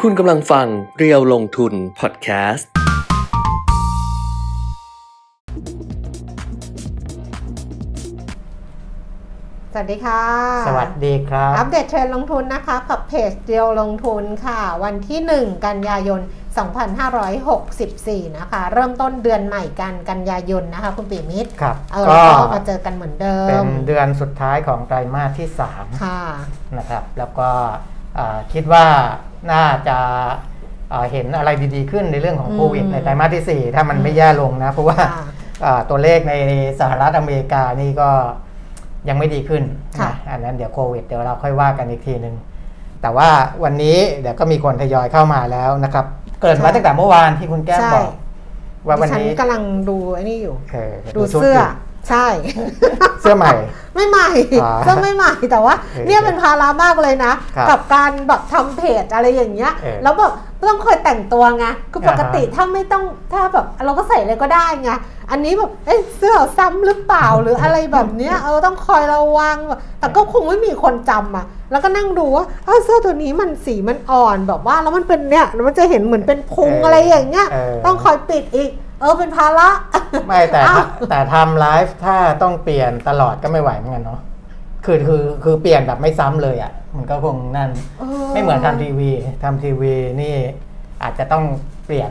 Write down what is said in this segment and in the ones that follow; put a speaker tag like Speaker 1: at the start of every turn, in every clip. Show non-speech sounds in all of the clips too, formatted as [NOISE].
Speaker 1: คุณกำลังฟังเรียวลงทุนพอดแคสต์
Speaker 2: สวัสดีค่ะ
Speaker 3: สวัสดีครั
Speaker 2: อั
Speaker 3: บ
Speaker 2: ปเดตเทรนด์ลงทุนนะคะกับเพจเดียวลงทุนค่ะ วันที่ 1 กันยายน 2564 นะคะ เริ่มต้นเดือนใหม่กันกันยายนนะคะ คุณปิมิตร
Speaker 3: ครับ
Speaker 2: เออ
Speaker 3: ก็
Speaker 2: แล้วก็มาเจอกันเหมือนเดิ
Speaker 3: เป็น
Speaker 2: ม
Speaker 3: เดือนสุดท้ายของไตรมาสที่3
Speaker 2: ค่ะ
Speaker 3: นะครับ แล้วก็เอ่อคิดว่าน่าจะเอ่อเห็นอะไรดีๆขึ้นในเรื่องของ
Speaker 2: อืม
Speaker 3: โควิดในไตรมาสทีสี่ 4 ถ้ามันไม่แย่ลงนะ เพราะว่า
Speaker 2: ค่ะ
Speaker 3: เอ่อตัวเลขในสหรัฐอเมริกานี่ก็ยังไม่ดีขึ้น
Speaker 2: ค่ะ
Speaker 3: นะอันนั้นเดี๋ยวโควิดเดี๋ยวเราค่อยว่ากันอีกทีหนึ่งแต่ว่าวันนี้เดี๋ยวก็มีคนทยอยเข้ามาแล้วนะครับ เกริดมา
Speaker 2: ใช่
Speaker 3: ตั้งแต่เมื่อวานที่คุณแก้ม
Speaker 2: ใช่
Speaker 3: บอกว่าวัน
Speaker 2: ดิฉัน
Speaker 3: นี้
Speaker 2: กำลังดูไอ้นี่อยู่
Speaker 3: เออ
Speaker 2: ดู
Speaker 3: ชุ
Speaker 2: เสื้อ
Speaker 3: ยู่
Speaker 2: ใช่
Speaker 3: เสื้อใหม่
Speaker 2: ไม่ใหม่
Speaker 3: อ่า
Speaker 2: ก็ไม่ใหม่แต่ว่า
Speaker 3: เออ
Speaker 2: เนี่ยเป็นภาระมากเลยนะ
Speaker 3: ครับ
Speaker 2: กับการแบบทำเพจอะไรอย่างเงี้ย
Speaker 3: เออ
Speaker 2: แล้วแบบต้องคอยแต่งตัวไงคือปกติ
Speaker 3: อ่าฮะ
Speaker 2: ถ้าไม่ต้องถ้าแบบเราก็ใส่อะไรก็ได้ไงอันนี้แบบเอ้ยเสื้อซ้ำหรือเปล่าหรืออะไรแบบเนี้
Speaker 3: [LAUGHS]
Speaker 2: ยเออต้องคอยระวังแบบแต่ก็คงไม่มีคนจำอ่ะ แล้วก็นั่งดูว่าเอ้าเสื้อตัวนี้มันสีมันอ่อนแบบว่าแล้วมันเป็นเนี่ยแล้วมันจะเห็นเหมือนเป็นพุง
Speaker 3: เอออ
Speaker 2: อะไรอย่างเงี้ย
Speaker 3: เออ
Speaker 2: ต้องคอยปิดอีก เออเป็นภาระ [LAUGHS]
Speaker 3: ไม่แต่
Speaker 2: อ้า
Speaker 3: ถ้าว แต่ทำไลฟ์ถ้าต้องเปลี่ยนตลอดก็ไม่ไหวเหมือนกันเนาะคือคือคือเปลี่ยนแบบไม่ซ้ำเลยอะ่ะ มันก็คงนั่น ไม่เหมือนทำทีวีทำทีวีนี่อาจจะต้องเปลี่ยน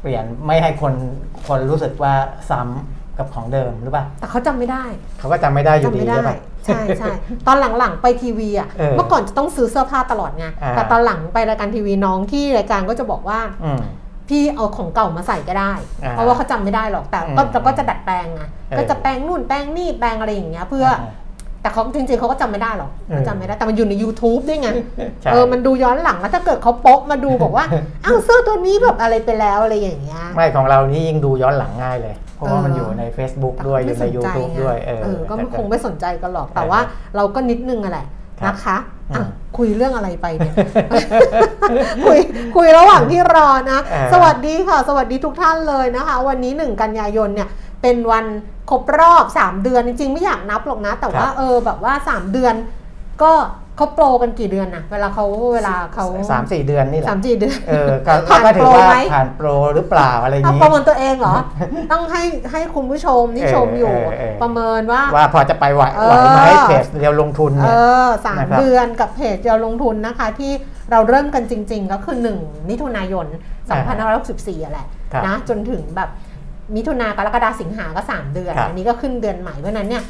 Speaker 3: เปลี่ยนไม่ให้คนคนรู้สึกว่าซ้ำกับของเดิมหรือเปล่า
Speaker 2: แต่เขาจำไม่ได้
Speaker 3: เขาก็จำไม่ได้อยู่
Speaker 2: จำ
Speaker 3: ดี
Speaker 2: ไม่ได้
Speaker 3: ใช่ปะ
Speaker 2: ใช่ใช่ตอนหลังๆไปทีวีอ่ะ
Speaker 3: เออ
Speaker 2: เมื่อก่อนจะต้องซื้อเสื้อผ้าตลอดไง
Speaker 3: อ่า
Speaker 2: แต่ตอนหลังไปรายการทีวีน้องที่รายการก็จะบอกว่า
Speaker 3: อืม
Speaker 2: พี่เอาของเก่ามาใส่ก็ได้
Speaker 3: อ่า
Speaker 2: เพราะว่าเขาจำไม่ได้หรอกแต่ก็
Speaker 3: อืม
Speaker 2: เราก็จะดัดแปลงไง
Speaker 3: เออ
Speaker 2: ก็จะแปลงนู่นแปลงนี่แปลงอะไรอย่างเงี้ยเพื่ออแต่เขาจริงๆเขาก็จำไม่ได้หรอกเขาจำไม่ได้แต่มันอยู่ใน YouTube ด้วยไง
Speaker 3: ใช่
Speaker 2: เออมันดูย้อนหลังแล้วถ้าเกิดเขาโป๊ะมาดู
Speaker 3: [LAUGHS]
Speaker 2: บอกว่า อ้าวเสื้อตัวนี้แบบอะไรไปแล้วอะไรอย่างเงี้ย
Speaker 3: ไม่ของเรานี่ยิ่งดูย้อนหลังง่ายเลย เพราะว่ามัน
Speaker 2: เออ
Speaker 3: อ
Speaker 2: อ
Speaker 3: ยู่ใน Facebook ด้วยอยู่ใน
Speaker 2: แต่เขาไม่ส
Speaker 3: YouTube
Speaker 2: นใจไง
Speaker 3: ด้วย
Speaker 2: เออก็ไม่
Speaker 3: แต่
Speaker 2: คงไม่สนใจกันหรอก แต่ว่าเราก็นิดนึงอะแหละ
Speaker 3: ครับ
Speaker 2: นะคะอ่ะ
Speaker 3: อืม
Speaker 2: คุยเรื่องอะไรไปเนี่ย
Speaker 3: [LAUGHS]
Speaker 2: คุยคุยระหว่างที่รอนะ
Speaker 3: เออ
Speaker 2: สวัสดีค่ะ สวัสดีทุกท่านเลยนะคะ วันนี้ 1 กันยายนเนี่ยเป็นวันครบรอบ 3 เดือนจริงๆ ไม่อยากนับหรอกนะ แต่ว่า
Speaker 3: ครับ
Speaker 2: เออแบบว่า 3 เดือน ก็เขาโปรกันกี่เดือนนะเวลาเขาเวลาเขา
Speaker 3: สามสี่เดือนนี่แหละ
Speaker 2: สามสี่เดือน
Speaker 3: เออก็
Speaker 2: ผ่าน
Speaker 3: ก็ถือว่า
Speaker 2: โปรไหม
Speaker 3: ผ่านโปรหรือเปล่าอะไรอย่าง
Speaker 2: เอา
Speaker 3: นี้
Speaker 2: ประเมินตัวเองเหรอ ต้องให้ให้คุณผู้ชมที่ชมอยู่
Speaker 3: เออเออเออ
Speaker 2: ประเมินว่า
Speaker 3: ว่าพอจะไปไหว
Speaker 2: เออ
Speaker 3: ไหวไหมเพจเรียวลงทุน
Speaker 2: เอ
Speaker 3: เนี่ย
Speaker 2: อสาม
Speaker 3: นะครับ
Speaker 2: เดือนกับเพจเดียวลงทุนนะคะ ที่เราเริ่มกันจริง ๆ ก็คือ 1 มิถุนายน 2564อะแหละ
Speaker 3: ครับ
Speaker 2: นะจนถึงแบบมิถุนากรกฎาสิงหาก็ 3 เดือน
Speaker 3: ครับ
Speaker 2: อันนี้ก็ขึ้นเดือนใหม่เพราะฉะนั้นเนี่ย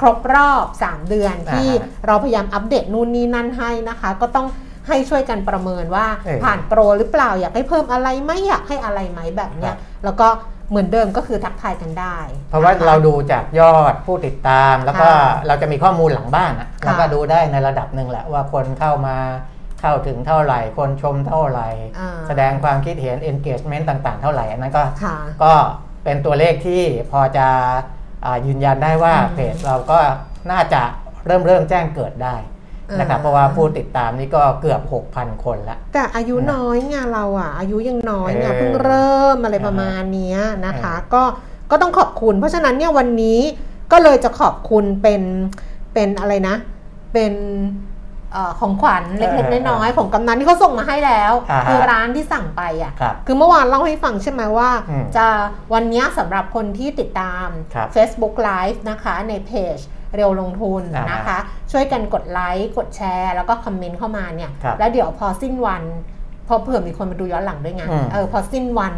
Speaker 2: ครบรอบ 3 เดือนที่
Speaker 3: อ่าฮะ
Speaker 2: เราพยายามอัปเดตนู่นนี่นั่นให้นะคะ ก็ต้องให้ช่วยกันประเมินว่า
Speaker 3: เออ
Speaker 2: ผ่านโปรหรือเปล่าอยากให้เพิ่มอะไรไหมอยากให้อะไรไหมแบบเนี้ย
Speaker 3: ครับ
Speaker 2: แล้วก็เหมือนเดิมก็คือทักทายกันได้
Speaker 3: เพราะว่า
Speaker 2: นะคะ
Speaker 3: เราดูจากยอดผู้ติดตามแล้วก็
Speaker 2: ค่ะ
Speaker 3: เราจะมีข้อมูลหลังบ้านอะ
Speaker 2: ค่ะ
Speaker 3: แล้วก็ดูได้ในระดับหนึ่งแหละว่าคนเข้ามาเข้าถึงเท่าไหร่ คนชมเท่าไหร่
Speaker 2: อ่า
Speaker 3: แสดงความคิดเห็น engagement ต่างๆ เท่าไหร่อันนั้นก็
Speaker 2: ค่ะ
Speaker 3: ก็เป็นตัวเลขที่พอจะอ่ายืนยันได้ว่า
Speaker 2: อืม
Speaker 3: เพจเราก็น่าจะเริ่มเริ่มแจ้งเกิดได้นะครับ
Speaker 2: อ่า
Speaker 3: เพราะว่าผู้ติดตามนี่ก็เกือบ 6,000 คนละ
Speaker 2: แต่อายุ
Speaker 3: นะ
Speaker 2: น้อยไงเราอ่ะ อายุยังน้อยไง
Speaker 3: เออ
Speaker 2: เพิ่งเริ่มอะไร
Speaker 3: อ่าฮะ
Speaker 2: ประมาณเนี้ยนะคะ
Speaker 3: เออ
Speaker 2: ก็ก็ต้องขอบคุณ เพราะฉะนั้นเนี่ยวันนี้ก็เลยจะขอบคุณเป็นเป็นอะไรนะ เป็นเออของขวัญเล็ก
Speaker 3: เออ
Speaker 2: ๆน้อยๆของกำนันที่เขาส่งมาให้แล้ว
Speaker 3: อ่าฮะ
Speaker 2: คือร้านที่สั่งไปอ่ะ
Speaker 3: ครับ
Speaker 2: คือเมื่อวานเล่าให้ฟังใช่ไหมว่า
Speaker 3: อืม
Speaker 2: จะวันเนี้ยสำหรับคนที่ติดตาม
Speaker 3: ครับ
Speaker 2: Facebook Live นะคะในเพจเร็วลงทุน
Speaker 3: อ่าฮะ
Speaker 2: นะคะ ช่วยกันกดไลค์กดแชร์ แล้วก็คอมเมนต์เข้ามาเนี่ย
Speaker 3: ครับ
Speaker 2: แล้วเดี๋ยวพอสิ้นวัน พอเผื่อมีคนมาดูย้อนหลังด้วยไง
Speaker 3: อืม
Speaker 2: เออพอสิ้นวัน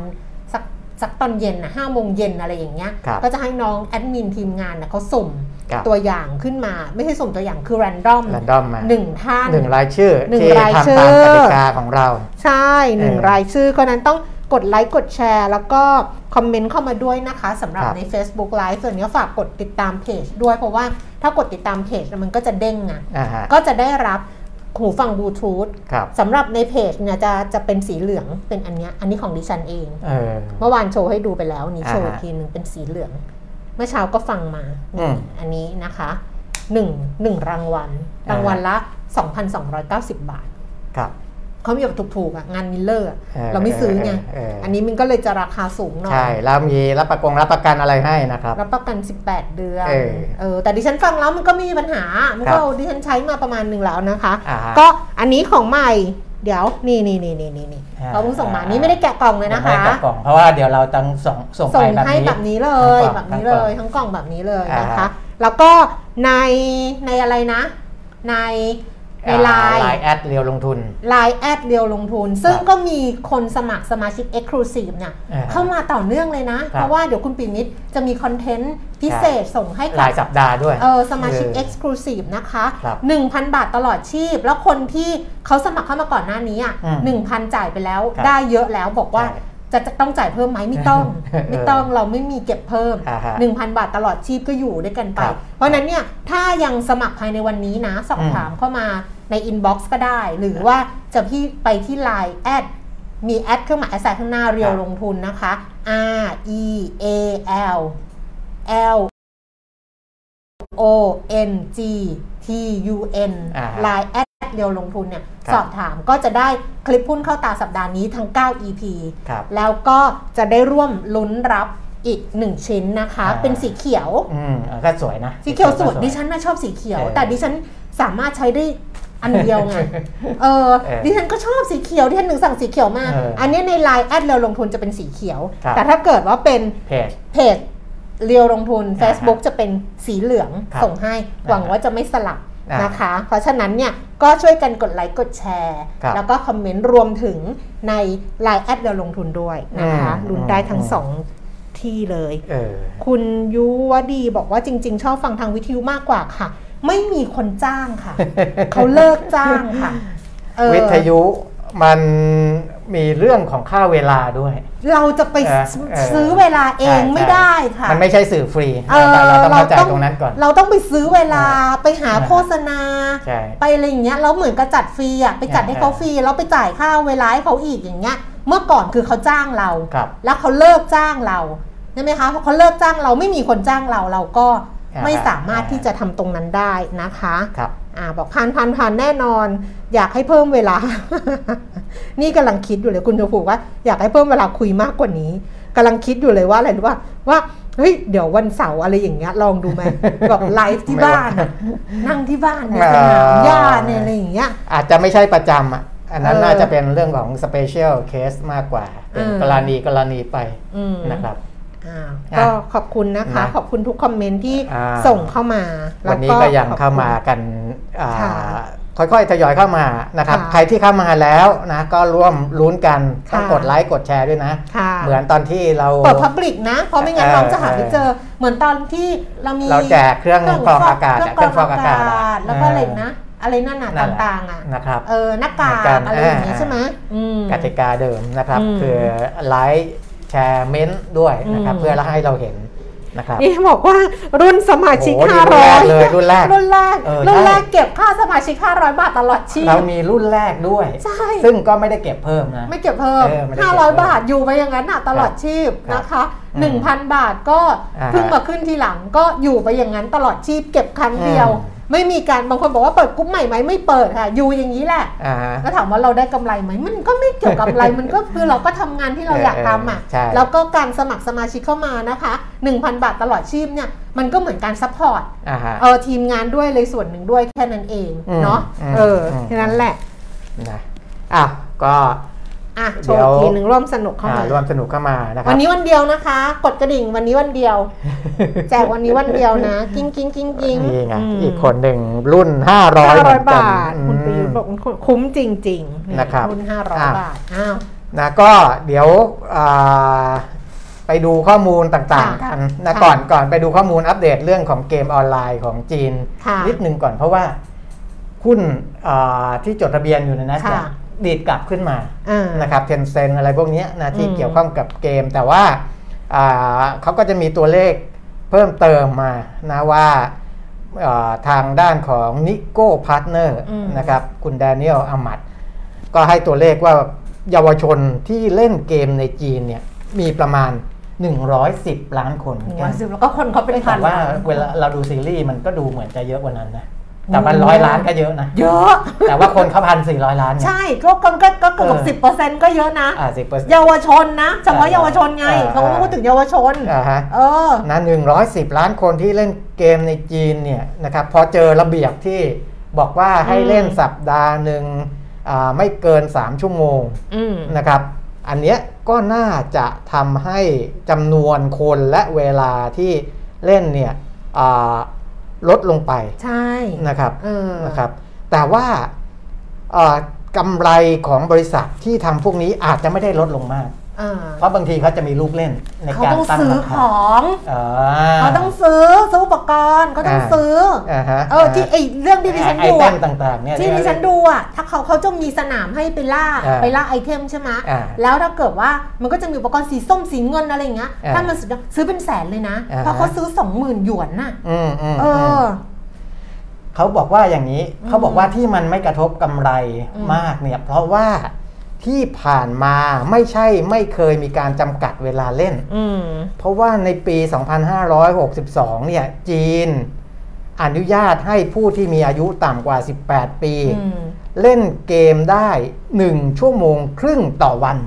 Speaker 2: สักสักตอนเย็นนะห้าโมงเย็นอะไรอย่างเงี้ย
Speaker 3: ครับ
Speaker 2: ก็จะให้น้องแอดมินทีมงานนะเขาสุ่ม
Speaker 3: ครับ
Speaker 2: ตัวอย่างขึ้นมา ไม่ใช่สุ่มตัวอย่างคือ r รนดอม
Speaker 3: แรนดอมมา
Speaker 2: หนึ่งท่าน
Speaker 3: หนึ่งรายชื่อ
Speaker 2: หนึ่ง
Speaker 3: ที่
Speaker 2: รายชื่อ
Speaker 3: ทำตามกติกาของเรา
Speaker 2: ใช่หนึ่ง
Speaker 3: เออ
Speaker 2: รายชื่อคนนั้นต้องกดไลค์กดแชร์ แล้วก็คอมเมนต์เข้ามาด้วยนะคะสำหรับ
Speaker 3: ครับ
Speaker 2: ใน Facebook Live ส่วนนี้ฝากกดติดตามเพจด้วยเพราะว่าถ้ากดติดตามเพจมันก็จะเด้งอะ
Speaker 3: อ่าฮะ
Speaker 2: ก็จะได้รับหูฟังบลูทูธ
Speaker 3: ครับ
Speaker 2: สำหรับในเพจเนี่ยจะจะเป็นสีเหลืองเป็นอันเนี้ยอันนี้ของดิฉันเอง
Speaker 3: เออ
Speaker 2: เมื่อวานโชว์ให้ดูไปแล้วอันนี้โชว์อีก
Speaker 3: อ่าฮะ
Speaker 2: ทีหนึ่งเป็นสีเหลือง เมื่อเช้าก็ฟังมา
Speaker 3: อืม
Speaker 2: อันนี้นะคะหนึ่งหนึ่งรางวัลรางวัลละ 2,290 บาท
Speaker 3: ครับ
Speaker 2: เขามีแบบถูกๆอ่ะงานมิลเลอร์อะ
Speaker 3: เออ
Speaker 2: เราไม่ซื้อไง
Speaker 3: เออเอออั
Speaker 2: อันนี้มันก็เลยจะราคาสูงหน่อย
Speaker 3: ใช่แล้วมีรับประกงรับประกันอะไรให้นะครับ
Speaker 2: รับประกัน 18 เดือน
Speaker 3: เออ
Speaker 2: เออแต่ดิฉันฟังแล้วมันก็ไม่มีปัญหามัน
Speaker 3: ครั
Speaker 2: ก็
Speaker 3: บ
Speaker 2: เอาดิฉันใช้มาประมาณหนึ่งแล้วนะคะ
Speaker 3: อ่าฮะ
Speaker 2: ก็อันนี้ของใหม่ เดี๋ยวนี่นี่นี่นี่นี่นี่
Speaker 3: อ่า
Speaker 2: เขาเพิ่งส่งมานี่ไม่ได้แกะกล่องเลยนะ
Speaker 3: ไม่
Speaker 2: คะ
Speaker 3: กลับกล่องเพราะว่าเดี๋ยวเราต้องส่งส่ง
Speaker 2: ส่
Speaker 3: ไป
Speaker 2: ง
Speaker 3: แบบ
Speaker 2: ให้
Speaker 3: นี้
Speaker 2: แบบนี้เลย
Speaker 3: ทั้
Speaker 2: แบ
Speaker 3: ง
Speaker 2: บ
Speaker 3: กล่อง
Speaker 2: นี้เลยทั้งกล่องแบบนี้เลยนะคะ
Speaker 3: อ่า
Speaker 2: แล้วก็ในในอะไรนะ ในในไลน์
Speaker 3: ไลน์แอดเรียวลงทุน
Speaker 2: ไลน์แอดเรียวลงทุน ซึ่ง
Speaker 3: ครับ
Speaker 2: ก็มีคนสมัครสมาชิก Exclusive เนี่ย
Speaker 3: อ่า
Speaker 2: เข้ามาต่อเนื่องเลยนะ
Speaker 3: ครับ
Speaker 2: เพราะว่าเดี๋ยวคุณปีมิตรจะมีคอนเทนต์พิเศษส่งให้
Speaker 3: ร
Speaker 2: กับ
Speaker 3: ยสัปดาห์ด้วย
Speaker 2: เออสมาชิก
Speaker 3: เออ
Speaker 2: Exclusive นะคะ
Speaker 3: ครับ
Speaker 2: 1,000 บาทตลอดชีพ แล้วคนที่เขาสมัครเข้ามาก่อนหน้านี้อ่ะ
Speaker 3: อืม
Speaker 2: 1,000 จ่ายไปแล้ว
Speaker 3: ครับ
Speaker 2: ได้เยอะแล้วบอกว่า
Speaker 3: ใช่
Speaker 2: จะจะต้องจ่ายเพิ่มไหมไม่ต้อง
Speaker 3: เออ
Speaker 2: ไม่ต้องเราไม่มีเก็บเพิ่ม
Speaker 3: อ่าฮะ
Speaker 2: 1,000 บาทตลอดชีพก็อยู่ด้วยกันไป
Speaker 3: ครับ
Speaker 2: เพราะฉะนั้นเนี่ยถ้ายังสมัครภายในวันนี้นะ สอบ
Speaker 3: อืม
Speaker 2: ถามเข้ามาใน Inbox ก็ได้ หรือว่าจะพี่ไปที่ Line แอดมีแอดเครื่องหมายแอดข้างหน้าเรียวลงทุนนะคะ R E A L L O N G T U N
Speaker 3: อ่าฮะ
Speaker 2: Line แอดเดียวลงทุนเนี่ย
Speaker 3: ครับ
Speaker 2: สอบถามก็จะได้คลิปหุ้นเข้าตาสัปดาห์นี้ทั้ง 9 EP
Speaker 3: ครับ
Speaker 2: แล้วก็จะได้ร่วมลุ้นรับอีก 1 ชิ้นนะคะ
Speaker 3: อ่า
Speaker 2: เป็นสีเขียว
Speaker 3: อืมเออก็สวยนะ
Speaker 2: สีเขียวสวยดิฉันน่ะชอบสีเขียว
Speaker 3: เออ
Speaker 2: แต่ดิฉันสามารถใช้ได้อันเดียวไง
Speaker 3: [LAUGHS]
Speaker 2: เออ
Speaker 3: เออ
Speaker 2: ดิฉันก็ชอบสีเขียวดิฉันหนึ่งสั่งสีเขียวมา
Speaker 3: เอออั
Speaker 2: อันเนี้ยในไลน์แอดเรียวลงทุนจะเป็นสีเขียว
Speaker 3: ครับ
Speaker 2: แต่ถ้าเกิดว่าเป็น
Speaker 3: เพจ
Speaker 2: เพจเรียวลงทุน Facebook
Speaker 3: อ่าฮะ
Speaker 2: จะเป็นสีเหลือง
Speaker 3: ครับ
Speaker 2: ส่งให้ หวังว่าจะไม่สลับ
Speaker 3: อ่าน
Speaker 2: นะคะ เพราะฉะนั้นเนี่ยก็ช่วยกันกดไลค์กดแชร์
Speaker 3: ครับ
Speaker 2: แล้วก็คอมเมนต์รวมถึงใน Line แอดเรียวลงทุนด้วยนะคะ
Speaker 3: อืม
Speaker 2: ลุ้นได้ทั้ง
Speaker 3: อืม
Speaker 2: สองที่เลย
Speaker 3: เออ
Speaker 2: คุณยุวดีบอกว่าจริง ๆ ชอบฟังทางวิทยุมากกว่าค่ะ ไม่มีคนจ้าง
Speaker 3: [LAUGHS]
Speaker 2: ค่ะ เขาเลิกจ้างค่ะเออ
Speaker 3: วิทยุมันมีเรื่องของค่าเวลาด้วย
Speaker 2: เราจะไป
Speaker 3: เออเออ
Speaker 2: ซื้อเวลาเอง
Speaker 3: ใช่
Speaker 2: ไม่ได้ค่ะ
Speaker 3: มันไม่ใช่สื่อฟรี
Speaker 2: เออ
Speaker 3: เราต้องเข้าใจ
Speaker 2: เราต้อง
Speaker 3: ตรงนั้นก่อน
Speaker 2: เราต้องไปซื้อเวลาไปหา
Speaker 3: อ่า
Speaker 2: โฆษณา
Speaker 3: ใช่
Speaker 2: ไปอะไรอย่างเงี้ยแล้วเหมือนกระจัดฟรีอ่ะไปจัด
Speaker 3: อ่า
Speaker 2: ให้เขาฟรีแล้วไปจ่ายค่าเวลาให้เขาอีกอย่างเงี้ย เมื่อก่อนคือเขาจ้างเรา
Speaker 3: ครับ
Speaker 2: แล้วเขาเลิกจ้างเราใช่ไหมคะเพราะเขาเลิกจ้างเราไม่มีคนจ้างเราเราก็
Speaker 3: อ่า
Speaker 2: ไม่สามารถที่จะทำตรงนั้นได้นะคะ
Speaker 3: ครับ
Speaker 2: อ่าบอกพันพันพันแน่นอน อยากให้เพิ่มเวลา [LAUGHS] นี่กำลังคิดอยู่เลยคุณชมพูว่าอยากให้เพิ่มเวลาคุยมากกว่านี้กำลังคิดอยู่เลยว่าอะไรรู้ป่ะว่าเฮ้ยเดี๋ยววันเสาร์อะไรอย่างเงี้ยลองดูไหมแบบไลฟ์ที่บ้านอะนั่งที่
Speaker 3: [LAUGHS]
Speaker 2: บ้านในสนามหญ้าในอะไรอย่างเงี้ย
Speaker 3: อาจจะไม่ใช่ประจำอ่ะ อันนั้น
Speaker 2: เออ
Speaker 3: น่าจะเป็นเรื่องของสเปเชียลเคสมากกว่า เป็น
Speaker 2: เออ
Speaker 3: กรณีกรณีไป
Speaker 2: อืม
Speaker 3: นะครับ
Speaker 2: อ่าก็ขอบคุณนะคะ
Speaker 3: นะ
Speaker 2: ขอบคุณทุกคอมเมนต์ที่
Speaker 3: อ่า
Speaker 2: ส่งเข้ามา
Speaker 3: วั
Speaker 2: แล้
Speaker 3: นนี้ก็ยัง
Speaker 2: ขอบคุณ
Speaker 3: เข้ามากันอ่า
Speaker 2: ค่ะ
Speaker 3: ค่อยๆทยอยเข้ามานะครับ
Speaker 2: ค่ะ
Speaker 3: ใครที่เข้ามาแล้วนะก็ร่วมลุ้นกัน
Speaker 2: ค่ะ
Speaker 3: ต้องกดไลค์กดแชร์ด้วยนะ
Speaker 2: ค่ะ
Speaker 3: เหมือนตอนที่เรา
Speaker 2: เปิดพับลิกนะ เพราะไม่งั้น
Speaker 3: เออ
Speaker 2: น้องจะหาไม่
Speaker 3: เออ
Speaker 2: เจอ เหมือนตอนที่เรามี
Speaker 3: เราแจกเครื่องกรองอากาศ
Speaker 2: เครื่องกรองอากาศ
Speaker 3: เครื่องกรองอากาศ
Speaker 2: แล้วก็
Speaker 3: เอออ
Speaker 2: อะไรนะ อะไรนั่นน่ะ
Speaker 3: นั่นแหละ
Speaker 2: ต่างๆอ่ะ
Speaker 3: นะครับ
Speaker 2: เออหน้ากาก
Speaker 3: หน้ากาก
Speaker 2: อะไรอย่างเงี้ย
Speaker 3: อ่า
Speaker 2: ใช่ไหมอืม
Speaker 3: กติกาเดิมนะครับ
Speaker 2: อืม
Speaker 3: คือไลค์แชร์เม้นต์ด้วยนะครับ
Speaker 2: อืม
Speaker 3: เพื่อให้เราเห็นนะครับ
Speaker 2: นี่บอกว่ารุ่นสมาชิก
Speaker 3: โอ้โห
Speaker 2: ห้าร้อย
Speaker 3: รุ่นแรกเลยรุ่นแรก
Speaker 2: รุ่นแรก
Speaker 3: เออ
Speaker 2: รุ่นแรก
Speaker 3: ใช่
Speaker 2: เก็บค่าสมาชิก500บาทตลอดชีพ
Speaker 3: เรามีรุ่นแรกด้วย
Speaker 2: ใช่
Speaker 3: ซึ่งก็ไม่ได้เก็บเพิ่มนะ
Speaker 2: ไม่เก็บเพิ่ม
Speaker 3: เออไม่ได้เก็บเพิ่ม
Speaker 2: 500 บาทอยู่ไปอย่างนั้นน่ะตลอดชีพ
Speaker 3: ครับ
Speaker 2: นะคะ
Speaker 3: อืม
Speaker 2: 1,000 บาทก็
Speaker 3: อ่าฮะ
Speaker 2: เพิ่งมาขึ้นทีหลังก็อยู่ไปอย่างนั้นตลอดชีพเก็บครั้งเดียว
Speaker 3: อืม
Speaker 2: ไม่มีการบางคนบอกว่าเปิดกรุ๊ปใหม่ไหมไม่เปิดค่ะ อยู่อย่างนี้แหละ
Speaker 3: อ่าฮะ
Speaker 2: แล้วถามว่าเราได้กำไรไหมมันก็ไม่เกี่ยวกับ
Speaker 3: [LAUGHS]
Speaker 2: อะไร มันก็คือเราก็ทำงานที่เราอยากทำอ่ะ
Speaker 3: เออใช่
Speaker 2: แล้วก็การสมัครสมาชิกเข้ามานะคะ 1,000 บาทตลอดชีพเนี่ยมันก็เหมือนการซัพพอร์ต
Speaker 3: าฮะ
Speaker 2: เออทีมงานด้วยเลยส่วนหนึ่งด้วยแค่นั้นเอง
Speaker 3: อืม
Speaker 2: เนาะ
Speaker 3: อืม
Speaker 2: เอออ
Speaker 3: ม
Speaker 2: แค่นั้นแหละ
Speaker 3: นะอ่ะก็
Speaker 2: อ่ะโช
Speaker 3: เดี๋
Speaker 2: ว์
Speaker 3: ยว
Speaker 2: อีกทีหนึ่งร่วมสนุกเข้า
Speaker 3: อ่า
Speaker 2: มา
Speaker 3: ร่วมสนุกเข้ามานะครับ
Speaker 2: วันนี้วันเดียวนะคะ กดกระดิ่งวันนี้วันเดียว แจกวันนี้วันเดียวนะ [LAUGHS] กิ้งกิ้งกิ้งกิ้ง
Speaker 3: [LAUGHS] นี่ไง
Speaker 2: ม
Speaker 3: อีกคนหนึ่งรุ่น 500เหมือ
Speaker 2: 500
Speaker 3: นกัน
Speaker 2: บาท คุณปี
Speaker 3: อืม
Speaker 2: บอกคุณคุ้มจริงๆ
Speaker 3: นะครับ
Speaker 2: คุณห้าร้อย
Speaker 3: อ่ะ
Speaker 2: บาท อ้าว
Speaker 3: นะก็เดี๋ยวอ่าไปดูข้อมูลต่างๆ
Speaker 2: ค่ะ
Speaker 3: กันนะ
Speaker 2: ค่ะ
Speaker 3: ก่อนก่อนไปดูข้อมูลอัปเดตเรื่องของเกมออนไลน์ของจีน
Speaker 2: ค่ะ
Speaker 3: นิดนึงก่อนเพราะว่าหุ้นอ่าที่จดทะเบียนอยู่ในนั้นจะดีดกลับขึ้นมา
Speaker 2: อ่า
Speaker 3: นะครับเทนเซนอะไรพวกเนี้ยนะที่
Speaker 2: อืม
Speaker 3: เกี่ยวข้องกับเกม แต่ว่าอ่าเขาก็จะมีตัวเลขเพิ่มเติมมานะว่าอ่าทางด้านของนิโก้พาร์ทเนอร์
Speaker 2: อืม
Speaker 3: นะครับคุณแดเนียลอามัด ก็ให้ตัวเลขว่าเยาวชนที่เล่นเกมในจีนเนี่ยมีประมาณ 110 ล้านคน
Speaker 2: หนึ่งร้อยสิบแล้วก็คนเขาเป็นพั
Speaker 3: แต่
Speaker 2: น
Speaker 3: ว่า
Speaker 2: นะ
Speaker 3: เวลาเราดูซีรีส์มันก็ดูเหมือนจะเยอะกว่านั้นนะแต่มัน
Speaker 2: โอ้
Speaker 3: ร้อยล้านก็เยอะนะ
Speaker 2: เยอะ
Speaker 3: แต่ว่าคนเขาพันสี่ร้อยล้านไง
Speaker 2: ใช่ ก็คนก็ก็เกือบ
Speaker 3: เออ
Speaker 2: สิบเปอร์เซ็นต์ก็เยอะนะ
Speaker 3: อ่าสิเปอร์เซ็นต์
Speaker 2: เยาวชนนะเฉพาะ
Speaker 3: เออ
Speaker 2: เยาวชนไง
Speaker 3: เออ
Speaker 2: เขาก็พูดถึงเยาวชน
Speaker 3: อ่าฮะ
Speaker 2: เออ
Speaker 3: นะ110 ล้านคนที่เล่นเกมในจีนเนี่ยนะครับพอเจอระเบียบที่บอกว่าให้เล่น
Speaker 2: อืม
Speaker 3: สัปดาห์หนึ่ง อ่าไม่เกิน 3 ชั่วโมง
Speaker 4: อืม
Speaker 3: นะครับ อันเนี้ยก็น่าจะทำให้จำนวนคนและเวลาที่เล่นเนี่ยอ่าลดลงไป
Speaker 4: ใช่
Speaker 3: นะครับ
Speaker 2: เออ
Speaker 3: นะครับแต่ว่าเอ่อกำไรของบริษัทที่ทำพวกนี้อาจจะไม่ได้ลดลงมาก
Speaker 2: เออ
Speaker 3: เพราะบางทีเขาจะมีลูกเล่นใน
Speaker 2: เขา
Speaker 3: การ
Speaker 2: ต้อง
Speaker 3: ตั้ง
Speaker 2: ซื้อ
Speaker 3: รา
Speaker 2: ข
Speaker 3: คา
Speaker 2: อง
Speaker 3: อ่
Speaker 2: เขาต้องซื้อซื้ออุปกรณ์เขาต้องซื้ออา
Speaker 3: ฮะ
Speaker 2: เออที่ไอเรื่องที่ดิฉัน
Speaker 3: ไอ
Speaker 2: ดู
Speaker 3: เท
Speaker 2: อะ
Speaker 3: มต่างๆเนี่ย
Speaker 2: ที่ดิฉันดูอะถ้าเขาเขาจะมีสนามให้ไปล่า
Speaker 3: อ่า
Speaker 2: ไปล่าไอเทมใช่ไหม
Speaker 3: อ่า
Speaker 2: แล้วถ้าเกิดว่ามันก็จะมีอุปกรณ์สีส้มสีเงินอะไรอย่างเงี้ย
Speaker 3: อ่า
Speaker 2: ถ้ามันสุดยอดซื้อเป็นแสนเลยนะ
Speaker 3: อ่า
Speaker 2: เพราะเขาซื้อสองหมื่นหยวนน่ะ
Speaker 3: อืมอืม
Speaker 2: เอ
Speaker 3: อื
Speaker 2: อ
Speaker 3: มเขาบอกว่าอย่างนี้เขาบอกว่าที่มันไม่กระทบกำไร
Speaker 2: อืม
Speaker 3: มากเนี่ยเพราะว่าที่ผ่านมาไม่ใช่ไม่เคยมีการจำกัดเวลาเล่น
Speaker 4: อืม
Speaker 3: เพราะว่าในปี 2562 เนี่ย จีนอนุญาตให้ผู้ที่มีอายุต่ำกว่า 18 ปี
Speaker 4: อืม
Speaker 3: เล่นเกมได้ 1 ชั่วโมงครึ่งต่อวัน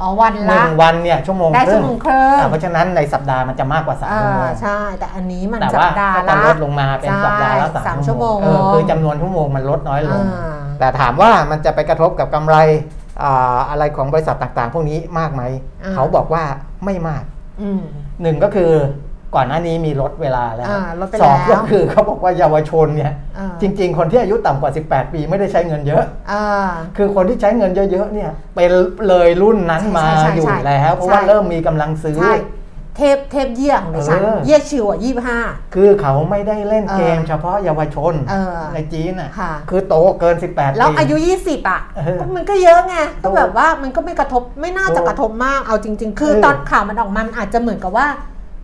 Speaker 2: อ๋อวัน
Speaker 3: ห
Speaker 2: ละ
Speaker 3: นึ่งวันเนี่ยชั่วโมง
Speaker 2: ได้
Speaker 3: ค
Speaker 2: ชั่
Speaker 3: รึ่
Speaker 2: ว
Speaker 3: ง
Speaker 2: โมงครึ่ง
Speaker 3: อ่าเพราะฉะนั้นในสัปดาห์มันจะมากกว่า 3
Speaker 2: อ่า
Speaker 3: ชั่วโมง
Speaker 2: ใช่ แต่อันนี้มัน
Speaker 3: แต่
Speaker 2: สั
Speaker 3: ว่า
Speaker 2: ปดาห์
Speaker 3: ก็
Speaker 2: ละ
Speaker 3: ลดลงมาเป็นสัปดาห์ละ
Speaker 2: ใช่
Speaker 3: สามชั่วโมง
Speaker 2: สามชั่วโมง
Speaker 3: เออคือจำนวนชั่วโมงมันลดน้อยลง
Speaker 2: อ่า
Speaker 3: แต่ถามว่ามันจะไปกระทบกับกำไรอ่าอะไรของบริษัทต่างๆ พวกนี้มากไหม
Speaker 2: อ่า
Speaker 3: เขาบอกว่าไม่มาก
Speaker 2: อืม
Speaker 3: หนึ่งก็คือก่อนหน้านี้มีลดเวลาแล้ว
Speaker 2: อ่าลดไป
Speaker 3: สอง
Speaker 2: แล้ว
Speaker 3: ก็คือเขาบอกว่าเยาวชนเนี่ย
Speaker 2: อ่า
Speaker 3: จริง ๆ คนที่อายุต่ำกว่า 18 ปีไม่ได้ใช้เงินเยอะ
Speaker 2: อ่า
Speaker 3: คือคนที่ใช้เงินเยอะๆเนี่ยเป็นเลยรุ่นนั้นมา
Speaker 2: ใช่ใช่ใช่
Speaker 3: อยู่แล้ว เพราะว่า
Speaker 2: ใช่
Speaker 3: เริ่มมีกำลังซื้อ
Speaker 2: ใช่ เทปเทปเยี่ยของดิฉัน
Speaker 3: เออ
Speaker 2: เยี่ยชิวอ่ะยี่ห้า
Speaker 3: คือเขาไม่ได้เล่นเกม
Speaker 2: เออ
Speaker 3: เฉพาะเยาวชน
Speaker 2: เออ
Speaker 3: ในจีนอ่ะ
Speaker 2: ค่ะ
Speaker 3: คือโตเกิน 18 ปี
Speaker 2: แล้วอายุ 20 อ่ะ
Speaker 3: เออ
Speaker 2: มันก็เยอะไง
Speaker 3: ถู
Speaker 2: ก็
Speaker 3: ก
Speaker 2: แบบว่ามันก็ไม่กระทบไม่น่าจะกระทบมากเอาจริง ๆ คือ
Speaker 3: เออ
Speaker 2: ตอนข่าวมันออกมามันอาจจะเหมือนกับว่า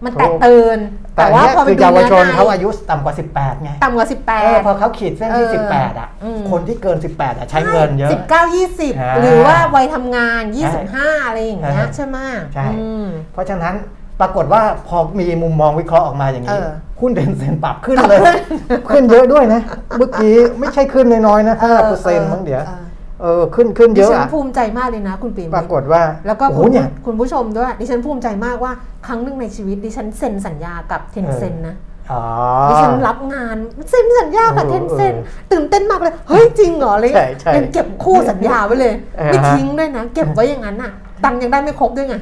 Speaker 2: มันแตก
Speaker 3: ถูก
Speaker 2: ตื่น
Speaker 3: แต่
Speaker 2: แต่ว่า
Speaker 3: ว่า
Speaker 2: พอไป
Speaker 3: คือ
Speaker 2: ดู
Speaker 3: เยาว
Speaker 2: เนื้อ
Speaker 3: ชน
Speaker 2: ใน
Speaker 3: เขาอายุต่ำกว่า 18ไง
Speaker 2: ต่ำกว่า
Speaker 3: เออพอ
Speaker 2: 18
Speaker 3: เขาขีดเส้นที่
Speaker 2: เออ
Speaker 3: 18 อ่ะ
Speaker 2: อืม
Speaker 3: คนที่เกิน 18อ่ะใช้เงินเยอะ
Speaker 2: 19
Speaker 3: อ่า
Speaker 2: 20 หรือว่าวัยทำงาน
Speaker 3: ใช่
Speaker 2: 25 อะไรอย่างเงี้ย
Speaker 3: อ่า
Speaker 2: ใช่ไหม
Speaker 3: ใช่
Speaker 2: อืม
Speaker 3: เพราะฉะนั้นปรากฏว่าพอมีมุมมองวิเคราะห์ออกมาอย่างนี้
Speaker 2: เออ
Speaker 3: หุ้นเด่นเซ็นปรับขึ้น
Speaker 2: [LAUGHS]
Speaker 3: เลย ขึ้นเยอะด้วยนะ เมื่อกี้ไม่ใช่ขึ้นน้อยๆนะ
Speaker 2: เอ
Speaker 3: ห้า
Speaker 2: อ
Speaker 3: เปอร์เซ็นต์มั้งเดี๋ยว
Speaker 2: เออ
Speaker 3: เออขึ้นขึ้น
Speaker 2: ดิ
Speaker 3: เยอะ
Speaker 2: ฉัน
Speaker 3: อะ
Speaker 2: ภูมิใจมากเลยนะคุณปี
Speaker 3: ป
Speaker 2: มิ
Speaker 3: รากฏว่า
Speaker 2: แล้วก็
Speaker 3: โอ้โห
Speaker 2: คุณ
Speaker 3: เนี่ย
Speaker 2: คุณผู้ชมด้วย ดิฉันภูมิใจมากว่าครั้งหนึ่งในชีวิตดิฉันเซ็นสัญญากับเทนเซ็น
Speaker 3: เออ
Speaker 2: นะ
Speaker 3: อ๋อ
Speaker 2: ดิฉันรับงานเซ็นสัญญากับ
Speaker 3: เออ
Speaker 2: เทนเซ็น
Speaker 3: เออ
Speaker 2: ตื่นเต้นมากเลย เฮ้ย จริงเหรอเลย
Speaker 3: ใช่ใช่
Speaker 2: ยังเก็บคู่สัญญาไว้เลย
Speaker 3: เออฮะ
Speaker 2: ไม่ทิ้งด้วยนะ เก็บไว้อย่างนั้นน่ะ ตังค์ยังได้ไม่ครบด้วยไง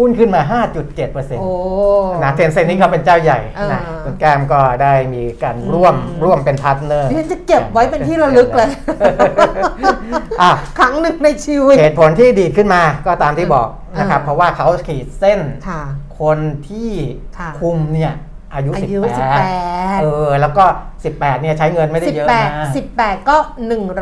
Speaker 3: หุ้นขึ้นมา 5.7เปอร์เซ็นต์
Speaker 2: โอ้
Speaker 3: นะเทนเซ็นนี่เขาเป็นเจ้าใหญ่
Speaker 2: เออ
Speaker 3: นะคุณแก้มก็ได้มีการร่วมร่วมเป็นพาร์ทเนอร์
Speaker 2: ดิฉันจะเก็บไว้เป็นที่ระลึกเลย
Speaker 3: อ่ะ
Speaker 2: ครั้งหนึ่งในชีวิต
Speaker 3: เหตุผลที่ดีดขึ้นมาก็ตามที่บอกนะครับ
Speaker 2: อ่า
Speaker 3: เพราะว่าเขาขีดเส้น
Speaker 2: ค่ะ
Speaker 3: คนที่
Speaker 2: ค่ะ
Speaker 3: คุมเนี่ยอายุ
Speaker 2: อายุ
Speaker 3: 18 เอ
Speaker 2: 18
Speaker 3: อ แล้วก็ 18เนี่ยใช้เงินไม่ได้เยอะนะ
Speaker 2: 18 18 ก็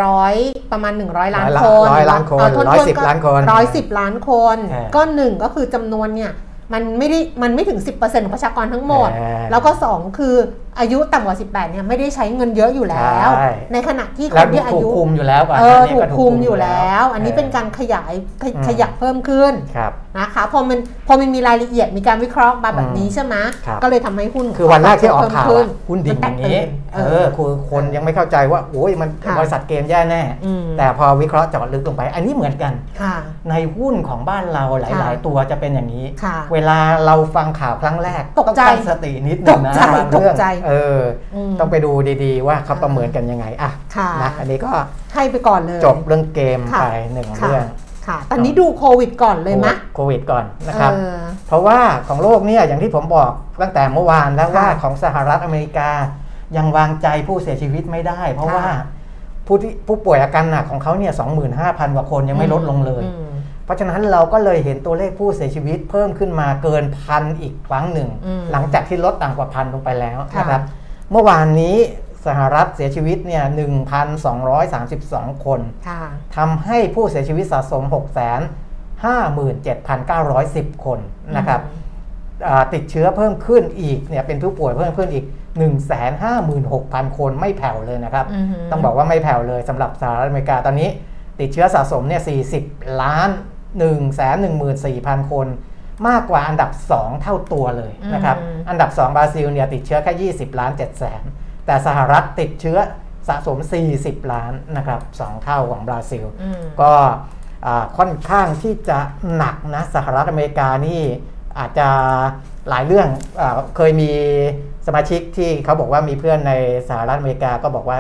Speaker 2: 100 ประมาณ 100 ล้านคน
Speaker 3: ร้อยล้านคน
Speaker 2: เ
Speaker 3: ร้อยสิบล้านคน
Speaker 2: ร้อยสิบล้านคน
Speaker 3: เออ
Speaker 2: ก็หนึ่งก็คือจำนวนเนี่ยมันไม่ได้มันไม่ถึง 10%ของประชากรทั้งหมด
Speaker 3: เออ
Speaker 2: แล้วก็ 2 คืออายุต่ำกว่า 18เนี่ยไม่ได้ใช้เงินเยอะอยู่แล้ว
Speaker 3: ใช่
Speaker 2: ในขณะที่ค
Speaker 3: แล้ว
Speaker 2: นที่อา
Speaker 3: ถูก
Speaker 2: ยุ
Speaker 3: คุมอยู่แล้วก่อน
Speaker 2: เอ
Speaker 3: หน้า
Speaker 2: อ
Speaker 3: นี้
Speaker 2: ถูก
Speaker 3: ก็
Speaker 2: คุมอยู่แล้ว อันนี้เป็นการขยายขย
Speaker 3: อืม
Speaker 2: ขยับเพิ่มขึ้น
Speaker 3: ครับ
Speaker 2: นะคะพอมันพอมันมีรายละเอียดมีการวิเคราะห์มาแบบนี้ใช่ไหม
Speaker 3: ครับ
Speaker 2: ก็เลยทำให้หุ้น
Speaker 3: คือวันแรกที่ออกข่าว
Speaker 2: เพิ่ม
Speaker 3: อะหุ้นดิ่งอย่างนี้
Speaker 2: เอ
Speaker 3: เอ
Speaker 2: อ
Speaker 3: อคือคนยังไม่เข้าใจว่าโอ้ยมัน
Speaker 2: ค่ะ
Speaker 3: บริษัทเกมแย่แน่
Speaker 4: อืม
Speaker 3: แต่พอวิเคราะห์เจาะลึกลงไป อันนี้เหมือนกัน
Speaker 2: ค่ะ
Speaker 3: ในหุ้นของบ้านเราหลาย
Speaker 2: ค่ะ
Speaker 3: ๆ ตัวจะเป็นอย่างนี้
Speaker 2: ค่ะ
Speaker 3: เวลาเราฟังข่าวครั้งแรก
Speaker 2: ตกใจ
Speaker 3: ต้องตั้งสตินิดหนึงนะ
Speaker 2: ตกใจ
Speaker 3: บางเรื่อ
Speaker 2: ต
Speaker 3: ง
Speaker 2: กใจ
Speaker 3: เอออ
Speaker 2: ม
Speaker 3: ต้องไปดูดีๆ ว่าเขาประเมินกันยังไงอ่ะ
Speaker 2: ค่ะ
Speaker 3: นะอันนี้ก็
Speaker 2: ให้ไปก่อนเลย
Speaker 3: จบเรื่องเกม
Speaker 2: ค่ะ
Speaker 3: ไปหนึ่ง
Speaker 2: ค่ะ
Speaker 3: เรื่อง
Speaker 2: ค่ะ ตอนนี้ดูโควิดก่อนเลยมะ
Speaker 3: โควิดก่อนนะครับ
Speaker 2: เออ
Speaker 3: เพราะว่าของโลกเนี่ยอย่างที่ผมบอกตั้งแต่เมื่อวานแล้วว่าของสหรัฐอเมริกา ยังวางใจผู้เสียชีวิตไม่ได้ เพราะ
Speaker 2: ค่ะ
Speaker 3: ว่าผู้ที่ผู้ป่วยอาการหนักของเขาเนี่ย25,000 กว่าคนยังไม่ลดลงเลย
Speaker 2: อืม
Speaker 3: เพราะฉะนั้นเราก็เลยเห็นตัวเลขผู้เสียชีวิตเพิ่มขึ้นมาเกินพันอีกครั้งหนึ่ง
Speaker 2: อืม
Speaker 3: หลังจากที่ลดต่ำกว่าพันลงไปแล้ว
Speaker 2: ค่ะ
Speaker 3: นะครับ เมื่อวานนี้สหรัฐเสียชีวิตเนี่ย1,232 คน
Speaker 2: ค่ะ
Speaker 3: ทำให้ผู้เสียชีวิตสะสม 6 5 7 9 1 0 คนนะครับอ่าติดเชื้อเพิ่มขึ้นอีกเนี่ยเป็นผู้ป่วยเพิ่มขึ้นอีก 156,000 คนไม่แผ่วเลยนะครับ
Speaker 4: อืม
Speaker 3: ต้องบอกว่าไม่แผ่วเลยสำหรับสหรัฐอเมริกาตอนนี้ ติดเชื้อสะสมเนี่ย40 ล้าน1 1 4 0 0 คน มากกว่าอันดับ 2 เท่าตัวเลยนะครับ
Speaker 4: อืม
Speaker 3: อันดับ 2 บราซิลเนี่ยติดเชื้อแค่ 20 ล้าน7แสนแต่สหรัฐติดเชื้อสะสม 40 ล้านนะครับสองเท่าของบราซิล
Speaker 4: อืม
Speaker 3: ก็อ่าค่อนข้างที่จะหนักนะสหรัฐอเมริกานี่อาจจะหลายเรื่องอาเคยมีสมาชิกที่เขาบอกว่ามีเพื่อนในสหรัฐอเมริกาก็บอกว่า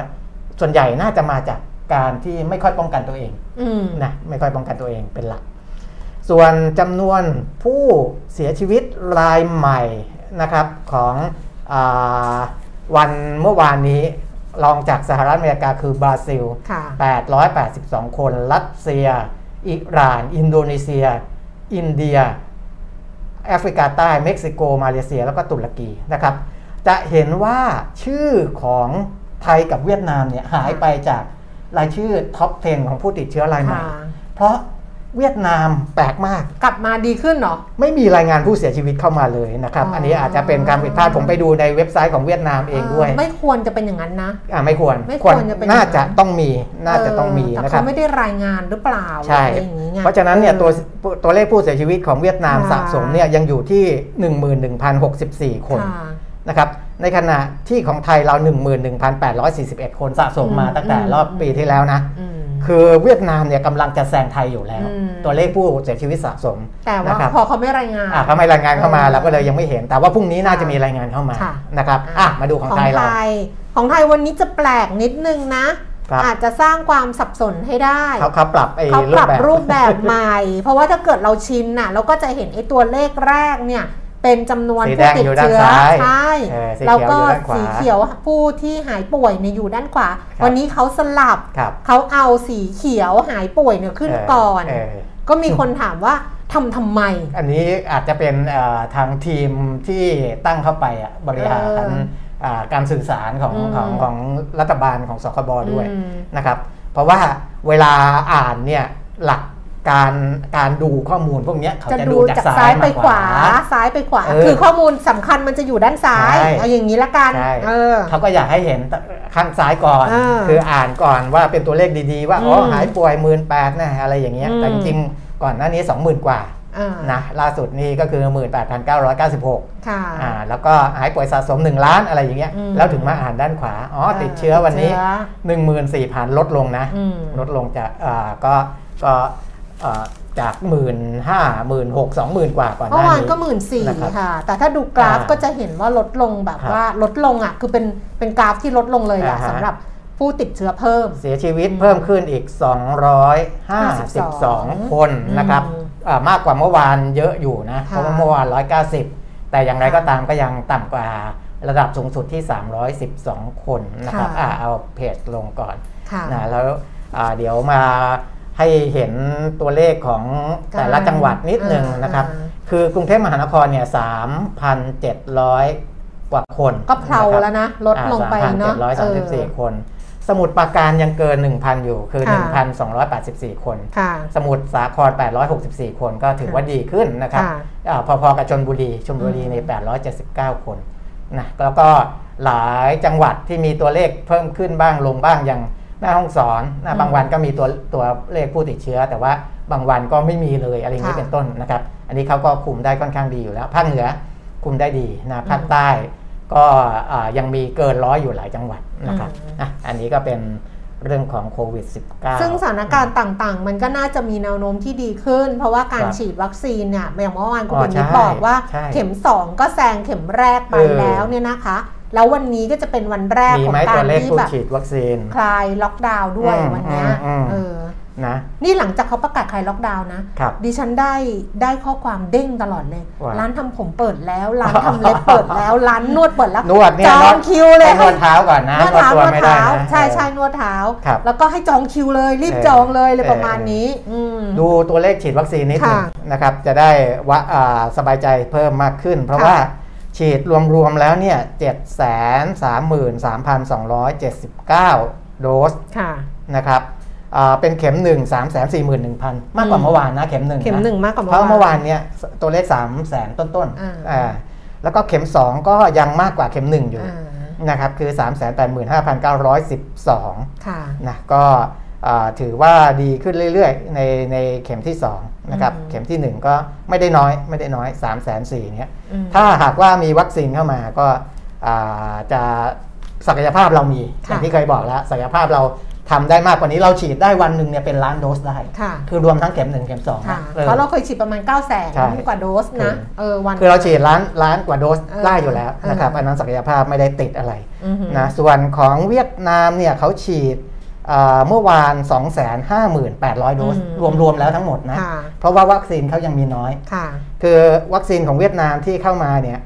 Speaker 3: ส่วนใหญ่น่าจะมาจาก การที่ไม่ค่อยป้องกันตัวเอง
Speaker 2: อืม
Speaker 3: นะไม่ค่อยป้องกันตัวเองเป็นหลัก ส่วนจำนวนผู้เสียชีวิตรายใหม่นะครับของอาวันเมื่อวานนี้รองจากสหรัฐอเมริกาคือบราซิล
Speaker 2: ค่ะ
Speaker 3: 882 คน รัสเซีย อิหร่าน อินโดนีเซีย อินเดีย แอฟริกาใต้ เม็กซิโก มาเลเซีย แล้วก็ตุรกีนะครับ จะเห็นว่าชื่อของไทยกับเวียดนามเนี่ยหายไปจากรายชื่อท็อป 10 ของผู้ติดเชื้อรายใหม่
Speaker 2: ค่ะ
Speaker 3: เพราะเวียดนามแปลกมาก
Speaker 2: กลับมาดีขึ้นเหรอ
Speaker 3: ไม่มีรายงานผู้เสียชีวิตเข้ามาเลยนะครับ
Speaker 2: อ๋ออั
Speaker 3: อันนี้อาจจะเป็นการผิดพลาดผมไปดูในเว็บไซต์ของเวียดนามเองด้วย
Speaker 2: ไม่ควรจะเป็นอย่างนั้นนะ
Speaker 3: อ่าไม่ควร
Speaker 2: ไม่ควรจะเป็นอย่างนั้น
Speaker 3: น่าจะต้องมีน่าจะต้องมี
Speaker 2: เแต่
Speaker 3: นะครับ
Speaker 2: เขาไม่ได้รายงานหรือเปล่า
Speaker 3: ใช่
Speaker 2: อะไรอย่างนี้ไง
Speaker 3: เพราะฉะนั้นเนี่ยตัวตัวเลขผู้เสียชีวิตของเวียดนาม
Speaker 2: ค่ะ
Speaker 3: สะสมเนี่ยยังอยู่ที่ 11,064 คน
Speaker 2: ค่ะ
Speaker 3: นะครับ ในขณะที่ของไทยเรา 11,841 คนสะสมมา
Speaker 2: อืม
Speaker 3: ตั้งแต่
Speaker 2: อืม
Speaker 3: รอบปีที่แล้วนะ
Speaker 2: อืม
Speaker 3: คือเวียดนามเนี่ยกำลังจะแซงไทยอยู่แล้ว
Speaker 2: อืม
Speaker 3: ตัวเลขผู้เสียชีวิตสะสม
Speaker 2: แต่ว่า
Speaker 3: นะครับ
Speaker 2: พอเขาไม่รายงาน
Speaker 3: อ่ะเขาไม่รายงานเข้ามา
Speaker 2: เออ
Speaker 3: เราก็เลยยังไม่เห็น แต่ว่าพรุ่งนี้น่าจะมีรายงานเข้ามา
Speaker 2: ค่ะ
Speaker 3: นะครับอ่ะมาดูของไทยเรา
Speaker 2: ของไทยวันนี้จะแปลกนิดนึงนะ
Speaker 3: ครับ
Speaker 2: อาจจะสร้างความสับสนให้ได้
Speaker 3: เขาเขาปรับไอ้
Speaker 2: เขา
Speaker 3: รู
Speaker 2: ป
Speaker 3: ป
Speaker 2: รับ
Speaker 3: แบบ
Speaker 2: รูปแบบใหม่ [LAUGHS] เพราะว่าถ้าเกิดเราชินน่ะเราก็จะเห็นไอ้ตัวเลขแรกเนี่ยเป็นจำนวน
Speaker 3: สีแด
Speaker 2: ผู้
Speaker 3: ง
Speaker 2: ติด
Speaker 3: อยู่ด้าน
Speaker 2: เชื้อ
Speaker 3: ซ้าย
Speaker 2: ใช่
Speaker 3: เออสีเขียว
Speaker 2: แล้วก็
Speaker 3: อยู่ด้านขวา
Speaker 2: สีเขียวผู้ที่หายป่วยเนี่ยอยู่ด้านขวา
Speaker 3: ครับ
Speaker 2: วันนี้เขาสลับ
Speaker 3: ครับ
Speaker 2: เขาเอาสีเขียวหายป่วยเนี่ยขึ้น
Speaker 3: เ
Speaker 2: ก่อน
Speaker 3: เ
Speaker 2: ก็มีคนถามว่าทำทำไม
Speaker 3: อันนี้อาจจะเป็นเอ่อทางทีมที่ตั้งเข้าไปอะบริหาร
Speaker 2: เออ
Speaker 3: อ่าการสื่อสารของ
Speaker 2: อืม
Speaker 3: ของของรัฐบาลของสคบด้วย
Speaker 2: อืม
Speaker 3: นะครับ เพราะว่าเวลาอ่านเนี่ยหลักการการดูข้อมูลพวกเนี้ยเขา
Speaker 2: จะ
Speaker 3: จะ
Speaker 2: ดู
Speaker 3: ดู
Speaker 2: จา
Speaker 3: จาก ก
Speaker 2: ซ้า
Speaker 3: ซ้ายย
Speaker 2: ไป
Speaker 3: ไป
Speaker 2: ข
Speaker 3: ข
Speaker 2: วา
Speaker 3: วา
Speaker 2: ซ้ายไปขวา
Speaker 3: เออ
Speaker 2: คือข้อมูลสำคัญมันจะอยู่ด้านซ้าย
Speaker 3: ใช่
Speaker 2: เอาอย่างนี้ละกัน
Speaker 3: ใช่
Speaker 2: เออ
Speaker 3: เขาก็อยากให้เห็นข้างซ้ายก่อน
Speaker 2: เออ
Speaker 3: คืออ่านก่อนว่าเป็นตัวเลขดีๆ ว่าอ๋อ
Speaker 2: ม
Speaker 3: หายป่วยหมื่นแปดนะอะไรอย่างเงี้ย
Speaker 2: อืม
Speaker 3: แต่จริงๆก่อนหน้านี้สองหมื่นกว่า
Speaker 2: อ่า
Speaker 3: นะล่าสุดนี่ก็คือหมื่นแปดพันเก้าร้อยเก้าสิบหก
Speaker 2: ค่ะ
Speaker 3: อ่าแล้วก็หายป่วยสะสม 1 ล้านอะไรอย่างเงี้ย
Speaker 2: อืม
Speaker 3: แล้วถึงมาอ่านด้านขวา อ๋อ ติดเชื้อวันนี้
Speaker 2: ติดเชื้อ
Speaker 3: 1 4 0 0 0 ลดลงนะ
Speaker 2: อืม
Speaker 3: ลดลงจากอ่าก็ก็เอ่อจากหมื่นห้าหมื่นหกสองหมื่นกว่าก่อนห
Speaker 2: เมื่
Speaker 3: น้าว
Speaker 2: อาน
Speaker 3: นี้
Speaker 2: ก็หมื่นสี่
Speaker 3: นะครับ
Speaker 2: ค่ะ แต่ถ้าดูกราฟ
Speaker 3: อ่า
Speaker 2: ก็จะเห็นว่าลดลงแบบ
Speaker 3: ครับ
Speaker 2: ว่าลดลงอ่ะ คือเป็นเป็นกราฟที่ลดลงเลยอ่ะ
Speaker 3: อ่าฮะ
Speaker 2: สำหรับผู้ติดเชื้อเพิ่ม
Speaker 3: เสียชีวิตเพิ่มขึ้นอีก 252 คนนะครับ
Speaker 2: อืม
Speaker 3: อ่ามากกว่าเมื่อวานเยอะอยู่นะ
Speaker 2: ค่ะ
Speaker 3: เพราะว่าเมื่อวาน 190 แต่อย่างไรก็ตามก็ยังต่ำกว่าระดับสูงสุดที่ 312 คนนะครับ
Speaker 2: ค่ะ
Speaker 3: อ่าเอาเพจลงก่อน
Speaker 2: ค่ะ
Speaker 3: นะแล้วอ่าเดี๋ยวมาให้เห็นตัวเลขของแต่ละ
Speaker 2: การ
Speaker 3: จังหวัดนิดหนึ่ง
Speaker 2: อ่าน
Speaker 3: นะครับ
Speaker 2: อ่
Speaker 3: คือกรุงเทพมหานครเนี่ย3,700 กว่าคน
Speaker 2: ก็เพลาแล้วนะลดลงไปเนอะเออ
Speaker 3: 3,734 คน สมุทรปราการยังเกิน 1,000 อยู่คือ 1,284 คน
Speaker 2: ค่ะ
Speaker 3: สมุทรสาคร 864 คนก็ถือว่าดีขึ้นนะครับ
Speaker 2: ค่ะ
Speaker 3: อาพอๆกับชนบุรีชลบุรีใน 879 คนนะแล้วก็หลายจังหวัดที่มีตัวเลขเพิ่มขึ้นบ้างลงบ้างอย่างแม่ห้องสอนนะ
Speaker 2: อืม
Speaker 3: บางวันก็มีตัวตัวเลขผู้ติดเชื้อ แต่ว่าบางวันก็ไม่มีเลยอะไรอย่างนี้
Speaker 2: ค่ะ
Speaker 3: เป็นต้นนะครับ อันนี้เขาก็คุมได้ค่อนข้างดีอยู่แล้วภาคเหนือคุมได้ดีนะภาคใต้ ก็อ่ายังมีเกินร้อยอยู่หลายจังหวัดนะครับ
Speaker 2: อืม
Speaker 3: อ่ะอันนี้ก็เป็นเรื่องของโควิด -19
Speaker 2: ซึ่งสถานการณ์ต่างๆ มันก็น่าจะมีแนวโน้มที่ดีขึ้น เพราะว่าการ
Speaker 3: ครับ
Speaker 2: ฉีดวัคซีนเนี่ยอย่างเมื่อวานคุณ
Speaker 3: อ๋อ
Speaker 2: เป็นนิด
Speaker 3: ใช่
Speaker 2: บอกว่า
Speaker 3: ใช่
Speaker 2: เข็ม 2 ก็แซงเข็มแรกไป
Speaker 3: เออ
Speaker 2: แล้วเนี่ยนะคะ แล้ววันนี้ก็จะเป็นวันแรก
Speaker 3: มี
Speaker 2: ของ
Speaker 3: ไหม
Speaker 2: กา
Speaker 3: ตัว
Speaker 2: ร
Speaker 3: เลข
Speaker 2: ที่
Speaker 3: ผู้
Speaker 2: แบบ
Speaker 3: ฉีดวัคซีน
Speaker 2: คลายล็อกดาวน์ด้วย
Speaker 3: อืม
Speaker 2: วันเนี้ย
Speaker 3: อืมอืม
Speaker 2: เออ
Speaker 3: นะ
Speaker 2: นี่หลังจากเขาประกาศคลายล็อกดาวน์นะ
Speaker 3: ครับ
Speaker 2: ดิฉันได้ได้ข้อความเด้งตลอดเลย
Speaker 3: ว่า
Speaker 2: ร้านทำผมเปิด
Speaker 3: [LAUGHS]
Speaker 2: แล้ว ร้านทำเล็บเปิดแล้ว ร้านนวดเปิดแล้ว
Speaker 3: นวดเนี่ย
Speaker 2: จองคิวเลย
Speaker 3: นวดเท้าก่อนนะ
Speaker 2: นวดเท้าน
Speaker 3: ตัว
Speaker 2: วด
Speaker 3: ไม่ได้
Speaker 2: เท้า
Speaker 3: นะ
Speaker 2: ใช่ใช่นวดเท้า
Speaker 3: ครับ
Speaker 2: แล้วก็ให้จองคิวเลย รีบ
Speaker 3: เออ
Speaker 2: จองเลยเลย
Speaker 3: เออ
Speaker 2: ประมาณนี้อืม
Speaker 3: ดูตัวเลขฉีดวัคซีนนิดหนึง
Speaker 2: ค่ะ
Speaker 3: นะครับ จะได้วะอ่าสบายใจเพิ่มมากขึ้น เพราะ
Speaker 2: ค่ะ
Speaker 3: ว่าฉีดรวมๆแล้วเนี่ย 7 3 3 2 7 9 โดสนะครับอ่าเป็นเข็ม 1 3 4 1 0 0 0 มากกว่า
Speaker 2: อืม
Speaker 3: เมื่อวานนะ เข็มหนึ่ง
Speaker 2: เข็ม
Speaker 3: นะ
Speaker 2: หนึ่งมากกว่า
Speaker 3: เพราะ
Speaker 2: เมื่
Speaker 3: เมื่
Speaker 2: อวาว
Speaker 3: อาน นเนี่ยตัวเลข 3 0 0 0 0ต้นต้นๆ
Speaker 2: อ่า
Speaker 3: อ่าแล้วก็เข็ม 2 ก็ยังมากกว่าเข็ม 1 อยู่
Speaker 2: อ่า
Speaker 3: นะครับคือ 385,912
Speaker 2: ค่ะ
Speaker 3: นะก็อ่าถือว่าดีขึ้นเรื่อยๆ ในในเข็มที่2นะครับ
Speaker 2: อืม
Speaker 3: เข็มทีหนึ่1 ก็ไม่ได้น้อยไม่ได้น้อย 3 4 0 0 0เนี้ย
Speaker 2: อืม
Speaker 3: ถ้าหากว่ามีวัคซีนเข้ามาก็อ่าจะศักยภาพเรามี
Speaker 2: ค่ะ
Speaker 3: อย่างที่เคยบอกแล้ว ศักยภาพเราทำได้มากกว่านี้เราฉีดได้วันหนึ่งเนี่ยเป็นล้านโดสได้
Speaker 2: ค่ะ
Speaker 3: คือรวมทั้งเข็ม 1 เข็ม2
Speaker 2: ค่ะ
Speaker 3: นะเออ
Speaker 2: เพราะเราเคยฉีดประมาณ 9 0 0แสน
Speaker 3: ใช่
Speaker 2: กว่าโดสนะ
Speaker 3: ถูก
Speaker 2: เออวัน
Speaker 3: คือเราฉีดล้านล้านกว่าโดส
Speaker 2: เออ
Speaker 3: ได้อยู่แล้วนะครับ
Speaker 2: เอออั
Speaker 3: อันนั้นศักยภาพไม่ได้ติดอะไร
Speaker 2: อือหือ
Speaker 3: นะส่วนของเวียดนามเนี่ยเขาฉีด เอ่อเมื่อวาน 258,000 โดส
Speaker 2: อืม
Speaker 3: รวม ๆ แล้วทั้งหมดนะ
Speaker 2: ค่ะ
Speaker 3: เพราะว่าวัคซีนเขายังมีน้อย
Speaker 2: ค่ะ
Speaker 3: คือวัคซีนของเวียดนามที่เข้ามาเนี่ย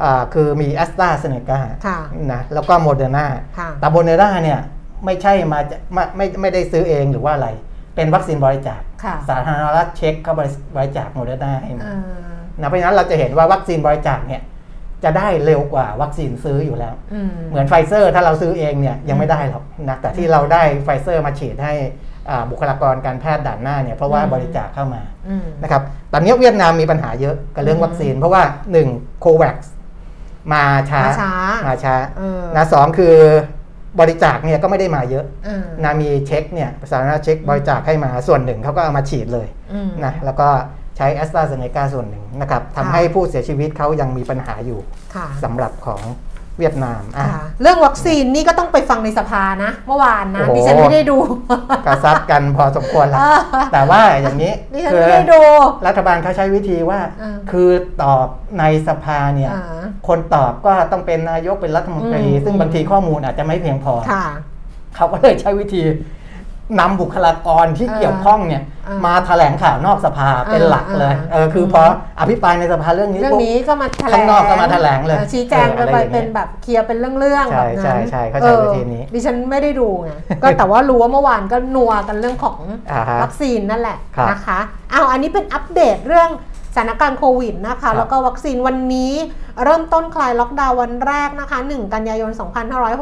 Speaker 3: เอ่อคือมีแอสตราเซเนกา
Speaker 2: ค่ะ
Speaker 3: นะแล้วก็โมเดอร์นา
Speaker 2: ค่ะ
Speaker 3: แต่โมเดอร์นาเนี่ยไม่ใช่มาจะไม่ไม่ไม่ได้ซื้อเองหรือว่าอะไร เป็นวัคซีนบริจาค
Speaker 2: ค่ะ
Speaker 3: สาธารณรัฐเช็คเขาบริบริจาคโมเดอร์นาให้มา
Speaker 2: เอ่อ
Speaker 3: นะเพราะฉะนั้นเราจะเห็นว่าวัคซีนบริจาคเนี่ยจะได้เร็วกว่าวัคซีนซื้ออยู่แล้ว
Speaker 2: อืม
Speaker 3: เหมือนไฟเซอร์ถ้าเราซื้อเองเนี่ยยังไม่ได้หรอกนะแต่ที่เราได้ไฟเซอร์มาฉีดให้อ่าบุคลากรการแพทย์ด่านหน้าเนี่ยเพราะว่า
Speaker 2: อืม
Speaker 3: บริจาคเข้ามา
Speaker 2: อืม
Speaker 3: นะครับตอนนี้เวียดนามมีปัญหาเยอะกับเรื่อง
Speaker 2: อืม
Speaker 3: วัคซีน เพราะว่า 1. โควัคมาช้า
Speaker 2: มาช้า
Speaker 3: มาช้า
Speaker 2: เออ
Speaker 3: นะสองคือบริจาคเนี่ยก็ไม่ได้มาเยอะ
Speaker 2: เออ
Speaker 3: นะมีเช็คเนี่ยสาธารณรัฐเช็คบริจาคให้มาส่วนหนึ่งเขาก็เอามาฉีดเลย
Speaker 2: อืม
Speaker 3: นะแล้วก็ใช้แอสตราเซเนกาส่วนหนึ่งนะครับ
Speaker 2: ค่ะ
Speaker 3: ทำให้ผู้เสียชีวิตเขายังมีปัญหาอยู่
Speaker 2: ค่ะ
Speaker 3: สำหรับของเวียดนามอ่ะ
Speaker 2: ค่ะ เรื่องวัคซีนนี่ก็ต้องไปฟังในสภานะ เมื่อวานนะ
Speaker 3: โอ้โห
Speaker 2: ดิฉันไม่ได้ดู [LAUGHS]
Speaker 3: กระซับกันพอสมควรละ
Speaker 2: เออ
Speaker 3: แต่ว่าอย่างนี้
Speaker 2: ดิฉัน
Speaker 3: คือ
Speaker 2: ไม่ได้ดู
Speaker 3: รัฐบาลเขาใช้วิธีว่า
Speaker 2: อ่า
Speaker 3: คือตอบในสภาเนี่ย
Speaker 2: อ่า
Speaker 3: คนตอบก็ต้องเป็นนายกเป็นรัฐมนตรี
Speaker 2: อืม
Speaker 3: ซึ่งบางทีข้อมูลอาจจะไม่เพียงพอ
Speaker 2: ค่ะ
Speaker 3: เขาก็เลยใช้วิธีนำบุคลากรที่
Speaker 2: เออ
Speaker 3: เกี่ยวข้องเนี่ย
Speaker 2: เออ
Speaker 3: มาแถลงข่าวนอกสภาเป็น
Speaker 2: เออ
Speaker 3: หลักเลย
Speaker 2: เออ
Speaker 3: เออคือพออภิปรายในสภาเรื่องนี้
Speaker 2: เรื่อง
Speaker 3: ปุ๊บ
Speaker 2: นี้ก็มาแถลง
Speaker 3: ข้างนอกก็มาแถลงเลย
Speaker 2: ออชี้แจง
Speaker 3: เอออะไร
Speaker 2: ไป
Speaker 3: อย่างเงี้ย
Speaker 2: เป็นแบบเคลียร์เป็นเรื่องๆแบบนั้น
Speaker 3: ใช่ใช่ใช่เข้าใจวิธีนี้
Speaker 2: เออดิฉันไม่ได้ดูไง ก็แต่ว่ารู้ว่าเมื่อวานก็นัวกันเรื่องของ
Speaker 3: อ่าฮะ
Speaker 2: วัคซีนนั่นแหละ
Speaker 3: ครับ
Speaker 2: นะคะเอาอันนี้เป็นอัปเดตเรื่องสถานการณ์โควิดนะ
Speaker 3: ครั
Speaker 2: คะ
Speaker 3: บ
Speaker 2: แล้วก็วัคซีนวันนี้เริ่มต้นคลายล็อกดาวน์วันแรกนะคะ 1 กันยายน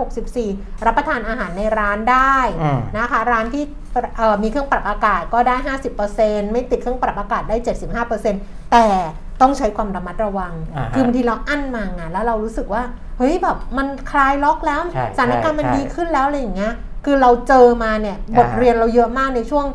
Speaker 2: 2564 รับประทานอาหารในร้านได้
Speaker 3: อืม
Speaker 2: นะคะร้านที่เอ่อมีเครื่องปรับอากาศก็ได้ 50%ไม่ติดเครื่องปรับอากาศได้ 75%แต่ต้องใช้ความระมัดระวัง
Speaker 3: อ่าฮะ
Speaker 2: คือบางทีเราอั้นมาไงแล้วเรารู้สึกว่า เฮ้ยแบบมันคลายล็อกแล้ว
Speaker 3: ใช่
Speaker 2: สถานการณ์มัน
Speaker 3: ใช่
Speaker 2: ดีขึ้นแล้วอะไรอย่างเงี้ยคือเราเจอมาเนี่ยบ
Speaker 3: อ่า
Speaker 2: ท
Speaker 3: ฮะ
Speaker 2: เรียนเราเยอะมากในช่วง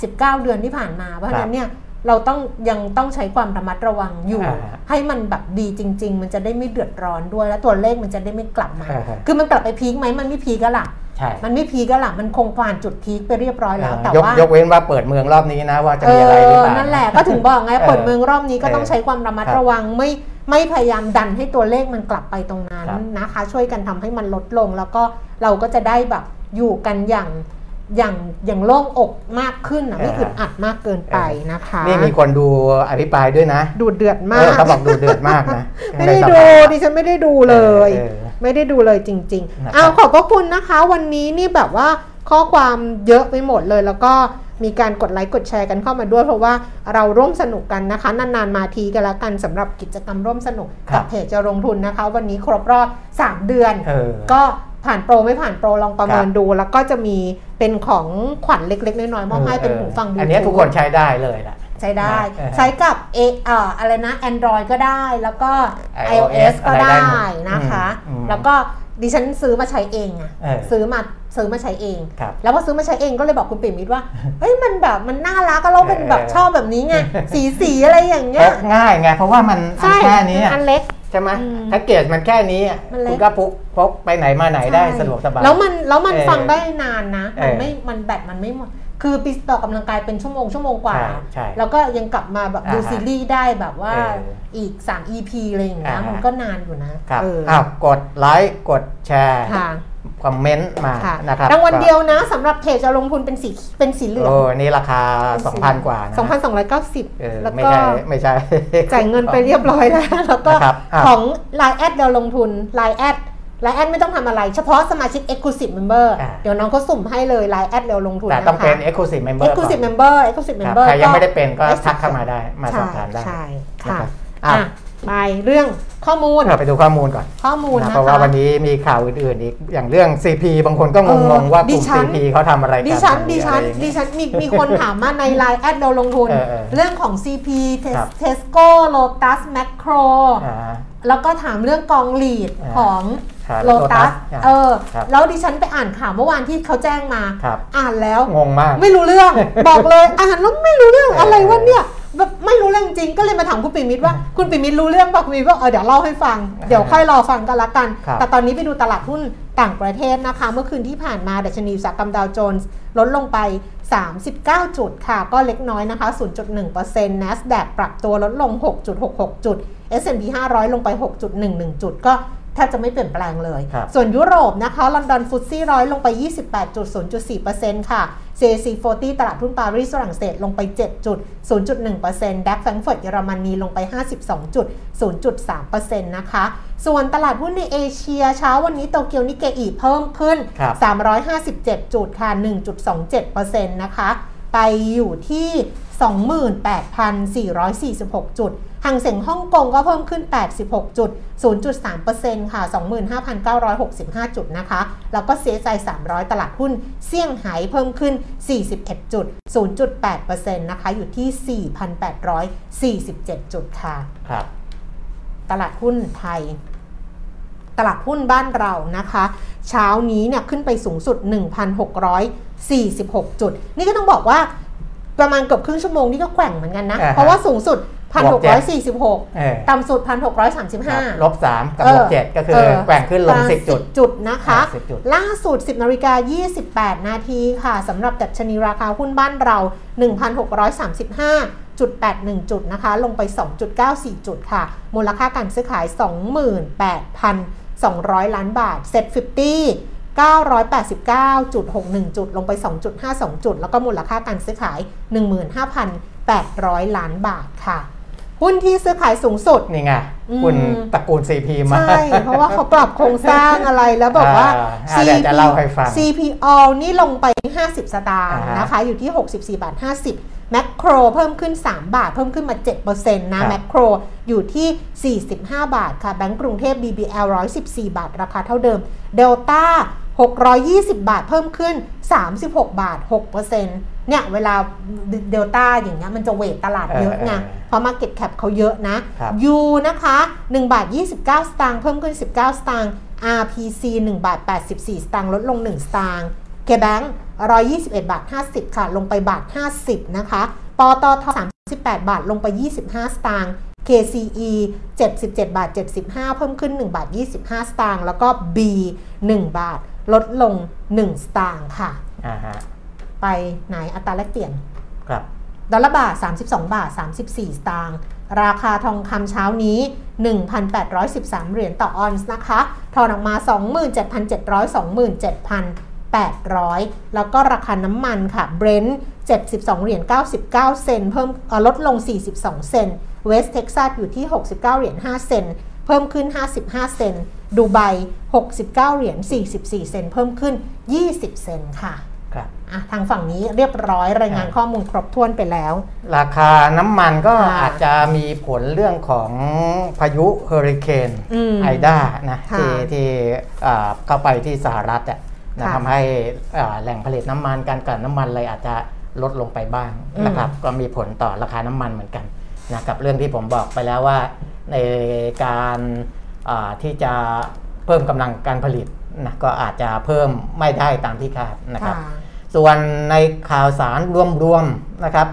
Speaker 2: 18-19 เดือนที่ผ่านมา เพราะฉะนั้นเนี่ยเราต้องยังต้องใช้ความระมัดระวังอยู่
Speaker 3: อ่าฮะ
Speaker 2: ให้มันแบบดีจริง ๆ มันจะได้ไม่เดือดร้อนด้วยแล้วตัวเลขมันจะได้ไม่กลับมา
Speaker 3: อ่าฮะ
Speaker 2: คือมันกลับไปพีคไหมมันไม่พีคก็ล่ะ
Speaker 3: ใช่
Speaker 2: มันไม่พีก็หละมันคงผ่านจุดพีคไปเรียบร้อยแล้ว แต่
Speaker 3: ยก
Speaker 2: ว่าย
Speaker 3: กเว้นว่าเปิดเมืองรอบนี้นะว่าจะมีอะไรหรือเปล่า
Speaker 2: นั่นแหละก็ถึงบอกไง
Speaker 3: เออ
Speaker 2: เปิดเมืองรอบนี้ก็ต้อง
Speaker 3: เออ
Speaker 2: ใช้ความระมัด
Speaker 3: ครับ
Speaker 2: ระวังไม่ไม่พยายามดันให้ตัวเลขมันกลับไปตรงนั้น
Speaker 3: ครับ
Speaker 2: นะคะ ช่วยกันทำให้มันลดลงแล้วก็เราก็จะได้แบบอยู่กันอย่างอย่างอย่างโล่งอกมากขึ้นนะไม่
Speaker 3: เออ
Speaker 2: อึ
Speaker 3: ฮะ
Speaker 2: ดอัดมากเกินไปนะคะ
Speaker 3: นี่มีคนดูอภิปรายด้วยนะ
Speaker 2: ดูเดือดมา
Speaker 3: เอก อเขาบอกดูเดือดมากนะ
Speaker 2: ไม่ได้ดูดิฉันไม่ได้ดูเลย
Speaker 3: ออออ
Speaker 2: ไม่ได้ดูเลยจริง
Speaker 3: นะ
Speaker 2: ๆ
Speaker 3: ครับ
Speaker 2: เอาขอบพระคุณนะคะ วันนี้นี่แบบว่าข้อความเยอะไปหมดเลย แล้วก็มีการกดไลค์กดแชร์กันเข้ามาด้วย เพราะว่าเราร่วมสนุกกันนะคะ นานๆมาทีกันละกันสำหรับกิจกรรมร่วมสนุก
Speaker 3: ครั
Speaker 2: กับ เพจจะลงทุนนะคะ วันนี้ครบรอบ 3 เดือน
Speaker 3: เออ
Speaker 2: ก็ผ่านโปรไม่ผ่านโปรลองประเมิน
Speaker 3: ครับ
Speaker 2: ดู แล้วก็จะมีเป็นของขวัญเล็กๆน้อยๆมอบให้เป็นหูฟังบลู
Speaker 3: อันเนี้ย
Speaker 2: ทูธ
Speaker 3: ทุกคนใช้ได้เลยล่ะ
Speaker 2: ใช้ได้
Speaker 3: เออ
Speaker 2: ใช้กับเอเอ่ออะไรนะ Android ก็ได้แล้วก็
Speaker 3: iOS
Speaker 2: iOS ก็
Speaker 3: อะไรได้
Speaker 2: ได้
Speaker 3: หมด
Speaker 2: นะคะ
Speaker 3: อืมอืม
Speaker 2: แล้วก็ดิฉันซื้อมาใช้เองอะ
Speaker 3: เออ
Speaker 2: ซื้อมาซื้อมาใช้เอง
Speaker 3: ครับ
Speaker 2: แล้วพอซื้อมาใช้เองก็เลยบอกคุณปิ่มมิตรว่า
Speaker 3: [LAUGHS]
Speaker 2: เฮ้ยมันแบบมันน่ารักก็เราเป็นแบบ
Speaker 3: เออ
Speaker 2: ชอบแบบนี้ไง สีสีอะไรอย่างเงี้
Speaker 3: พ
Speaker 2: ย
Speaker 3: กง่ายไงเพราะว่ามันอัน
Speaker 2: ใช่
Speaker 3: แค่นี้อะ
Speaker 2: อันเล็ก
Speaker 3: ใช่ไหม
Speaker 2: อืม
Speaker 3: แพ็กเกจมันแค่นี้อะ
Speaker 2: มันเล็ก
Speaker 3: คุณก็พกพกไปไหนมาไหนได้
Speaker 2: ใช่
Speaker 3: สะดวกสบาย
Speaker 2: แล้วมันแล้วมัน
Speaker 3: เออ
Speaker 2: ฟังได้นานนะ
Speaker 3: เออ
Speaker 2: มันไม่มันแบตมันไม่หมด คือปีต่อกกำลังกายเป็นชั่วโมงชั่วโมงกว่า
Speaker 3: ใช่ใช่
Speaker 2: แล้วก็ยังกลับมาแบบดู
Speaker 3: อ่าฮะ
Speaker 2: ซีรีส์ได้แบบว่า
Speaker 3: เออ
Speaker 2: อีก 3 EP อะไรอย่างเงี้ย
Speaker 3: อ่าฮะ
Speaker 2: มันก็นานอยู่นะครับ เออ
Speaker 3: อ้าวกดไลค์กดแชร์
Speaker 2: ค่ะ
Speaker 3: คอมเมนต์มา
Speaker 2: ค่ะ
Speaker 3: นะครับ
Speaker 2: รางวัลเดียวนะสำหรับเพจจะลงทุนเป็นสีเป็นสีเหลือง
Speaker 3: โอ้นี่ราคา 2,000 กว่านะ เออ
Speaker 2: 2,290 แล้ว
Speaker 3: ไม่
Speaker 2: ก็
Speaker 3: ใช่ไม่ใช่
Speaker 2: จ่ายเงินไปเรียบร้อยแล้ว [LAUGHS] แล้วก็
Speaker 3: นะครับอ่ะ
Speaker 2: ของ Line แอดเราลงทุน Line แอด Line แอดไม่ต้องทำอะไร เฉพาะสมาชิก Exclusive Member
Speaker 3: อ่ะ
Speaker 2: เดี๋ยวน้องเขาสุ่มให้เลย Line แอดเราลงทุน
Speaker 3: แต่
Speaker 2: นะคะ
Speaker 3: ต้องเป็น Exclusive Member ก่อน
Speaker 2: Exclusive Member Exclusive
Speaker 3: ครับ
Speaker 2: Member
Speaker 3: ใครยังไม่ได้เป็นก็
Speaker 2: Exclusive
Speaker 3: ทักเข้ามาได้มาสอบถามได้
Speaker 2: ใช่ใช่ค่ะ
Speaker 3: นะครับ
Speaker 2: อ่ะ
Speaker 3: อ่ะ
Speaker 2: ไปเรื่องข้อมูล
Speaker 3: เราไปดูข้อมูลก่อน
Speaker 2: ข้อมูล
Speaker 3: นะ
Speaker 2: นะคะ
Speaker 3: เพราะว่าวันนี้มีข่าวอื่นๆอีกอย่างเรื่อง CP บางคนก็งงๆว่าก
Speaker 2: ดิ
Speaker 3: ลุ่ม
Speaker 2: ฉัน
Speaker 3: CP เขาทำอะไรกัน
Speaker 2: ดิฉัน
Speaker 3: อะไร
Speaker 2: ดิฉัน
Speaker 3: อย่าง
Speaker 2: ดิ
Speaker 3: เงี้ย
Speaker 2: ฉันมีมีคนถามมาใน Line แอดเราลงทุน
Speaker 3: เออเออ
Speaker 2: เรื่องของ CP
Speaker 3: ครับ
Speaker 2: Tesco Lotus Macro
Speaker 3: อ่า
Speaker 2: แล้วก็ถามเรื่องกองหลีด
Speaker 3: อ่า
Speaker 2: ของ
Speaker 3: ครับ
Speaker 2: โลตัส
Speaker 3: Lotus อ่ะ
Speaker 2: เออ
Speaker 3: ครับ
Speaker 2: แล้วดิฉันไปอ่านข่าวเมื่อวานที่เขาแจ้งมา
Speaker 3: ครับ
Speaker 2: อ่านแล้ว
Speaker 3: งงมาก
Speaker 2: ไม่รู้เรื่อง
Speaker 3: [LAUGHS]
Speaker 2: บอกเลย อ่านแล้วไม่รู้เรื่อง
Speaker 3: เอออ
Speaker 2: อะไรวะเนี่ยแบบไม่รู้เรื่องจริงก็เลยมาถามคุณปิมิต
Speaker 3: [LAUGHS]
Speaker 2: รว่า คุณปิมิตรรู้เรื่องป่ะคุณปิมิตรบอกเออเดี๋ยวเล่าให้ฟัง เดี๋ยวค่อยรอฟังกันละกัน
Speaker 3: ครับ
Speaker 2: แต่ตอนนี้ไปดูตลาดหุ้นต่างประเทศนะคะ เมื่อคืนที่ผ่านมาดัชนีอุตสาหกรรมดาวโจนส์ลดลงไป 39 จุดค่ะ ก็เล็กน้อยนะคะ 0.1% NASDAQ ปรับตัวลดลง 6.66 จุด S&P 500 ลงไป 6.11 จุด ก็ แทบจะไม่เปลี่ยนแปลงเลย
Speaker 3: ครับ
Speaker 2: ส่วนยุโรปนะคะลอนดอนฟุตซี่ร้อยลงไป 28.0.4%ค่ะ CAC 40 ตลาดหุ้นปารีสฝรั่งเศสลงไป 7.0.1%ดัคแฟรงก์เฟิร์ตเยอรมนีลงไป 52.0.3%นะคะ ส่วนตลาดหุ้นในเอเชียเช้าวันนี้โตเกียวนิเกอีเพิ่มขึ้น
Speaker 3: ครับ
Speaker 2: 357 จุดค่ะ 1.27%นะคะ ไปอยู่ที่ 28,446 จุดหังเส็งฮ่องกงก็เพิ่มขึ้น 86 จุด 0.3%ค่ะ 25,965 จุดนะคะ แล้วก็เสียใจ 300 ตลาดหุ้นเซี่ยงไฮ้เพิ่มขึ้น 41 จุด 0.8%นะคะ อยู่ที่ 4,847 จุดค่ะ
Speaker 3: ครับ
Speaker 2: ตลาดหุ้นไทย ตลาดหุ้นบ้านเรานะคะ เช้านี้เนี่ยขึ้นไปสูงสุด 1,646 จุด นี่ก็ต้องบอกว่าประมาณเกือบครึ่งชั่วโมงนี่ก็แกว่งเหมือนกันนะ
Speaker 3: อ่าฮะ
Speaker 2: เพราะว่าสูงสุด
Speaker 3: บวกเจ็
Speaker 2: 1,646
Speaker 3: เออ
Speaker 2: ต่ำสุด
Speaker 3: ครับ
Speaker 2: 1,635
Speaker 3: ลบสามกับ
Speaker 2: เออ
Speaker 3: ลบเจ็ดก็คือแกว่งขึ้นลงสิบจุด
Speaker 2: จุดนะคะ
Speaker 3: สิบจุด
Speaker 2: ล่าสุด 10นาฬิกา28 นาทีค่ะสำหรับดัชนีราคาหุ้นบ้านเรา 1,635.81 จุดนะคะ ลงไป 2.94 จุดค่ะ มูลค่าการซื้อขาย 28,200 ล้านบาทเซ็ต50 989.61 จุด ลงไป 2.52 จุด แล้วก็มูลค่าการซื้อขาย 15,800 ล้านบาทค่ะ หุ้นที่ซื้อขายสูงสุด
Speaker 3: นี่ไง
Speaker 2: อืม
Speaker 3: คุณตระกูลซีพีมา
Speaker 2: ใช่ เพราะว่าเขาปรับโครงสร้างอะไรแล้วบอกว่า
Speaker 3: อ่าเดี๋ยวจะเล่าให้ฟัง
Speaker 2: CPO นี่ลงไป 50 สตางค์
Speaker 3: อ่าฮะ
Speaker 2: นะคะ อยู่ที่ 64 บาท 50 แมคโครเพิ่มขึ้น 3 บาท เพิ่มขึ้นมา 7%นะ
Speaker 3: ครับ
Speaker 2: แมคโครอยู่ที่ 45 บาทค่ะ แบงก์กรุงเทพ BBL 114 บาท ราคาเท่าเดิม เดลต้า 620 บาท เพิ่มขึ้น 36 บาท 6%เนี่ย เวลาเดลต้าอย่างเงี้ยมันจะเวทตลาดเยอะไง เพราะ Market Cap เขาเยอะนะ
Speaker 3: ครับ
Speaker 2: U นะคะ 1 บาท 29 สตางค์เพิ่มขึ้น 19 สตางค์ RPC 1 บาท 84 สตางค์ลดลง 1 สตางค์ KBank 121 บาท 50 ค่ะ ลงไปบาท 50 นะคะปตท38 บาทลงไป 25 สตางค์ KCE 77 บาท 75 เพิ่มขึ้น 1 บาท 25 สตางค์แล้วก็ B 1 บาท ลดลง 1 สตางค์ค่ะ
Speaker 3: อ่าฮะ
Speaker 2: ไปไหนอัตราแลกเปลี่ยน
Speaker 3: ครับ
Speaker 2: ดอลลาร์บาท 32 บาท 34 สตางค์ ราคาทองคำเช้านี้ 1,813 เหรียญต่อออนซ์นะคะ ทอนออกมา 27,700 27,800 แล้วก็ราคาน้ำมันค่ะ เบรนท์72 เหรียญ 99 เซนเพิ่มเอ่อลดลง 42 เซนเวสเท็กซัสอยู่ที่ 69 เหรียญ 5 เซนเพิ่มขึ้น 55 เซนดูไบ 69 เหรียญ 44 เซนเพิ่มขึ้น 20 เซนค่ะ
Speaker 3: ครับ
Speaker 2: อ่ะทางฝั่งนี้เรียบร้อยรายงาน
Speaker 3: อ่า
Speaker 2: ข้อมูลครบถ้วนไปแล้ว
Speaker 3: ราคาน้ำมันก็
Speaker 2: อ่า
Speaker 3: อาจจะมีผลเรื่องของพายุเฮอริเคน
Speaker 2: อืม
Speaker 3: ไอด้านะ
Speaker 2: ค่ะ
Speaker 3: ที่ที่อ่าเข้าไปที่สหรัฐอะนะ
Speaker 2: ค่ะ
Speaker 3: ทำให้อ่าแหล่งผลิตน้ำมันการกลั่นน้ำมันเลยอาจจะลดลงไปบ้าง
Speaker 2: อืม
Speaker 3: นะครับก็มีผลต่อราคาน้ำมันเหมือนกันนะกับเรื่องที่ผมบอกไปแล้วว่าในการอ่าที่จะเพิ่มกำลังการผลิตนะก็อาจจะเพิ่มไม่ได้ตามที่คาดนะครับ
Speaker 2: ค่ะ
Speaker 3: ส่วนในข่าวสารรวมๆนะครับ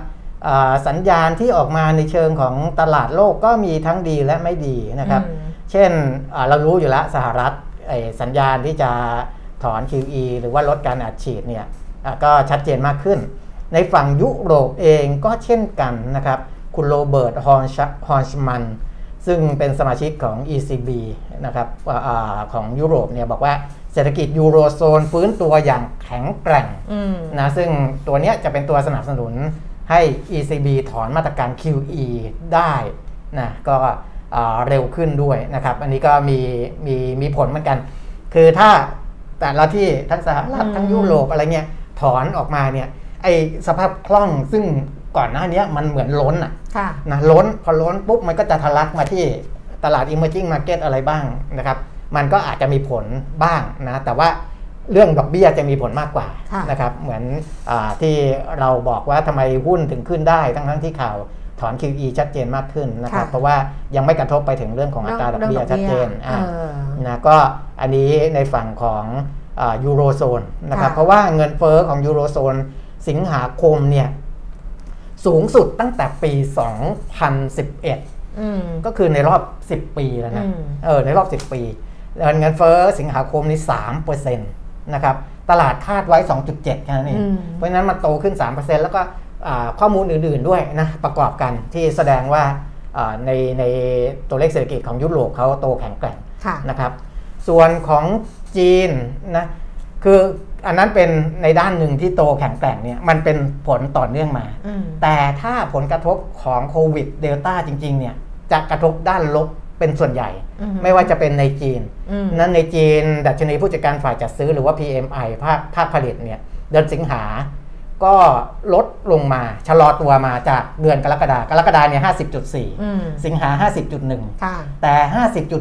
Speaker 3: อ่าสัญญาณที่ออกมาในเชิงของตลาดโลกก็มีทั้งดีและไม่ดีนะครับ
Speaker 2: อืม
Speaker 3: เช่นอ่าเรารู้อยู่แล้วสหรัฐไอ้สัญญาณที่จะถอน QE หรือว่าลดการอัดฉีดเนี่ยอ่ะก็ชัดเจนมากขึ้น ในฝั่งยุโรปเองก็เช่นกันนะครับ คุณโรเบิร์ตฮอนชฮอนชมัน ซึ่งเป็นสมาชิกของ ECB นะครับอาอ่าของยุโรปเนี่ยบอกว่าเศรษฐกิจยูโรโซนฟื้นตัวอย่างแข็งแกร่ง
Speaker 2: อืม
Speaker 3: นะซึ่งตัวเนี้ยจะเป็นตัวสนับสนุนให้ ECB ถอนมาตรการ QE ได้นะก็เอ่อเร็วขึ้นด้วยนะครับ อันนี้ก็มีมีมีผลเหมือนกัน คือถ้าแต่ละที่ทั้งสหรัฐ
Speaker 2: อืม
Speaker 3: ทั้งยุโรปอะไรเงี้ยถอนออกมาเนี่ยไอสภาพคล่องซึ่งก่อนหน้าเนี้ยมันเหมือนล้นอ่ะ
Speaker 2: ค่ะ
Speaker 3: นะล้นพอล้นปุ๊บมันก็จะทะลักมาที่ตลาด emerging market อะไรบ้างนะครับมันก็อาจจะมีผลบ้างนะแต่ว่าเรื่องดอกเบี้ยจะมีผลมากกว่า
Speaker 2: ค่ะ
Speaker 3: นะครับเหมือนอาที่เราบอกว่าทำไมหุ้นถึงขึ้นได้ทั้งทั้งๆที่ข่าวถอน QE ชัดเจนมากขึ้นนะครับ
Speaker 2: ค่ะ
Speaker 3: เพราะว่ายังไม่กระทบไปถึงเรื่องของอัตราดอกเบี้ยชัดเจน
Speaker 2: เอ
Speaker 3: อ่า
Speaker 2: อ
Speaker 3: นะก็อันนี้ในฝั่งของยูโรโซนนะครับ
Speaker 2: ค่ะ
Speaker 3: เพราะว่าเงินเฟอ้อของยูโรโซนสิงหาคมเนี่ยสูงสุดตั้งแต่ปี 2011
Speaker 2: อืม
Speaker 3: ก็คือในรอบ 10 ปีแล้วนะ
Speaker 2: อืม
Speaker 3: เออในรอบ 10 ปีเงินเฟอ้อสิงหาคมนี้3%นะครับตลาดคาดไว้ 2.7แค่นั้นเอง เพราะฉะนั้นมันโตขึ้น 3%แล้วก็อ่าข้อมูลอื่นๆด้วยนะประกอบกันที่แสดงว่าอ่าในในตัวเลขเศรษฐกิจของยุโรปเขาโตแข็งแกร่ง
Speaker 2: ค่ะ
Speaker 3: นะครับ ส่วนของจีนนะคืออันนั้นเป็นในด้านหนึ่งที่โตแข็งแกร่งเนี่ยมันเป็นผลต่อเนื่องมา
Speaker 2: อืม
Speaker 3: แต่ถ้าผลกระทบของโควิดเดลต้าจริง ๆ เนี่ย จะกระทบด้านลบเป็นส่วนใหญ่
Speaker 2: อืม
Speaker 3: ไม่ว่าจะเป็นในจีน
Speaker 2: อืม
Speaker 3: นั้นในจีน ดัชนีผู้จัดการฝ่ายจัดซื้อหรือว่า PMI ภาคภาคผลิตเนี่ยเดือนสิงหา ก็ลดลงมาชะลอตัวมาจากเดือนกรกฎาคมกรกฎาคมเนี่ย
Speaker 2: อืม
Speaker 3: 50.4 สิงหา 50.1
Speaker 2: ค่ะ
Speaker 3: แต่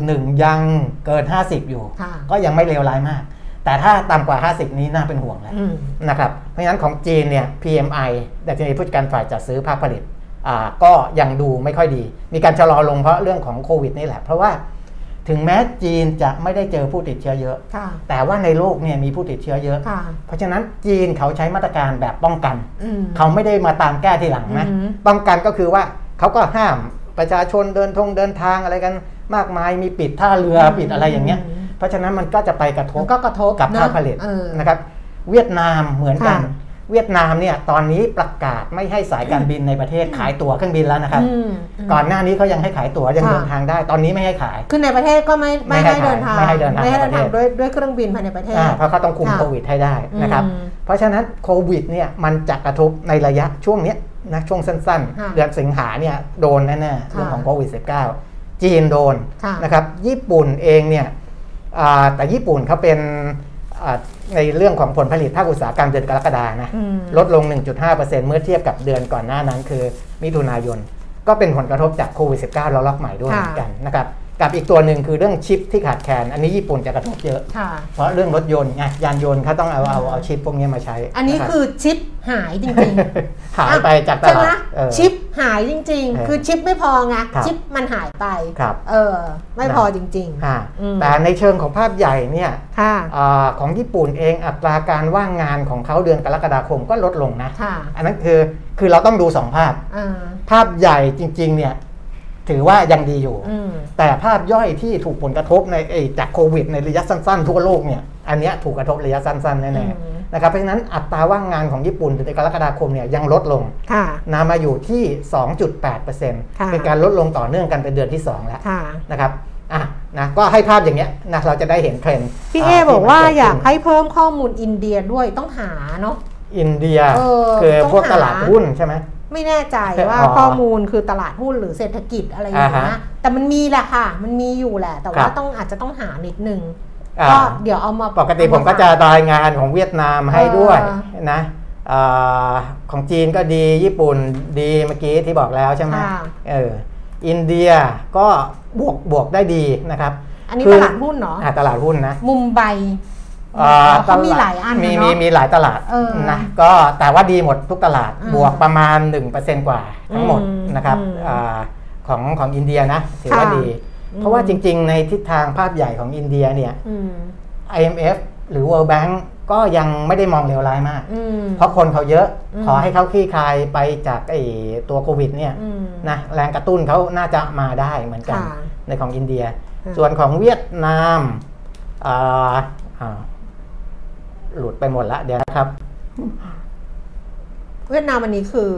Speaker 3: 50.1 ยังเกิน 50 อยู่
Speaker 2: ค่ะ
Speaker 3: ก็ยังไม่เลวร้ายมาก แต่ถ้าต่ำกว่า 50 นี้น่าเป็นห่วงแล้ว
Speaker 2: อืม
Speaker 3: นะครับ เพราะฉะนั้นของจีนเนี่ย PMI ดัชนีผู้จัดการฝ่ายจัดซื้อภาคผลิตอ่าก็ยังดูไม่ค่อยดี มีการชะลอลงเพราะเรื่องของโควิดนี่แหละ เพราะว่าถึงแม้จีนจะไม่ได้เจอผู้ติดเชื้อเยอะ
Speaker 2: ค่ะ
Speaker 3: แต่ว่าในโลกเนี่ยมีผู้ติดเชื้อเยอะ
Speaker 2: ค่ะ
Speaker 3: เพราะฉะนั้นจีนเขาใช้มาตรการแบบป้องกัน
Speaker 2: อืม
Speaker 3: เขาไม่ได้มาตามแก้ทีหลังนะ
Speaker 2: อือหือ
Speaker 3: ป้องกันก็คือว่าเขาก็ห้ามประชาชนเดินทงเดินทางอะไรกันมากมาย มีปิดท่าเรือปิดอะไรอย่างเงี้ย เพราะฉะนั้นมันก็จะไปกระท
Speaker 2: มั
Speaker 3: บ
Speaker 2: นก็กระทบ
Speaker 3: กับ
Speaker 2: นะ
Speaker 3: ภาคผลิต
Speaker 2: เออ
Speaker 3: นะครับ เวียดนามเหมือนกัน
Speaker 2: ค่ะ
Speaker 3: เวียดนามเนี่ยตอนนี้ประกาศไม่ให้สายการบินในประเทศขายตั๋วเครื่องบินแล้วนะครับ
Speaker 2: อืมม
Speaker 3: ก่อนหน้านี้เขายังให้ขายตั๋วยัง
Speaker 2: ค่ะ
Speaker 3: เดินทางได้ ตอนนี้ไม่ให้ขาย
Speaker 2: คือในประเทศก็ไม่ไม่
Speaker 3: ไม่
Speaker 2: ให้
Speaker 3: ให้
Speaker 2: เดินทาง
Speaker 3: ไม่ให้เดินทาง
Speaker 2: ไม่ให้เดินทาง
Speaker 3: ในประเทศ
Speaker 2: ด้วยด้วยเครื่องบินภายในประเทศ
Speaker 3: อ่าเพราะเขาต้องคุม
Speaker 2: ค่ะ
Speaker 3: โควิดให้ได้นะครับ
Speaker 2: อืม
Speaker 3: เพราะฉะนั้นโควิดเนี่ยมันจะกระทบในระยะช่วงเนี้ยนะช่วงสั้น
Speaker 2: ค่ะ
Speaker 3: ๆ เดือนสิงหาเนี่ยโดนแน่ๆ
Speaker 2: ค่ะ
Speaker 3: เรื่องของโควิด -19 จีนโดน
Speaker 2: ค่ะ
Speaker 3: นะครับญี่ปุ่นเองเนี่ยอ่าแต่ญี่ปุ่นเขาเป็นอ่าในเรื่องของผลผลิตภาคอุตสาหกรรมเดือนกรกฎานะ
Speaker 2: อืม
Speaker 3: ลดลง 1.5%เมื่อเทียบกับเดือนก่อนหน้านั้นคือมิถุนายน ก็เป็นผลกระทบจากโควิด -19 ระลอกใหม่ด้วยเหมือนกันนะครับกับอีกตัวหนึ่งคือเรื่องชิปที่ขาดแคลนอันนี้ญี่ปุ่นจะกระทบเยอะ
Speaker 2: ค่ะ
Speaker 3: เพราะเรื่องรถยนต์ไงยานยนต์เขาต้องเอาเอาเอาชิปพวกนี้มาใช้
Speaker 2: อันนี้
Speaker 3: ะรับ
Speaker 2: คือชิปหายจริง
Speaker 3: [LAUGHS] หายไปจาก
Speaker 2: ๆ
Speaker 3: ต
Speaker 2: ใช่
Speaker 3: ลา
Speaker 2: ไหม
Speaker 3: ดเออ
Speaker 2: ชิปหายจริง
Speaker 3: เออ
Speaker 2: ๆ คือชิปไม่พอไง
Speaker 3: ครับ
Speaker 2: ชิปมันหายไป
Speaker 3: ครับ
Speaker 2: เออ ไม่
Speaker 3: นะ
Speaker 2: พอจริง
Speaker 3: อ่า
Speaker 2: อืม
Speaker 3: แต่ในเชิงของภาพใหญ่เนี่ย
Speaker 2: ๆ ค่ะ
Speaker 3: อาของญี่ปุ่นเองอัตราการว่างงานของเขาเดือนกรกฎาคมก็ลดลงนะ
Speaker 2: ค่ะ
Speaker 3: อันนั้นคือคือเราต้องดูสองภาพ
Speaker 2: อ่า
Speaker 3: ภาพใหญ่จริงๆเนี่ยถือว่ายังดีอยู่
Speaker 2: อืม
Speaker 3: แต่ภาพย่อยที่ถูกผลกระทบในไอ้จากโควิดในระยะสั้นๆทั่วโลกเนี่ยอันเนี้ยถูกกระทบระยะสั้นๆ
Speaker 2: อื
Speaker 3: แน่
Speaker 2: ม
Speaker 3: ๆนะครับเพราะฉะนั้นอัตราว่างงานของญี่ปุ่นในกรกฎาคมเนี่ยยังลดลง
Speaker 2: ค่ะ
Speaker 3: นำมาอยู่ที่ 2.8%เ
Speaker 2: ค่ะ
Speaker 3: ป็นการลดลงต่อเนื่องกันเป็นเดือนที่ 2 แล้ว
Speaker 2: ค่ะ
Speaker 3: นะครับ อ่ะนะ ก็ให้ภาพอย่างเงี้ยนะ เราจะได้เห็นเทรนด์
Speaker 2: พี่เอ
Speaker 3: ที่มัน
Speaker 2: บอกว่า
Speaker 3: เดขึ้น
Speaker 2: อยากให้เพิ่มข้อมูลอินเดียด้วยต้องหาเนาะ
Speaker 3: อินเดีย
Speaker 2: เออ
Speaker 3: คือพวก
Speaker 2: ต้องหา
Speaker 3: ตลาดหุ้นใช่ไหม
Speaker 2: ไม่แน่ใจว่า
Speaker 3: อ๋อ
Speaker 2: ข้อมูลคือตลาดหุ้นหรือเศรษฐกิจอะไรอย่างเงี้
Speaker 3: อ่า
Speaker 2: ย
Speaker 3: ฮะ
Speaker 2: แต่มันมีแหละค่ะ มันมีอยู่แหละ แต่
Speaker 3: ครั
Speaker 2: ว่า
Speaker 3: บ
Speaker 2: ต้องอาจจะต้องหานิดนึง
Speaker 3: อ่า
Speaker 2: ก็เดี๋ยวเอามา
Speaker 3: ปกติผมก็จะรายงานของเวียดนามให้ด้วยนะอ่าของจีนก็ดีญี่ปุ่นดีเมื่อกี้ที่บอกแล้วใช่ไหม
Speaker 2: ค่ะ
Speaker 3: เอออินเดียก็บวกบวกได้ดีนะครับ
Speaker 2: อันนี้
Speaker 3: คื
Speaker 2: ตลาดหุ้นเนาะ
Speaker 3: อ่ะตลาดหุ้นนะ
Speaker 2: มุมไบ
Speaker 3: เอ่อ
Speaker 2: เขามี
Speaker 3: ตด
Speaker 2: หลายอัน
Speaker 3: มี
Speaker 2: นะ
Speaker 3: มี
Speaker 2: เนาะ
Speaker 3: มีหลายตลาด
Speaker 2: เออ
Speaker 3: นะก็แต่ว่าดีหมดทุกตลาด
Speaker 2: อืม
Speaker 3: บวกประมาณ 1%กว่าทั้งหมด
Speaker 2: อืม
Speaker 3: นะครับ
Speaker 2: อืม
Speaker 3: อ่าของของอินเดียนะถือว่า
Speaker 2: ค่ะ
Speaker 3: ดี
Speaker 2: อืม
Speaker 3: เพราะว่าจริงๆ ในทิศทางภาพใหญ่ของอินเดียเนี่ย
Speaker 2: อืม
Speaker 3: IMF หรือ World Bank ก็ยังไม่ได้มองเลวร้ายมาก
Speaker 2: อืม
Speaker 3: เพราะคนเขาเยอะ
Speaker 2: อืม
Speaker 3: ขอให้เขาคลี่คลายไปจากไอ้ตัวโควิดเนี่ย
Speaker 2: อืม
Speaker 3: นะแรงกระตุ้นเขาน่าจะมาได้เหมือนกัน
Speaker 2: ค่ะ
Speaker 3: ในของอินเดีย
Speaker 2: อืม
Speaker 3: ส่วนของเวียดนามอ่าอ่าหลุดไปหมดละเดี๋ยวนะครับ
Speaker 2: เวียดนามอันนี้คือ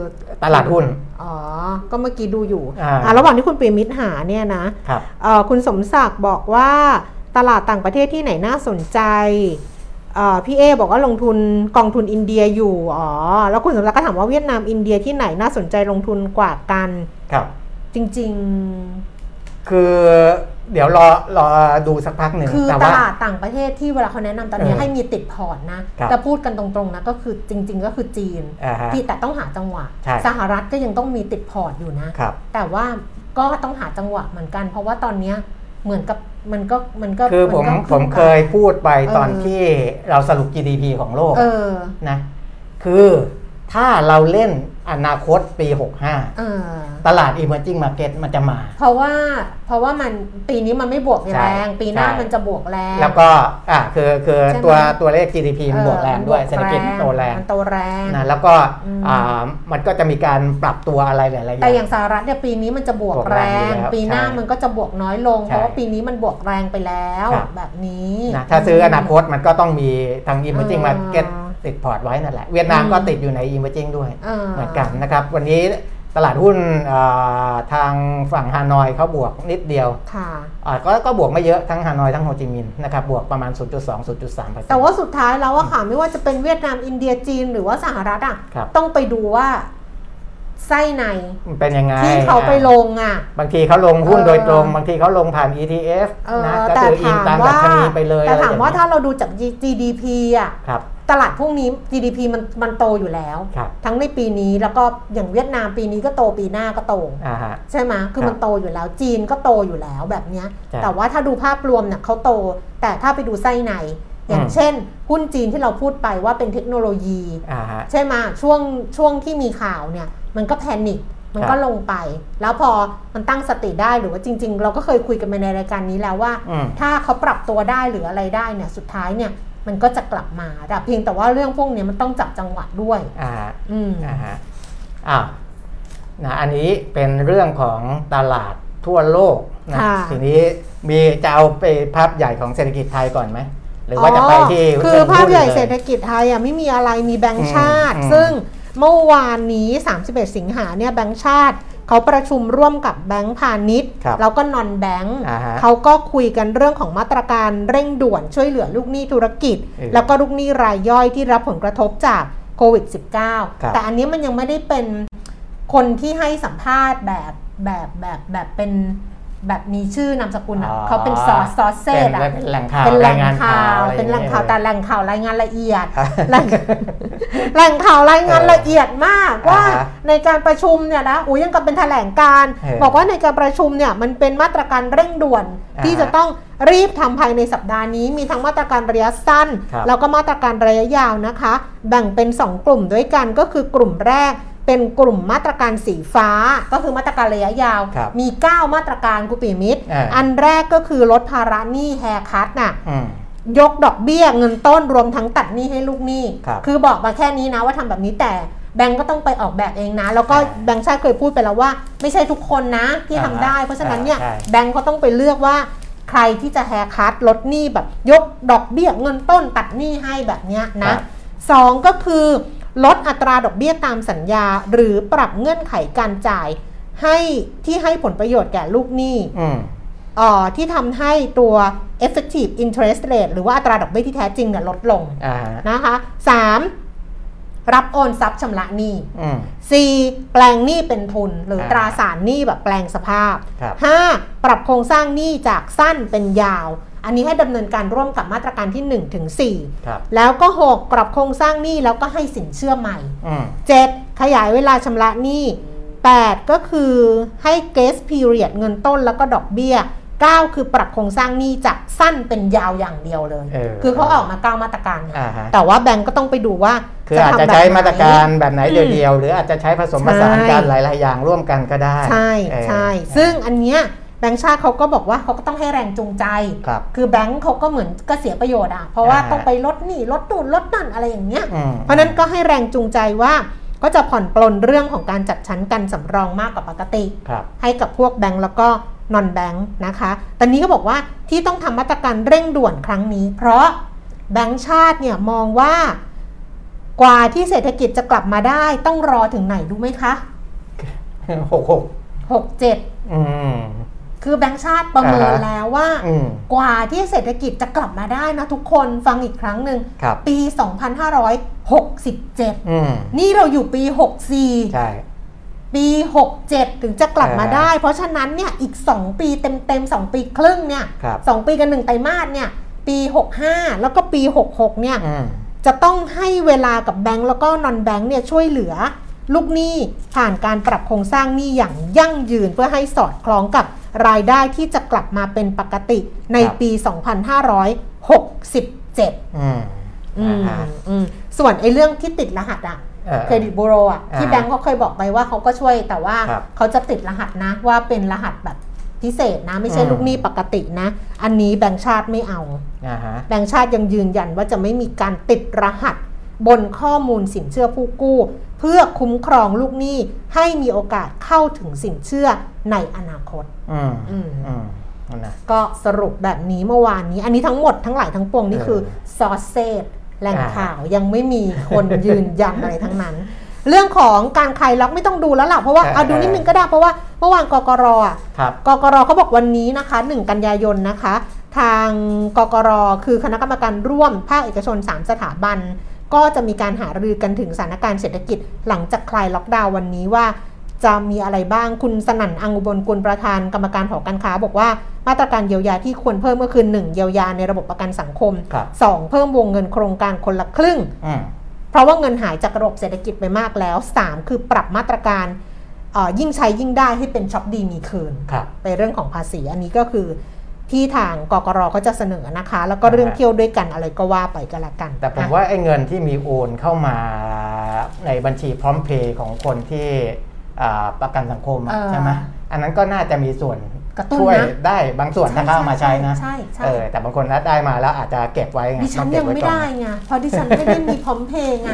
Speaker 3: ตลาดหุ้น
Speaker 2: อ๋อก็เมื่อกี้ดูอยู่
Speaker 3: อ่า
Speaker 2: อ่ะระหว่างที่คุณปีมิตรหาเนี่ยนะ
Speaker 3: ครับ
Speaker 2: เอ่อคุณสมศักดิ์บอกว่าตลาดต่างประเทศที่ไหนน่าสนใจเอ่อพี่เอบอกว่าลงทุนกองทุนอินเดียอยู่ อ๋อ แล้วคุณสมศักดิ์ก็ถามว่าเวียดนามอินเดียที่ไหนน่าสนใจลงทุนกว่ากัน
Speaker 3: ครับ
Speaker 2: จริง
Speaker 3: คือเดี๋ยวรอรอดูสักพักหนึ่ง
Speaker 2: ๆ คือ
Speaker 3: แต่
Speaker 2: ต
Speaker 3: ว่า
Speaker 2: ลาดต่างประเทศที่เวลาเขาแนะนำตอนนี้
Speaker 3: เออ
Speaker 2: ให้มีติดพอร์ตนะ
Speaker 3: ครับ
Speaker 2: แต่พูดกันตรงๆนะก็คือจริง ๆ ก็คือจีน
Speaker 3: อ่าฮะ
Speaker 2: ที่แต่ต้องหาจังหวะ
Speaker 3: ใช่
Speaker 2: สหรัฐก็ยังต้องมีติดพอร์ตอยู่นะ
Speaker 3: ครับ
Speaker 2: แต่ว่าก็ต้องหาจังหวะเหมือนกัน เพราะว่าตอนเนี้ยเหมือนกับมันก็มันก็
Speaker 3: คือผม
Speaker 2: นก็
Speaker 3: ผ
Speaker 2: ขึ้น
Speaker 3: ม
Speaker 2: กับ
Speaker 3: เคยพูดไป
Speaker 2: เออ
Speaker 3: ตอนที่เราสรุป GDP ของโลก
Speaker 2: เออ
Speaker 3: นะ คือถ้าเราเล่นอนาคตปี
Speaker 2: เออ
Speaker 3: 65 ตลาด Emerging Market มันจะมา
Speaker 2: เพราะว่าเพราะว่ามันปีนี้มันไม่บวกแรง
Speaker 3: ใช่
Speaker 2: ปีหน้า
Speaker 3: ใช่
Speaker 2: มันจะบวกแรง
Speaker 3: แล้วก็อ่ะคือคือ
Speaker 2: ใช่ไหม
Speaker 3: ตัวตัวเลข GDP มัน
Speaker 2: เออบ
Speaker 3: วกแรงด้วย
Speaker 2: มันบ
Speaker 3: เศรษฐกิจโตแรง
Speaker 2: มันโตแรง
Speaker 3: นะแล้วก็
Speaker 2: อืม
Speaker 3: อ่ามันก็จะมีการปรับตัวอะไรหลายๆอย่าง
Speaker 2: แต่อย่างสหรัฐเนี่ยปีนี้มันจะบวก
Speaker 3: บวก
Speaker 2: แร
Speaker 3: แรง
Speaker 2: ง
Speaker 3: อยู่แล้ว
Speaker 2: ปีหน้า
Speaker 3: ใช่
Speaker 2: มันก็จะบวกน้อยลง
Speaker 3: ใช่
Speaker 2: เพราะว่าปีนี้มันบวกแรงไปแล้ว
Speaker 3: ครับ
Speaker 2: แบบนี้
Speaker 3: นะถ้าซื้ออนาคตมันก็ต้องมีทาง emerging
Speaker 2: อ่า
Speaker 3: market ติดพอร์ตไว้นั่นแหละ เวียดนามก็ติดอยู่ใน emerging ด้วย
Speaker 2: อ่า
Speaker 3: เหมือนกันนะครับ วันนี้ต ลาดหุ้นอ่าทางฝั่งฮานอยเขาบวกนิดเดียว
Speaker 2: ค่ะ
Speaker 3: อ่าก็ก็บวกไม่เยอะทั้งฮานอยทั้งโฮจิมินห์นะครับบวกประมาณ 0.2-0.3เปอร์เซ็นต์
Speaker 2: แต่ว่าสุดท้ายแล้วอะค่ะไม่ว่าจะเป็นเวียดนามอินเดียจีนหรือว่าสหรัฐอะ
Speaker 3: ครับ
Speaker 2: ต้องไปดูว่าไส้ใน
Speaker 3: มันเป็นยังไง
Speaker 2: ที่เขาไปลงอะ
Speaker 3: บางทีเขาลงหุ้น
Speaker 2: เออ
Speaker 3: โดยตรง บางทีเขาลงผ่าน ETF
Speaker 2: เออ
Speaker 3: นะก็
Speaker 2: แต่
Speaker 3: คืออิน
Speaker 2: ถาม
Speaker 3: ตามดั
Speaker 2: ว่า
Speaker 3: ชนีไปเลย
Speaker 2: แต่ถามว่า
Speaker 3: อะไรอย่
Speaker 2: ถ้าง
Speaker 3: เงี้ย
Speaker 2: เราดูจาก G- GDP อะ
Speaker 3: ครับ
Speaker 2: ตลาดพวกนี้ GDP มันมันโตอยู่แล้ว
Speaker 3: ครับ
Speaker 2: ทั้งในปีนี้แล้วก็อย่างเวียดนามปีนี้ก็โตปีหน้าก็โต
Speaker 3: อ่าฮะ
Speaker 2: ใช่ไหมยคือ
Speaker 3: ครับ
Speaker 2: มันโตอยู่แล้ว จีนก็โตอยู่แล้วแบบเนี้ย
Speaker 3: ใช่
Speaker 2: แต่ว่าถ้าดูภาพรวมเนี่ยเขาโต แต่ถ้าไปดูไส้ใน อย่าง
Speaker 3: อืม
Speaker 2: เช่น หุ้นจีนที่เราพูดไปว่าเป็นเทคโนโลยี
Speaker 3: อ่าฮะ
Speaker 2: ใช่ไหมยช่วงช่วงที่มีข่าวเนี่ย มันก็แพนิคมัน
Speaker 3: ครั
Speaker 2: ก็
Speaker 3: บ
Speaker 2: ลงไป แล้วพอมันตั้งสติได้หรือว่าจริง ๆ เราก็เคยคุยกันไปในรายการนี้แล้วว่า
Speaker 3: อืม
Speaker 2: ถ้าเขาปรับตัวได้หรืออะไรได้เนี่ยสุดท้ายเนี่ย มันก็จะกลับมาแต่เพียงแต่ว่าเรื่องพวกเนี้ยมันต้องจับจังหวะด้วย
Speaker 3: อ่าฮะ
Speaker 2: อืม
Speaker 3: นะฮะอ้าวนะอันนี้เป็นเรื่องของตลาดทั่วโลกนะ
Speaker 2: ค่ะ
Speaker 3: ทีนี้มีจะเอาไปภาพใหญ่ของเศรษฐกิจไทยก่อนไหม หรือว่าจะไปที่
Speaker 2: อ๋อคือภาพใหญ่เศรษฐ
Speaker 3: กิจ
Speaker 2: กิจไทยอ่ะไม่มีอะไรมีแบงก์ชาติ
Speaker 3: อืมอืม
Speaker 2: ซึ่งเมื่อวานนี้ 31 สิงหาเนี่ยแบงก์ชาติ เขาประชุมร่วมกับแบงก์พาณิชย์
Speaker 3: ครับ
Speaker 2: แล้วก็นอนแบงก์
Speaker 3: อ่าฮะ
Speaker 2: เขาก็คุยกันเรื่องของมาตรการเร่งด่วนช่วยเหลือลูกหนี้ธุรกิจ
Speaker 3: เออ
Speaker 2: แล้วก็ลูกหนี้รายย่อยที่รับผลกระทบจากโควิด
Speaker 3: ครับ
Speaker 2: -19 แต่อันนี้มันยังไม่ได้เป็นคนที่ให้สัมภาษณ์แบบแบบแบบแบบเป็นแบบมีชื่อนามสกุลอะเขาเป็นซอสซอสเซ
Speaker 3: ป็
Speaker 2: ต
Speaker 3: น
Speaker 2: อะ
Speaker 3: เป็นแหล่งข่าว
Speaker 2: เป็นแหล่
Speaker 3: ย
Speaker 2: งข่าว
Speaker 3: อะไรอย่
Speaker 2: เป็นแหล่งข่าวแต่แหล่งข่าวรายงานละเอียด
Speaker 3: ครับ
Speaker 2: แหล่งแหล่งข่าวรายงาน
Speaker 3: เออ
Speaker 2: ละเอียดมากว่า
Speaker 3: อ่าฮะ
Speaker 2: ในการประชุมเนี่ยนะอุ้ยยังกับเป็นแถลงการณ์
Speaker 3: เออ
Speaker 2: บอกว่าในการประชุมเนี่ยมันเป็นมาตรการเร่งด่วน
Speaker 3: อ่า
Speaker 2: ที่จะต้องรีบทำภายในสัปดาห์นี้ มีทั้งมาตรการระยะสั้น
Speaker 3: ครับ
Speaker 2: แล้วก็มาตรการระยะยาวนะคะ แบ่งเป็น 2 กลุ่มด้วยกันก็คือกลุ่มแรก เป็นกลุ่มมาตรการสีฟ้า ก็คือมาตรการระยะยาว
Speaker 3: ครับ
Speaker 2: มี 9 มาตรการกุปิมิตร
Speaker 3: เอออั
Speaker 2: อันแรกก็คือลดภาระหนี้แฮร์คัตน่ะ
Speaker 3: อืม
Speaker 2: ยกดอกเบี้ยเงินต้นรวมทั้งตัดหนี้ให้ลูกหนี้
Speaker 3: ครับ
Speaker 2: อบอกมาแค่นี้นะว่าทำแบบนี้แต่แบงก์ก็ต้องไปออกแบบเองนะ แล้วก็
Speaker 3: ใช่
Speaker 2: แบงก์ชาติเคยพูดไปแล้วว่า ไม่ใช่ทุกคนนะที่ทำได้
Speaker 3: อ่าฮะ
Speaker 2: เพราะฉะนั้นเนี่ย
Speaker 3: ใช่
Speaker 2: แบงก์เขาต้องไปเลือกว่า ใครที่จะแฮร์คัตลดหนี้แบบยกดอกเบี้ยเงินต้นตัดหนี้ให้แบบเนี้ย
Speaker 3: ค
Speaker 2: นะ
Speaker 3: รับ
Speaker 2: สองก็คือ ลดอัตราดอกเบี้ยตามสัญญา หรือปรับเงื่อนไขการจ่าย ให้ที่ให้ผลประโยชน์แก่ลูกหนี้
Speaker 3: อืม
Speaker 2: เอ่อที่ทำให้ตัว effective interest rate หรือว่าอัตราดอกเบี้ยที่แท้จริงเนี่ยลดลง
Speaker 3: อ่าฮะ
Speaker 2: นะคะ 3. รับโอนทรัพย์ชำระหนี้
Speaker 3: อืม
Speaker 2: 4. แปลงหนี้เป็นทุน หรืออา ตราสารหนี้แบบแปลงสภาพ
Speaker 3: ครับ
Speaker 2: 5. ปรับโครงสร้างหนี้จากสั้นเป็นยาว อันนี้ให้ดำเนินการร่วมกับมาตรการที่1ถึง
Speaker 3: ครับ
Speaker 2: 4แล้วก็ 6. ปรับโครงสร้างหนี้แล้วก็ให้สินเชื่อใหม่
Speaker 3: อืม
Speaker 2: 7. ขยายเวลาชำระหนี้ 8. ก็คือให้ grace period เงินต้นแล้วก็ดอกเบี้ย 9 คือปรับโครงสร้างหนี้จากสั้นเป็นยาวอย่างเดียวเลย
Speaker 3: เออ
Speaker 2: คือเขาออกมาเก้ามาตรการไง
Speaker 3: อ่าฮะ
Speaker 2: แต่ว่าแบงก์ก็ต้องไปดูว่า
Speaker 3: คืออาจจะใช้
Speaker 2: ทำแบบไหน
Speaker 3: มาตรการแบบไหนเดียวๆหรืออาจจะใช้ผสมผสานกัน
Speaker 2: ใช่
Speaker 3: หลาย ๆ อย่างร่วมกันก็ได้
Speaker 2: ใช่
Speaker 3: เออ
Speaker 2: ใช่ ซึ่งอันเนี้ยแบงก์ชาติเขาก็บอกว่าเขาก็ต้องให้แรงจูงใจ
Speaker 3: ครับ
Speaker 2: คือแบงก์เขาก็เหมือนก็เสียประโยชน์อ่ะ เพราะว่า
Speaker 3: อ่าฮะ
Speaker 2: ต้องไปลดหนี้ลดนู่นลดนั่นอะไรอย่างเงี้ย
Speaker 3: อืม
Speaker 2: เพราะฉะนั้นก็ให้แรงจูงใจว่าก็จะผ่อนปลนเรื่องของการจัดชั้นกันสำรองมากกว่าปกติ
Speaker 3: ครับ [LAUGHS]
Speaker 2: ให้กับพวกแบงก์แล้วก็นอนแบงก์นะคะ แต่นี้ก็บอกว่าที่ต้องทำมาตรการเร่งด่วนครั้งนี้ เพราะแบงก์ชาติเนี่ยมองว่ากว่าที่เศรษฐกิจจะกลับมาได้ ต้องรอถึงไหนรู้ไหมคะ
Speaker 3: หกหก
Speaker 2: 67
Speaker 3: อืม
Speaker 2: คือแบงก์ชาติประเมิน
Speaker 3: อ่าฮะ
Speaker 2: แล้วว่า
Speaker 3: อืม
Speaker 2: กว่าที่เศรษฐกิจจะกลับมาได้นะทุกคนฟังอีกครั้งหนึ่ง
Speaker 3: ครับ
Speaker 2: ปี 2567
Speaker 3: อืม
Speaker 2: นี่เราอยู่ปี 64
Speaker 3: ใช่
Speaker 2: ปี 67 ถึงจะกลับมาได้ เพราะฉะนั้นเนี่ยอีก 2 ปีเต็มๆ 2 ปีครึ่งเนี่ย
Speaker 3: ครับ
Speaker 2: 2 ปีกันหนึ่งไตรมาสเนี่ย ปี 65 แล้วก็ปี 66 เนี่ย
Speaker 3: อืม
Speaker 2: จะต้องให้เวลากับแบงก์แล้วก็นอนแบงก์เนี่ยช่วยเหลือ ลูกหนี้ผ่านการปรับโครงสร้างหนี้อย่างยั่งยืนเพื่อให้สอดคล้องกับรายได้ที่จะกลับมาเป็นปกติใน
Speaker 3: ครับ
Speaker 2: ปี 2567
Speaker 3: อืม
Speaker 2: อืม
Speaker 3: อ่าฮะ
Speaker 2: อืมส่วนไอ้เรื่องที่ติดรหัสอะ
Speaker 3: เออ
Speaker 2: เครดิตบูโรอะ
Speaker 3: อ่า
Speaker 2: ที่แบงก์เขาเคยบอกไปว่าเขาก็ช่วยแต่ว่า
Speaker 3: ครับ
Speaker 2: เขาจะติดรหัสนะว่าเป็นรหัสแบบพิเศษนะ ไม่ใช่
Speaker 3: อืม
Speaker 2: ลูกหนี้ปกตินะ อันนี้แบงก์ชาติไม่เอา
Speaker 3: อ่าฮะ
Speaker 2: แบงก์ชาติยังยืนยันว่าจะไม่มีการติดรหัส บนข้อมูลสินเชื่อผู้กู้ เพื่อคุ้มครองลูกหนี้ให้มีโอกาสเข้าถึงสินเชื่อในอนาคต
Speaker 3: อืม
Speaker 2: อืม
Speaker 3: อืมนั่นนะ
Speaker 2: ก็สรุปแบบนี้เมื่อวานนี้ อันนี้ทั้งหมดทั้งหลายทั้งปวงนี่คือซอสเซตแหล่งข่าวยังไม่มีคนยืนยันอะไรทั้งนั้น เรื่องของการคลายล็อกไม่ต้องดูแล้วล่ะเพราะว่า
Speaker 3: เออ
Speaker 2: เอาดูนิดนึงก็ได้เพราะว่าเมื่อวานกกรอ่ะ
Speaker 3: ครับ
Speaker 2: กกรเขาบอกวันนี้นะคะ 1 กันยายนนะคะ ทางกกรคือคณะกรรมการร่วมภาคเอกชน 3 สถาบัน ก็จะมีการหารือกันถึงสถานการณ์เศรษฐกิจ หลังจากคลายล็อกดาวน์วันนี้ว่า จะมีอะไรบ้างคุณสนั่นอังอุบลกุลประธานกรรมการหอการค้า บอกว่ามาตรการเยียวยาที่ควรเพิ่มก็คือ 1 เยียวยาในระบบประกันสังคม
Speaker 3: ครับ
Speaker 2: 2 เพิ่มวงเงินโครงการคนละครึ่ง
Speaker 3: อืม
Speaker 2: เพราะว่าเงินหายจากระบบเศรษฐกิจไปมากแล้ว 3 คือปรับมาตรการเอ่อยิ่งใช้ยิ่งได้ให้เป็นช็อปดีมีคืน
Speaker 3: ครับ
Speaker 2: ไปเรื่องของภาษีอันนี้ก็คือที่ทางกกรก็จะเสนอนะคะ แล้วก็เรื่อง
Speaker 3: อ่าฮะ
Speaker 2: เที่ยวด้วยกันอะไรก็ว่าไปก็แล้วกัน
Speaker 3: แต่ผม
Speaker 2: อ่ะ
Speaker 3: ว่าไอ้เงินที่มีโอนเข้ามาในบัญชีพร้อมเพย์ของคนที่อ่าประกันสังคมอะ
Speaker 2: เออ
Speaker 3: ใช่ไหมอันนั้นก็น่าจะมีส่วน
Speaker 2: กระตุ้นนะ
Speaker 3: ช่วยได้บางส่วน
Speaker 2: ใช่
Speaker 3: ถ้าเข้ามาใช้นะ
Speaker 2: ใช่ใช่ใช่
Speaker 3: เออแต่บางคนนัดได้มาแล้วอาจจะเก็บไว้ไง
Speaker 2: ดิฉัน
Speaker 3: ต้อเก็
Speaker 2: ยั
Speaker 3: บ
Speaker 2: ง
Speaker 3: ว้
Speaker 2: ไม่
Speaker 3: ก่อน
Speaker 2: ได้ไงเพราะดิฉันไม่ได้มีพร้อมเพลงไง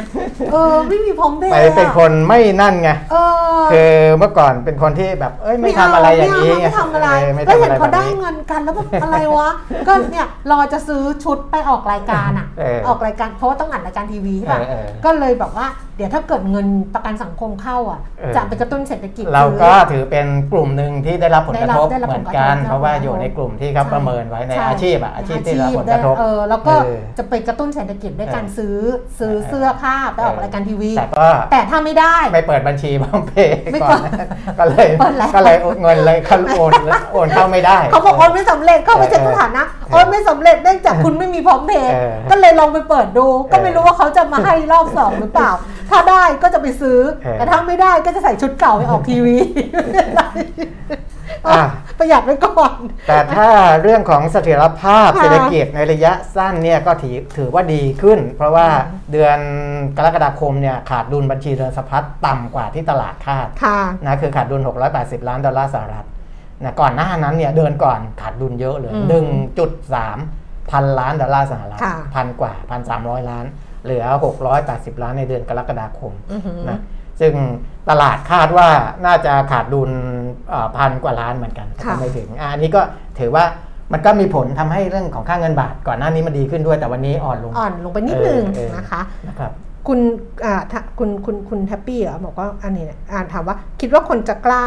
Speaker 2: เออไม่มีพร้อมเพลง
Speaker 3: ไปเป็นคนไม่นั่นไง
Speaker 2: เออ
Speaker 3: คือเมื่อก่อนเป็นคนที่แบบเอ้ยไม่ทำอะไรอย่างนี้
Speaker 2: นี้ไม่ทำอะไร
Speaker 3: เไม่
Speaker 2: แล้ว
Speaker 3: ทำ
Speaker 2: เห็น
Speaker 3: อะไร
Speaker 2: เขา
Speaker 3: แบบ
Speaker 2: ได้
Speaker 3: นี้
Speaker 2: เงินกันแล้วแบบอะไรวะ [LAUGHS] ก็เนี่ยรอจะซื้อชุดไปออกรายการอ่ะ
Speaker 3: เออ
Speaker 2: ออกรายการเพราะว่าต้องอัดรายการทีวีใช่ป่ะ
Speaker 3: เออเออ
Speaker 2: ก็เลยแบบว่า เดี๋ยวถ้าเกิดเงินประกันสังคมเข้าอ่ะ
Speaker 3: เออ
Speaker 2: จะไปกระตุ้นเศรษฐกิจ
Speaker 3: เราก็
Speaker 2: คือ
Speaker 3: ถือเป็นกลุ่มหนึ่งที่ได้รับผลกระทบ
Speaker 2: ได้รับ
Speaker 3: เหมือน
Speaker 2: ได้รับผล
Speaker 3: กัน
Speaker 2: กระทบ
Speaker 3: เพราะว่าอยู่ในกลุ่มที่เขา
Speaker 2: ใช่
Speaker 3: ประเมินไว้ในอาชีพอะอาชีพที่ได้รับผล
Speaker 2: ได้
Speaker 3: กระทบ
Speaker 2: เออแล้วก็
Speaker 3: เออ
Speaker 2: จะไปกระตุ้นเศรษฐกิจด้วยการ
Speaker 3: เออ
Speaker 2: ซื้อซื้อ
Speaker 3: เออ
Speaker 2: เสื้อผ้าไปออก
Speaker 3: เออ
Speaker 2: รายการทีวี
Speaker 3: แต่ก็
Speaker 2: แต่ถ้าไม่ได้
Speaker 3: ไปเปิดบัญชีพ [LAUGHS] ร้อมเพย์
Speaker 2: ไม่
Speaker 3: ก่
Speaker 2: เปิ
Speaker 3: อ
Speaker 2: ด
Speaker 3: น ก็เลย
Speaker 2: เปิดแล้ว
Speaker 3: ก็เลยเงินเลยเขาโอนโอนเข้าไม่ได้
Speaker 2: เขาบอกโอนไม่สำเร็จเข้าไป
Speaker 3: เออ
Speaker 2: เช็คสถานะ
Speaker 3: เออ
Speaker 2: โอนไม่สำเร็จเนื่องจากคุณไม่มีพร้อมเพย์
Speaker 3: เออ
Speaker 2: ก็เลยลองไปเปิดดู ก็ไม่
Speaker 3: เออ
Speaker 2: รู้ว่าเขาจะมาให้รอบสองหรือเปล่า ถ้าได้ก็จะไปซื้อ
Speaker 3: เออ
Speaker 2: แต่ถ้าไม่ได้ก็จะใส่ชุดเก่าไปออกทีวี
Speaker 3: อ่ะ
Speaker 2: ประหยัดไว้ก่อน
Speaker 3: แต่ถ้าเรื่องของเสถียรภาพ
Speaker 2: ค่ะ
Speaker 3: เศรษฐกิจในระยะสั้นเนี่ยก็ถือถือว่าดีขึ้น เพราะว่าเดือนกรกฎาคมเนี่ยขาดดุลบัญชีเดินสะพัดต่ำกว่าที่ตลาดคาด
Speaker 2: ค่ะ
Speaker 3: นะคือขาดดุล 680 ล้านดอลลาร์สหรัฐนะก่อนหน้านั้นเนี่ยเดือนก่อนขาดดุลเยอะเลย
Speaker 2: อืม
Speaker 3: 1.3 พันล้านดอลลาร์สหรัฐ
Speaker 2: ค่ะ
Speaker 3: พันกว่า 1,300 ล้าน เหลือ 680 ล้านในเดือนกรกฎาคม
Speaker 2: อื้อหือ
Speaker 3: นะซึ่งตลาดคาดว่าน่าจะขาดดุลเอ่อพันกว่าล้านเหมือนกัน
Speaker 2: ค่ะ
Speaker 3: แต่ไม่ถึงอะอันนี้ก็ถือว่ามันก็มีผลทำให้เรื่องของค่าเงินบาท ก่อนหน้านี้มันดีขึ้นด้วยแต่วันนี้อ่อนลง
Speaker 2: อ่อนลงไปนิดนึง
Speaker 3: เออเออ
Speaker 2: นะคะ
Speaker 3: นะครับ
Speaker 2: คุณอ่าถ้าคุณคุณคุณแฮปปี้เหรอบอกว่าอันนี้เนี่ยอ่านถามว่า คิดว่าคนจะกล้า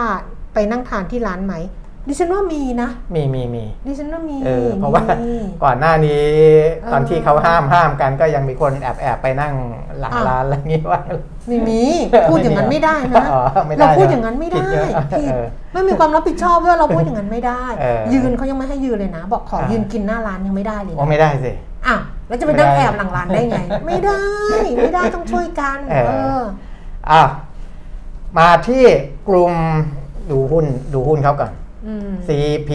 Speaker 2: ไปนั่งทานที่ร้านไหม ดิฉันว่ามีนะ
Speaker 3: มีมีมี
Speaker 2: ดิฉันว่ามี
Speaker 3: เออเพราะว่า
Speaker 2: มี
Speaker 3: ก่อนหน้านี้
Speaker 2: เออ
Speaker 3: ตอนที่เขาห้ามห้ามกันก็ยังมีคนแอบแอบไปนั่งหลังร้านอะไรอย่างงี้ว่า
Speaker 2: มี
Speaker 3: [LAUGHS]
Speaker 2: มีพูดอย่างนั้นไม่ได้นะ
Speaker 3: อ๋อไม่ได้
Speaker 2: เราพูดอย่างนั้นไม่ได้
Speaker 3: ผิเยอะ
Speaker 2: ผิด
Speaker 3: เออ
Speaker 2: ไม่มีความรับผิดชอบด้วยเราพูดอย่างนั้นไม่ได้
Speaker 3: [LAUGHS] เออ
Speaker 2: ยืนเขายังไม่ให้ยืนเลยนะ บอกขอ
Speaker 3: เออ
Speaker 2: ยืนกินหน้าร้านยังไม่ได้เลย
Speaker 3: ว่า
Speaker 2: นะ
Speaker 3: ไม่ได้สิ
Speaker 2: อ้าวแล้วจะไปนั่ง
Speaker 3: ไม่ได้
Speaker 2: แอบหลังร้านได้ไง
Speaker 3: [LAUGHS]
Speaker 2: ไม่ได้ ไม่ได้ต้องช่วยกัน
Speaker 3: เออ
Speaker 2: เออ
Speaker 3: อ่ะมาที่กลุ่มดูหุ้นดูหุ้นเขาก่อน
Speaker 2: อืม
Speaker 3: CP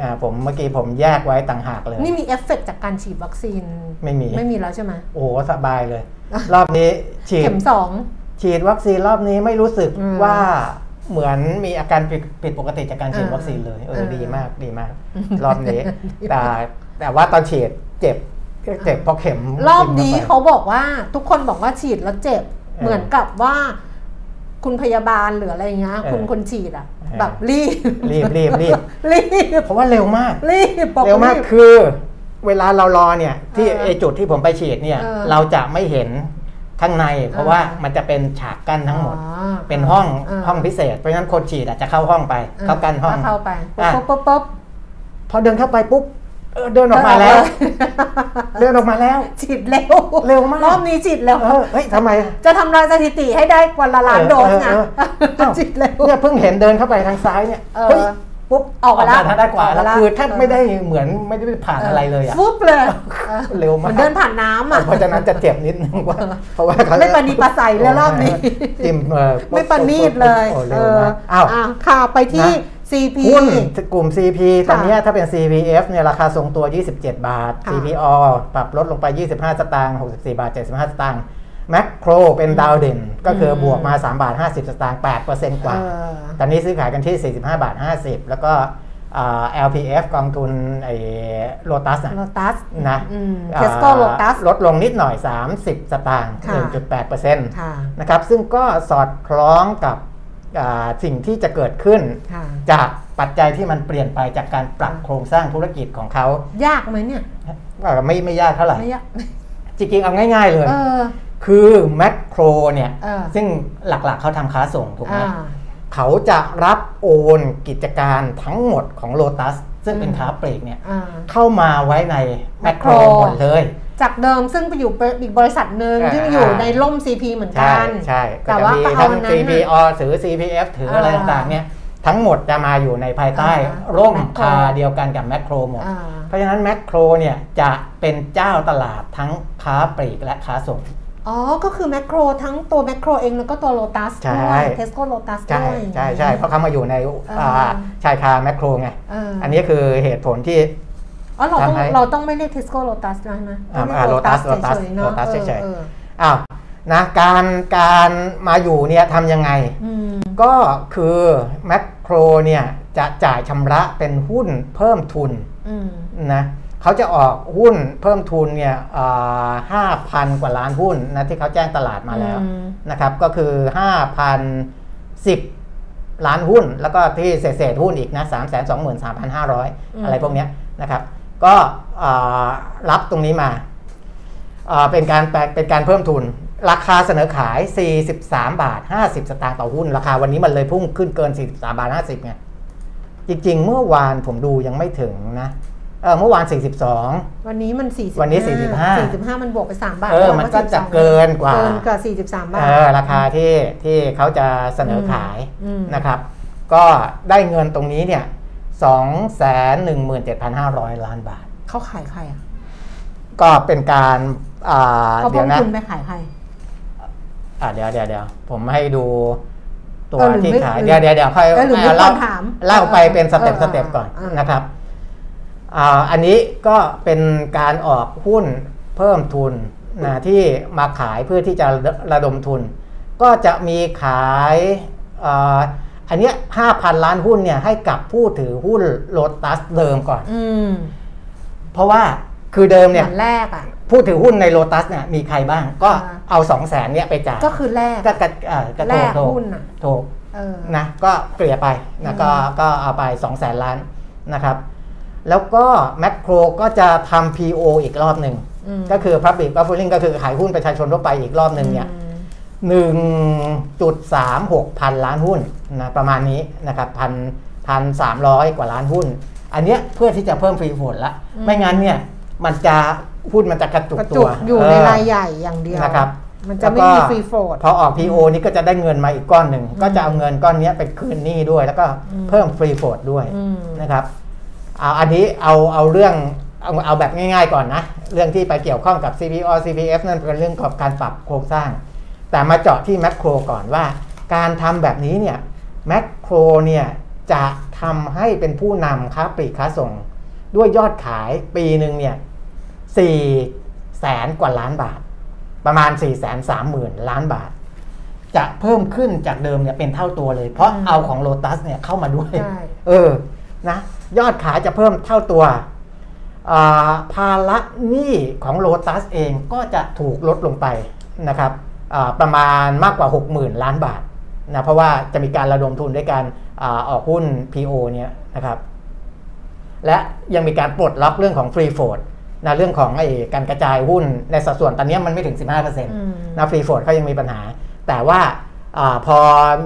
Speaker 3: อ่าผมเมื่อกี้ผมแยกไว้ต่างหากเลย
Speaker 2: นี่มีเอฟเฟกต์จากการฉีดวัคซีน
Speaker 3: ไม่มี
Speaker 2: ไม่มีแล้วใช่ไหม
Speaker 3: โอ้โหสบายเลย รอบนี้ฉีด
Speaker 2: เข็มสอง
Speaker 3: ฉีดวัคซีนรอบนี้ไม่รู้สึก
Speaker 2: อืม
Speaker 3: ว่าเหมือนมีอาการผิดผิดปกติจากการฉีด
Speaker 2: อ่า
Speaker 3: วัคซีนเลยเออ
Speaker 2: อ่า
Speaker 3: ดีมากดีมาก รอบ
Speaker 2: [LAUGHS]
Speaker 3: นี้ แต่แต่ว่าตอนฉีดเจ็บเจ็บเพราะเข็ม
Speaker 2: รอบนี้
Speaker 3: ทิ่ม
Speaker 2: เขา
Speaker 3: ข้าไป
Speaker 2: บอกว่าทุกคนบอกว่าฉีดแล้วเจ็บ
Speaker 3: ออ
Speaker 2: เหมือนกับว่า คุณพยาบาลหรืออะไรอย่างเงี้ย
Speaker 3: เออ
Speaker 2: คุณคนฉีดอ่ะ
Speaker 3: เออ
Speaker 2: แบบรีบ
Speaker 3: รีบรีบรีบ
Speaker 2: รีบ
Speaker 3: เพราะว่าเร็วมาก
Speaker 2: รีบบอก
Speaker 3: เร็วมากคือเวลาเรารอเนี่ยที่
Speaker 2: เออ
Speaker 3: ไอจุดที่ผมไปฉีดเนี่ย
Speaker 2: เออ
Speaker 3: เราจะไม่เห็นข้างใน เพราะว่า
Speaker 2: เออ
Speaker 3: มันจะเป็นฉากกั้นทั้งหมด
Speaker 2: อ๋อ
Speaker 3: เป็นห้อง
Speaker 2: เ
Speaker 3: ห้องพิเศษ เพราะฉะนั้นคนฉีดอาจจะเข้าห้องไป
Speaker 2: เออ
Speaker 3: เข้ากันห้อง
Speaker 2: เข้าไป
Speaker 3: อ่ะ
Speaker 2: ปุ๊บปุ๊บปุ๊บ
Speaker 3: พอเดินเข้าไปปุ๊บเออเดินออกมาแล้ว เดินออกมาแล้ว
Speaker 2: ฉีดเร็ว
Speaker 3: เร็วมาก
Speaker 2: รอบนี้ฉีดเร็ว
Speaker 3: เออเฮ้ยทำไม
Speaker 2: จะทำลายสถิติให้ได้กว่าละล้านโดสนะ
Speaker 3: เออเออ
Speaker 2: [LAUGHS]
Speaker 3: เออ
Speaker 2: ฉีดเร็ว
Speaker 3: เนี่ยเพิ่งเห็นเดินเข้าไปทางซ้ายเนี่ย
Speaker 2: เออ
Speaker 3: เฮ้ยปุ๊บ
Speaker 2: ออกมาแล้ว
Speaker 3: ทางด้านขวา
Speaker 2: ออก
Speaker 3: แล้
Speaker 2: มาว แล้ว
Speaker 3: คือแทบไม่ได้เหมือนไม่ได้ผ่านอะไรเลยอะ
Speaker 2: ฟุบเลยเออ
Speaker 3: เร็ว
Speaker 2: เห
Speaker 3: มา
Speaker 2: มือก นเดินผ่านน้ำอ่ะ
Speaker 3: เพราะฉะนั้นจะเจ็บนิดนึงว่าเพราะว่าเขา
Speaker 2: ไม่ปณีประใสแล้วรอบนี้
Speaker 3: จิ้มเออปุ๊บ
Speaker 2: ไม่ประณีตเลย
Speaker 3: โอ้
Speaker 2: เอ
Speaker 3: เร็ว
Speaker 2: อ
Speaker 3: มากอ้าว
Speaker 2: อ่ะค่ะไปที่
Speaker 3: นะ
Speaker 2: CP
Speaker 3: หุ้นกลุ่ม CP ตอนเนี้ยถ้าเป็น CPF เนี่ยราคาทรงตัว 27 บาท
Speaker 2: ค่ะ
Speaker 3: CPO ปรับลดลงไป 25 สตางค์ 64 บาท 75 สตางค์ แมคโครเป็นดาวเด่น ก็คือบวกมา 3 บาท 50 สตางค์ 8%กว่า
Speaker 2: เออ
Speaker 3: ตอนนี้ซื้อขายกันที่ 45 บาท 50 แล้วก็เอ่อ LPF กองทุนไอ้โลตัสนะ
Speaker 2: โลตัส
Speaker 3: นะ
Speaker 2: อืม
Speaker 3: อ่า
Speaker 2: Tesco Lotus
Speaker 3: ลดลงนิดหน่อย 30 สตางค์
Speaker 2: ค่ะ
Speaker 3: 1.8%
Speaker 2: ค่ะ
Speaker 3: นะครับ ซึ่งก็สอดคล้องกับอ่าสิ่งที่จะเกิดขึ้น
Speaker 2: ค่ะ
Speaker 3: จากปัจจัยที่มันเปลี่ยนไปจากการปรับโครงสร้างธุรกิจของเขา
Speaker 2: ยากไหมเนี่ย
Speaker 3: เอ่อไม่ไม่ยากเท่าไหร่
Speaker 2: ไม่ยาก
Speaker 3: จริงๆ เอาง่ายๆเลย
Speaker 2: เออ
Speaker 3: คือแมคโครเนี่ย
Speaker 2: เออ
Speaker 3: ซึ่งหลักๆเขาทำค้าส่งถูกไหม
Speaker 2: อ่า
Speaker 3: เขาจะรับโอนกิจการทั้งหมดของโลตัสซึ่งเป็น
Speaker 2: อืม
Speaker 3: ค้าปลีกเนี่ย
Speaker 2: อ่า
Speaker 3: เข้ามาไว้ในแมคโคร
Speaker 2: Macro
Speaker 3: หมดเลย
Speaker 2: จากเดิมซึ่งไปอยู่อีกบริษัทหนึ่งซึ่งอยู่ในร่ม CP เหมือน
Speaker 3: ใช่
Speaker 2: กัน
Speaker 3: ใช่ก็
Speaker 2: แต่
Speaker 3: จะ
Speaker 2: ว่า
Speaker 3: มี
Speaker 2: ก็เอา
Speaker 3: ทั้ง
Speaker 2: อันนั้น
Speaker 3: CPO ถือ CPF ถืออะไร
Speaker 2: อ่า
Speaker 3: ต่างๆเนี่ยทั้งหมดจะมาอยู่ในภายใต้
Speaker 2: อ่า
Speaker 3: ร่ม
Speaker 2: Macro
Speaker 3: คาเดียวกันกับแมคโครหมด
Speaker 2: อ่า
Speaker 3: เพราะฉะนั้นแมคโครเนี่ยจะเป็นเจ้าตลาดทั้งค้าปลีกและค้าส่ง
Speaker 2: อ๋อ ก็คือแมคโครทั้งตัวแมคโครเองแล้วก็ตัวโลตัส
Speaker 3: ใช่
Speaker 2: ด้วยเทสโก้โลตัส
Speaker 3: ใช่
Speaker 2: ด้วย
Speaker 3: ใช่ใช่เพราะเขามาอยู่ใน
Speaker 2: อ่า
Speaker 3: อ่าชายคาแมคโครไง
Speaker 2: เออ
Speaker 3: อั
Speaker 2: อั
Speaker 3: นนี้คือเหตุผลที่
Speaker 2: อ๋อเราต้อง
Speaker 3: ทำให้
Speaker 2: เราต้องไม่เรียกเทสโก้โลตัสนะนะ
Speaker 3: อ่า
Speaker 2: ต้องเรียก
Speaker 3: อ่า Lotus
Speaker 2: เฉ
Speaker 3: Lotus
Speaker 2: ยๆเนาะ
Speaker 3: Lotus
Speaker 2: เออ
Speaker 3: เฉยๆ
Speaker 2: เออ
Speaker 3: อ้าวนะการการมาอยู่เนี่ยทำยังไง
Speaker 2: อืม
Speaker 3: ก็คือแมคโครเนี่ยจะจ่ายชำระเป็นหุ้นเพิ่มทุน
Speaker 2: อืม
Speaker 3: นะเขาจะออกหุ้นเพิ่มทุนเนี่ยห้าพันกว่าล้านหุ้นนะที่เขาแจ้งตลาดมาแล้ว
Speaker 2: อืม
Speaker 3: นะครับก็คือ 5,010 ล้านหุ้น แล้วก็ที่เศษเศษๆหุ้นอีกนะ3 2 3 5 0 0 อะไรพวกเนี้ยนะครับ ก็อ่ารับตรงนี้มาอ่าเป็นการแปลเป็นการเพิ่มทุน ราคาเสนอขาย 43 บาท 50 สตางค์ต่อหุ้น ราคาวันนี้มันเลยพุ่งขึ้นเกิน 43 บาท 50ไง จริงๆ เมื่อวานผมดูยังไม่ถึงนะเออเมื่อวาน 42
Speaker 2: วันนี้มัน40
Speaker 3: วันนี้45
Speaker 2: สี่สิบห้ามันบวกไป3บาท
Speaker 3: เออมันก็จะ
Speaker 2: 42
Speaker 3: เกินกว่า
Speaker 2: เกินกว่า43 บาท
Speaker 3: เออราคาที่ที่เขาจะเสนอขาย
Speaker 2: อืม
Speaker 3: นะครับ ก็ได้เงินตรงนี้เนี่ย 217,500 ล้านบาท
Speaker 2: เขาขายใครอ่ะ
Speaker 3: ก็เป็นการอ่า
Speaker 2: เขา
Speaker 3: เดี๋
Speaker 2: เพิ่ม
Speaker 3: ยวนะ
Speaker 2: ทุนไปขายใคร
Speaker 3: อ่าเดี๋ยวเดี๋ยวเดี๋ยวผมให้ดูตัว
Speaker 2: เออหรือ
Speaker 3: ที่
Speaker 2: ไม่
Speaker 3: ขาย
Speaker 2: หรือ
Speaker 3: เดี๋ยวเดี๋ยวเดี๋ยวค่อย
Speaker 2: เออหรือไม่
Speaker 3: อ่าเล่า
Speaker 2: ก่อนถาม
Speaker 3: เล่าไป
Speaker 2: เออเออ
Speaker 3: เป็นสเต็ป
Speaker 2: เออเอ
Speaker 3: ส
Speaker 2: อ
Speaker 3: เต็ปก่อน
Speaker 2: เออ
Speaker 3: นะครับอ่าอันนี้ก็เป็นการออกหุ้นเพิ่มทุนนะที่มาขายเพื่อที่จะระดมทุน ก็จะมีขายอ่าอันเนี้ย5,000 ล้านหุ้นเนี่ยให้กับผู้ถือหุ้นโลตัสเดิมก่อน
Speaker 2: อืม
Speaker 3: เพราะว่าคือเดิม
Speaker 2: เห
Speaker 3: เนี่
Speaker 2: มื
Speaker 3: ย
Speaker 2: อนแรกอ่ะ
Speaker 3: ผู้ถือหุ้นในโ o ตัสเนี่ยมีใครบ้าง ก็
Speaker 2: อ่า
Speaker 3: เอา2 0 0แสนเนี่ยไปจ่าย
Speaker 2: ก็คือแรก
Speaker 3: ก็กระเอ่อก็
Speaker 2: แลก
Speaker 3: โถ
Speaker 2: หุ้นน่ะ
Speaker 3: ถูก
Speaker 2: เออ
Speaker 3: นะก็เกลี่ยไปนะก็
Speaker 2: อืม
Speaker 3: ก็เอาไป 2 0 0แสนล้านนะครับ แล้วก็แมคโครก็จะทำ PO อีกรอบหนึ่ง
Speaker 2: อืม
Speaker 3: ก็คือ Public Offering ก็คือขายหุ้นประชาชนทั่วไปอีกรอบหนึ่งเนี่ย 1.36 พันล้านหุ้นนะประมาณนี้นะครับพันพันสามร้อยกว่าล้านหุ้น อันเนี้ยเพื่อที่จะเพิ่มฟรีโฟลดละไม่งั้นเนี่ยมันจะหุ้นมันจะกระจุก
Speaker 2: กระ
Speaker 3: ตั
Speaker 2: จุ
Speaker 3: ว
Speaker 2: กอยู่ใน
Speaker 3: เ
Speaker 2: รายใหญ่อย่างเดียว
Speaker 3: นะครับ
Speaker 2: มันจะไม่มีฟรีโฟ
Speaker 3: ด
Speaker 2: ด
Speaker 3: พอออก PO นี่ก็จะได้เงินมาอีกก้อนหนึ่ง ก็จะเอาเงินก้อนเนี้ยไปคืนหนี้ด้วย แล้วก็
Speaker 2: อืม
Speaker 3: เพิ่มฟรีโฟลดด้วย
Speaker 2: อืม
Speaker 3: นะครับเอาอันนี้เอาเอาเรื่องเอาเอาแบบง่ายๆก่อนนะ เรื่องที่ไปเกี่ยวข้องกับ CPO CPF นั่นเป็นเรื่องของการปรับโครงสร้าง แต่มาเจาะที่แมคโครก่อนว่า การทำแบบนี้เนี่ยแมคโครเนี่ยจะทำให้เป็นผู้นำค้าปลีกค้าส่ง ด้วยยอดขายปีหนึ่งเนี่ยสี่แสนกว่าล้านบาท ประมาณ 4 3 0 0 0 0 ล้านบาท จะเพิ่มขึ้นจากเดิมเนี่ยเป็นเท่าตัวเลย เพราะ
Speaker 2: อืม
Speaker 3: เอาของโ o ตัสเนี่ยเข้ามาด้วย
Speaker 2: ใช่
Speaker 3: เออนะยอดขายจะเพิ่มเท่าตัวอ่าภาระหนี้ของโ o ตัสเองก็จะถูกลดลงไปนะครับอ่าประมาณมากกว่า 60,000 ล้านบาทนะเพราะว่าจะมีการระดมทุนด้วยการอาออกหุ้น PO เนี่ยนะครับ และยังมีการปลดล็อกเรื่องของฟรีโฟดนะเรื่องของไอ้การกระจายหุ้นในสัดส่วนตอนเนี้ยมันไม่ถึง 15%น
Speaker 2: ม
Speaker 3: ะฟรีโฟดเขายังมีปัญหา แต่ว่าอาพอ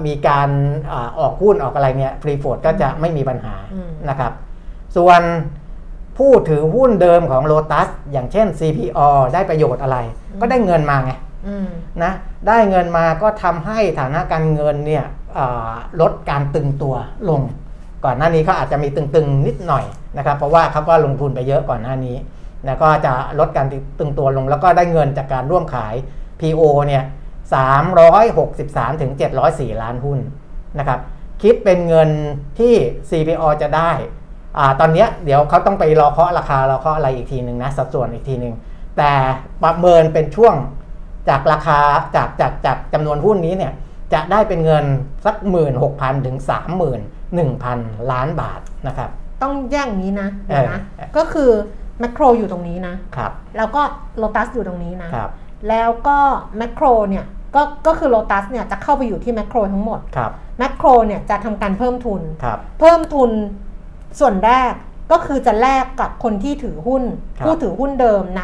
Speaker 3: มีการอาออกหุ้นออกอะไรเนี่ยฟรีโฟดก็จะไม่มีปัญหา
Speaker 2: อืม
Speaker 3: นะครับ ส่วนผู้ถือหุ้นเดิมของโ o ตัสอย่างเช่น CPO ได้ประโยชน์อะไร ก็ได้เงินมาไง
Speaker 2: อืม
Speaker 3: นะได้เงินมาก็ทำให้ฐานะการเงินเนี่ยเอ่อลดการตึงตัวลง ก่อนหน้านี้เขาอาจจะมีตึงๆนิดหน่อยนะครับ เพราะว่าเขาก็ลงทุนไปเยอะก่อนหน้านี้แล้วก็จะลดการตึงตัวลง แล้วก็ได้เงินจากการร่วมขาย PO เนี่ย363ถึง704 ล้านหุ้นนะครับคิดเป็นเงินที่ CPO จะได้อาตอนเนี้ยเดี๋ยวเขาต้องไปรอเคาะราคารอเคาะอะไรอีกทีหนึ่งนะสัดส่วนอีกทีหนึ่งแต่ประเมินเป็นช่วง จากราคาจากจากจากจำนวนหุ้นนี้เนี่ยจะได้เป็นเงินสัก 1 6 0 0 0 ถึง 31,000 ล้านบาทนะครับ
Speaker 2: ต้องแยกอย่างนี้นะเดี๋ยวนะ
Speaker 3: เออ
Speaker 2: ก็คือแมคโครอยู่ตรงนี้นะ
Speaker 3: ครับ
Speaker 2: แล้วก็โลตัสอยู่ตรงนี้นะ
Speaker 3: ครับ
Speaker 2: แล้วก็แมคโครเนี่ย ก็ก็คือโลตัสเนี่ยจะเข้าไปอยู่ที่แมคโครทั้งหมด
Speaker 3: ครับ
Speaker 2: แมคโครเนี่ยจะทำการเพิ่มทุน
Speaker 3: ครับ
Speaker 2: เพิ่มทุนส่วนแรกก็คือจะแลกกับคนที่ถือหุ้น
Speaker 3: ครับ
Speaker 2: ผู้ถือหุ้นเดิมใน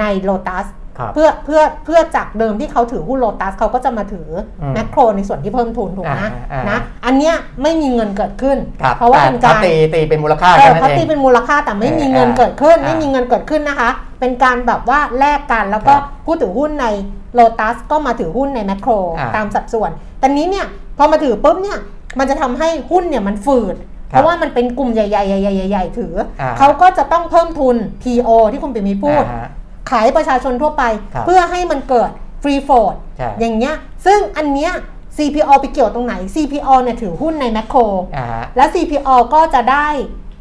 Speaker 2: ในโลตัส
Speaker 3: ครับ
Speaker 2: เพื่อเพื่อเพื่อจากเดิมที่เขาถือหุ้นโลตัสเขาก็จะมาถืออ
Speaker 3: ม
Speaker 2: แมคโครในส่วนที่เพิ่มทุนถูก
Speaker 3: อ่า
Speaker 2: นะ
Speaker 3: อ่าน
Speaker 2: นะอันเนี้ยไม่มีเงินเกิดขึ้น
Speaker 3: ครับ
Speaker 2: เพราะว่า
Speaker 3: แต่
Speaker 2: เป็นการ
Speaker 3: ขตีตีเป็นมูลค่า
Speaker 2: เอ
Speaker 3: แค่
Speaker 2: อ
Speaker 3: นั้น
Speaker 2: เขา
Speaker 3: เอ
Speaker 2: ตี
Speaker 3: ง
Speaker 2: เป็นมูลค่าแต่ไม่มีเงินเกิดขึ้น
Speaker 3: อ่า
Speaker 2: ไม่มีเงินเกิดขึ้นนะคะ เป็นการแบบว่าแลกกันแล้วก็
Speaker 3: ครับ
Speaker 2: ผู้ถือหุ้นในโลตัสก็มาถือหุ้นในแมคโคร
Speaker 3: อ่า
Speaker 2: ตามสัดส่วนแต่นี้เนี่ยพอมาถือปุ๊บเนี่ยมันจะทำให้หุ้นเนี่ยมันฝืด
Speaker 3: ค
Speaker 2: เพ
Speaker 3: รับ
Speaker 2: ราะว่ามันเป็นกลุ่มใหญ่ๆๆๆๆๆถืออา เขาก็จะต้องเพิ่มทุน PO ที่คุณปิ่มมีพูด
Speaker 3: อ่าฮะ
Speaker 2: ขายประชาชนทั่วไป
Speaker 3: ครับ
Speaker 2: เพื่อให้มันเกิดฟรีโฟด
Speaker 3: ใช่
Speaker 2: อย่างเงี้ยซึ่งอันเนี้ย CPO ไปเกี่ยวตรงไหน CPO เนี่ยถือหุ้นในแมคโคร
Speaker 3: าฮะ
Speaker 2: และ CPO ก็จะได้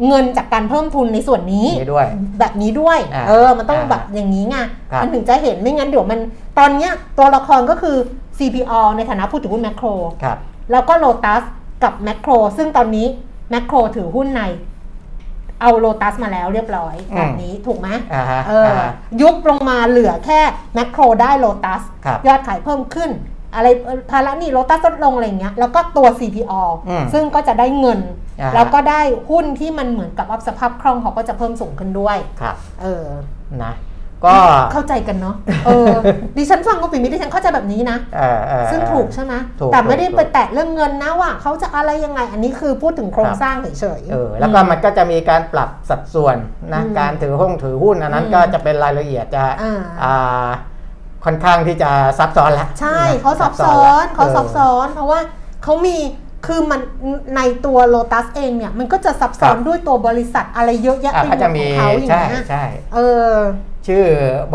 Speaker 2: เงินจากการเพิ่มทุนในส่วนนี้
Speaker 3: นี่ด้วย
Speaker 2: แบบนี้ด้วย
Speaker 3: อ่า
Speaker 2: เออ มันต้อง
Speaker 3: อ่า
Speaker 2: แบบอย่างนี้ไง
Speaker 3: ครับ
Speaker 2: มันถึงจะเห็นไม่งั้นเดี๋ยวมัน ตอนเนี้ยตัวละครก็คือ CPO ในฐานะผู้ถือหุ้นแมคโคร
Speaker 3: ครับ
Speaker 2: แล้วก็โลตัสกับแมคโคร ซึ่งตอนนี้แมคโครถือหุ้นใน เอาโลตัสมาแล้วเรียบร้อย
Speaker 3: อืม
Speaker 2: แบบนี้ถูกไหม
Speaker 3: อ่าฮะ
Speaker 2: เออ
Speaker 3: าฮะ
Speaker 2: ยุบลงมาเหลือแค่แมคโครได้โลตัส
Speaker 3: ครับ
Speaker 2: ยอดขายเพิ่มขึ้น อะไรเอ่อภาระหนี้ลดตัสลดลงอะไรอย่างเงี้ยแล้วก็ตัว CPO
Speaker 3: อืม
Speaker 2: ซึ่งก็จะได้เงิน
Speaker 3: อ่าฮะ
Speaker 2: แล้วก็ได้หุ้นที่มันเหมือนกับว่าสภาพคล่องเขาก็จะเพิ่มสูงขึ้นด้วย
Speaker 3: ครับ
Speaker 2: เออ
Speaker 3: นะ ก็
Speaker 2: เข้าใจกันเนาะเอ
Speaker 3: [LAUGHS]
Speaker 2: อ ดิฉันฟังก็ปีมิดิฉันเข้าใจแบบนี้นะ
Speaker 3: เออเออ
Speaker 2: ซึ่งถูกใช่ไหม
Speaker 3: ถูก
Speaker 2: แต่ไม่ได้
Speaker 3: ถูก
Speaker 2: ไปแตะเรื่องเงินนะว่าเขาจะอะไรยังไง อันนี้คือพูดถึงโครง
Speaker 3: ครับ
Speaker 2: สร้างเฉย
Speaker 3: เออ แล้วก็มันก็จะมีการปรับสัดส่วนนะ
Speaker 2: อืม
Speaker 3: การถือหุ้นถือหุ้นอันนั้น
Speaker 2: อืม
Speaker 3: ก็จะเป็นรายละเอียดจะ
Speaker 2: อ่า
Speaker 3: อ่าค่อนข้างที่จะซับซ้อนแล้ว
Speaker 2: ใช่
Speaker 3: นะ
Speaker 2: เขาซับซ้อน
Speaker 3: ละ
Speaker 2: เขาซับ
Speaker 3: อ
Speaker 2: ซ้อน เพราะว่าเขามีคือมันในตัวโลตัสเองเนี่ย มันก็จะซับซ้อน
Speaker 3: ครับ
Speaker 2: ด้วยตัวบริษัทอะไรเยอะแยะ
Speaker 3: อ่า
Speaker 2: ไปหม
Speaker 3: เขา
Speaker 2: ด
Speaker 3: จะ
Speaker 2: ข
Speaker 3: มี
Speaker 2: องเขาอย่าง
Speaker 3: ใช่
Speaker 2: เงี้ย
Speaker 3: ใช่
Speaker 2: เออ
Speaker 3: ชื่อ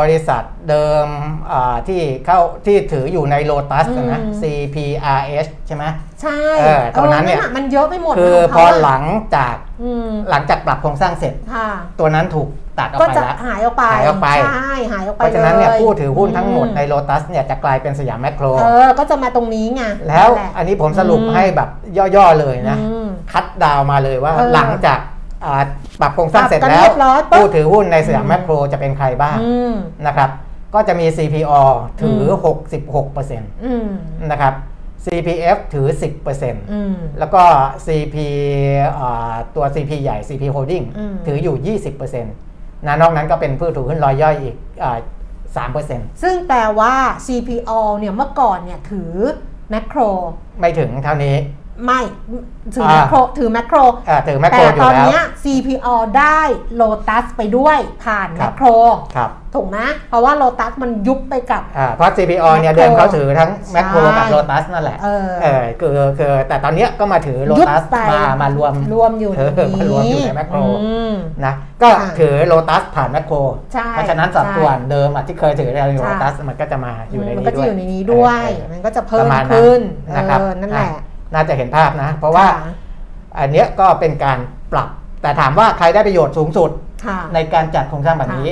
Speaker 3: บริษัทเดิมอ่าที่เข้าที่ถืออยู่ในโ o ตัสนะ
Speaker 2: อืม
Speaker 3: CPRS ใช่ไหม
Speaker 2: ใช่
Speaker 3: เออตอนนั้นเนี่ย
Speaker 2: ออะมันเยอะไปหมด
Speaker 3: คือ
Speaker 2: ขง
Speaker 3: พ
Speaker 2: เขา
Speaker 3: อะ หลังจาก
Speaker 2: อืม
Speaker 3: หลังจากปรับโครงสร้างเสร็จ
Speaker 2: ค่ะ
Speaker 3: ตัวนั้นถูกตัดออก
Speaker 2: ก็
Speaker 3: ไป
Speaker 2: จะ
Speaker 3: แล้ว
Speaker 2: หายออกไป
Speaker 3: หายออกไป
Speaker 2: ใช่หายออกไป
Speaker 3: เพราะฉะนั้นเนี่ย
Speaker 2: ล
Speaker 3: ผู้ถือหุ้นทั้งหมด
Speaker 2: อื
Speaker 3: ในโ o ตัสเนี่ยจะกลายเป็นสยามแมคโคร
Speaker 2: เออ ก็จะมาตรงนี้ไง
Speaker 3: แล้ว
Speaker 2: หะ
Speaker 3: อันนี้ผมสรุป
Speaker 2: อืม
Speaker 3: ให้แบบย่อๆเลยนะ
Speaker 2: อืม
Speaker 3: คัดดาวมาเลยว่า
Speaker 2: เออ
Speaker 3: หลังจากอ่าปรับโครงสร้างเสร็จ
Speaker 2: ปรับกัน
Speaker 3: แล้
Speaker 2: เรี
Speaker 3: วย
Speaker 2: บร้อยปุ๊บ
Speaker 3: ผู้ถือหุ้นในสยามแมคโครจะเป็นใครบ้าง
Speaker 2: อืม
Speaker 3: นะครับ ก็จะมี CPO ถือ
Speaker 2: อื
Speaker 3: 66%
Speaker 2: อืม
Speaker 3: นะครับ CPF ถือ 10%
Speaker 2: อืม
Speaker 3: แล้วก็ CP อ่าตัว CP ใหญ่ CP Holding
Speaker 2: อืม
Speaker 3: ถืออยู่ 20%นะนอกนั้นก็เป็นผู้ถือหุ้นรายย่อยอีกอ่า3%
Speaker 2: ซึ่งแปลว่า CPO เนี่ยเมื่อก่อนเนี่ยถือแมคโคร
Speaker 3: ไม่ถึงเท่านี้
Speaker 2: ไม่ถือ
Speaker 3: อ่า
Speaker 2: แมคโครถือแมคโคร
Speaker 3: อ่าถือแมคโคร
Speaker 2: แต่
Speaker 3: อยู่
Speaker 2: ตอน
Speaker 3: แล้ว
Speaker 2: เนี้ย CPO ได้โลตัสไปด้วยผ่านแม
Speaker 3: ครับ
Speaker 2: คโคร
Speaker 3: ครับ
Speaker 2: ถูกไหมเพราะว่าโลตัสมันยุบไปกับ
Speaker 3: อ่าเพราะ CPO เนี่ย
Speaker 2: แมคโคร
Speaker 3: เดิมเขาถือทั้งแมคโครกับ
Speaker 2: ใช่
Speaker 3: โ o ตัสนั่นแหละ
Speaker 2: เออ
Speaker 3: เออคือคือแต่ตอนเนี้ยก็มาถือโ o
Speaker 2: ยุบ
Speaker 3: ตัส
Speaker 2: ไป
Speaker 3: มามารวม
Speaker 2: รวมอยู่ใน
Speaker 3: เออ
Speaker 2: นี้
Speaker 3: มารวมอยู่ในแมคโคร
Speaker 2: อืม
Speaker 3: นะก็
Speaker 2: อ่า
Speaker 3: ถือโ o ตัสผ่านแมคโคร
Speaker 2: ใช่
Speaker 3: เพราะฉะนั้นสัด
Speaker 2: ใช่
Speaker 3: ส่วนเดิมอะที่เคยถือในโ o ตัสมันก็จะมาอยู่ใน
Speaker 2: มั
Speaker 3: นี้
Speaker 2: ก็
Speaker 3: ด้
Speaker 2: จะ
Speaker 3: วย
Speaker 2: อยู่ในนี้ด้วย
Speaker 3: เออเออ
Speaker 2: มันก็จะเพิ่ม
Speaker 3: ประมาณ
Speaker 2: ขึ้น
Speaker 3: นะครับ
Speaker 2: เออนั่นแหละ
Speaker 3: อ่น่าจะเห็นภาพนะ เพราะว่า
Speaker 2: ค่
Speaker 3: อันเนี้ยก็เป็นการปรับ แต่ถามว่าใครได้ประโยชน์สูงสุด
Speaker 2: ค่ะ
Speaker 3: ในการจัดโครงสร้างแบบนี้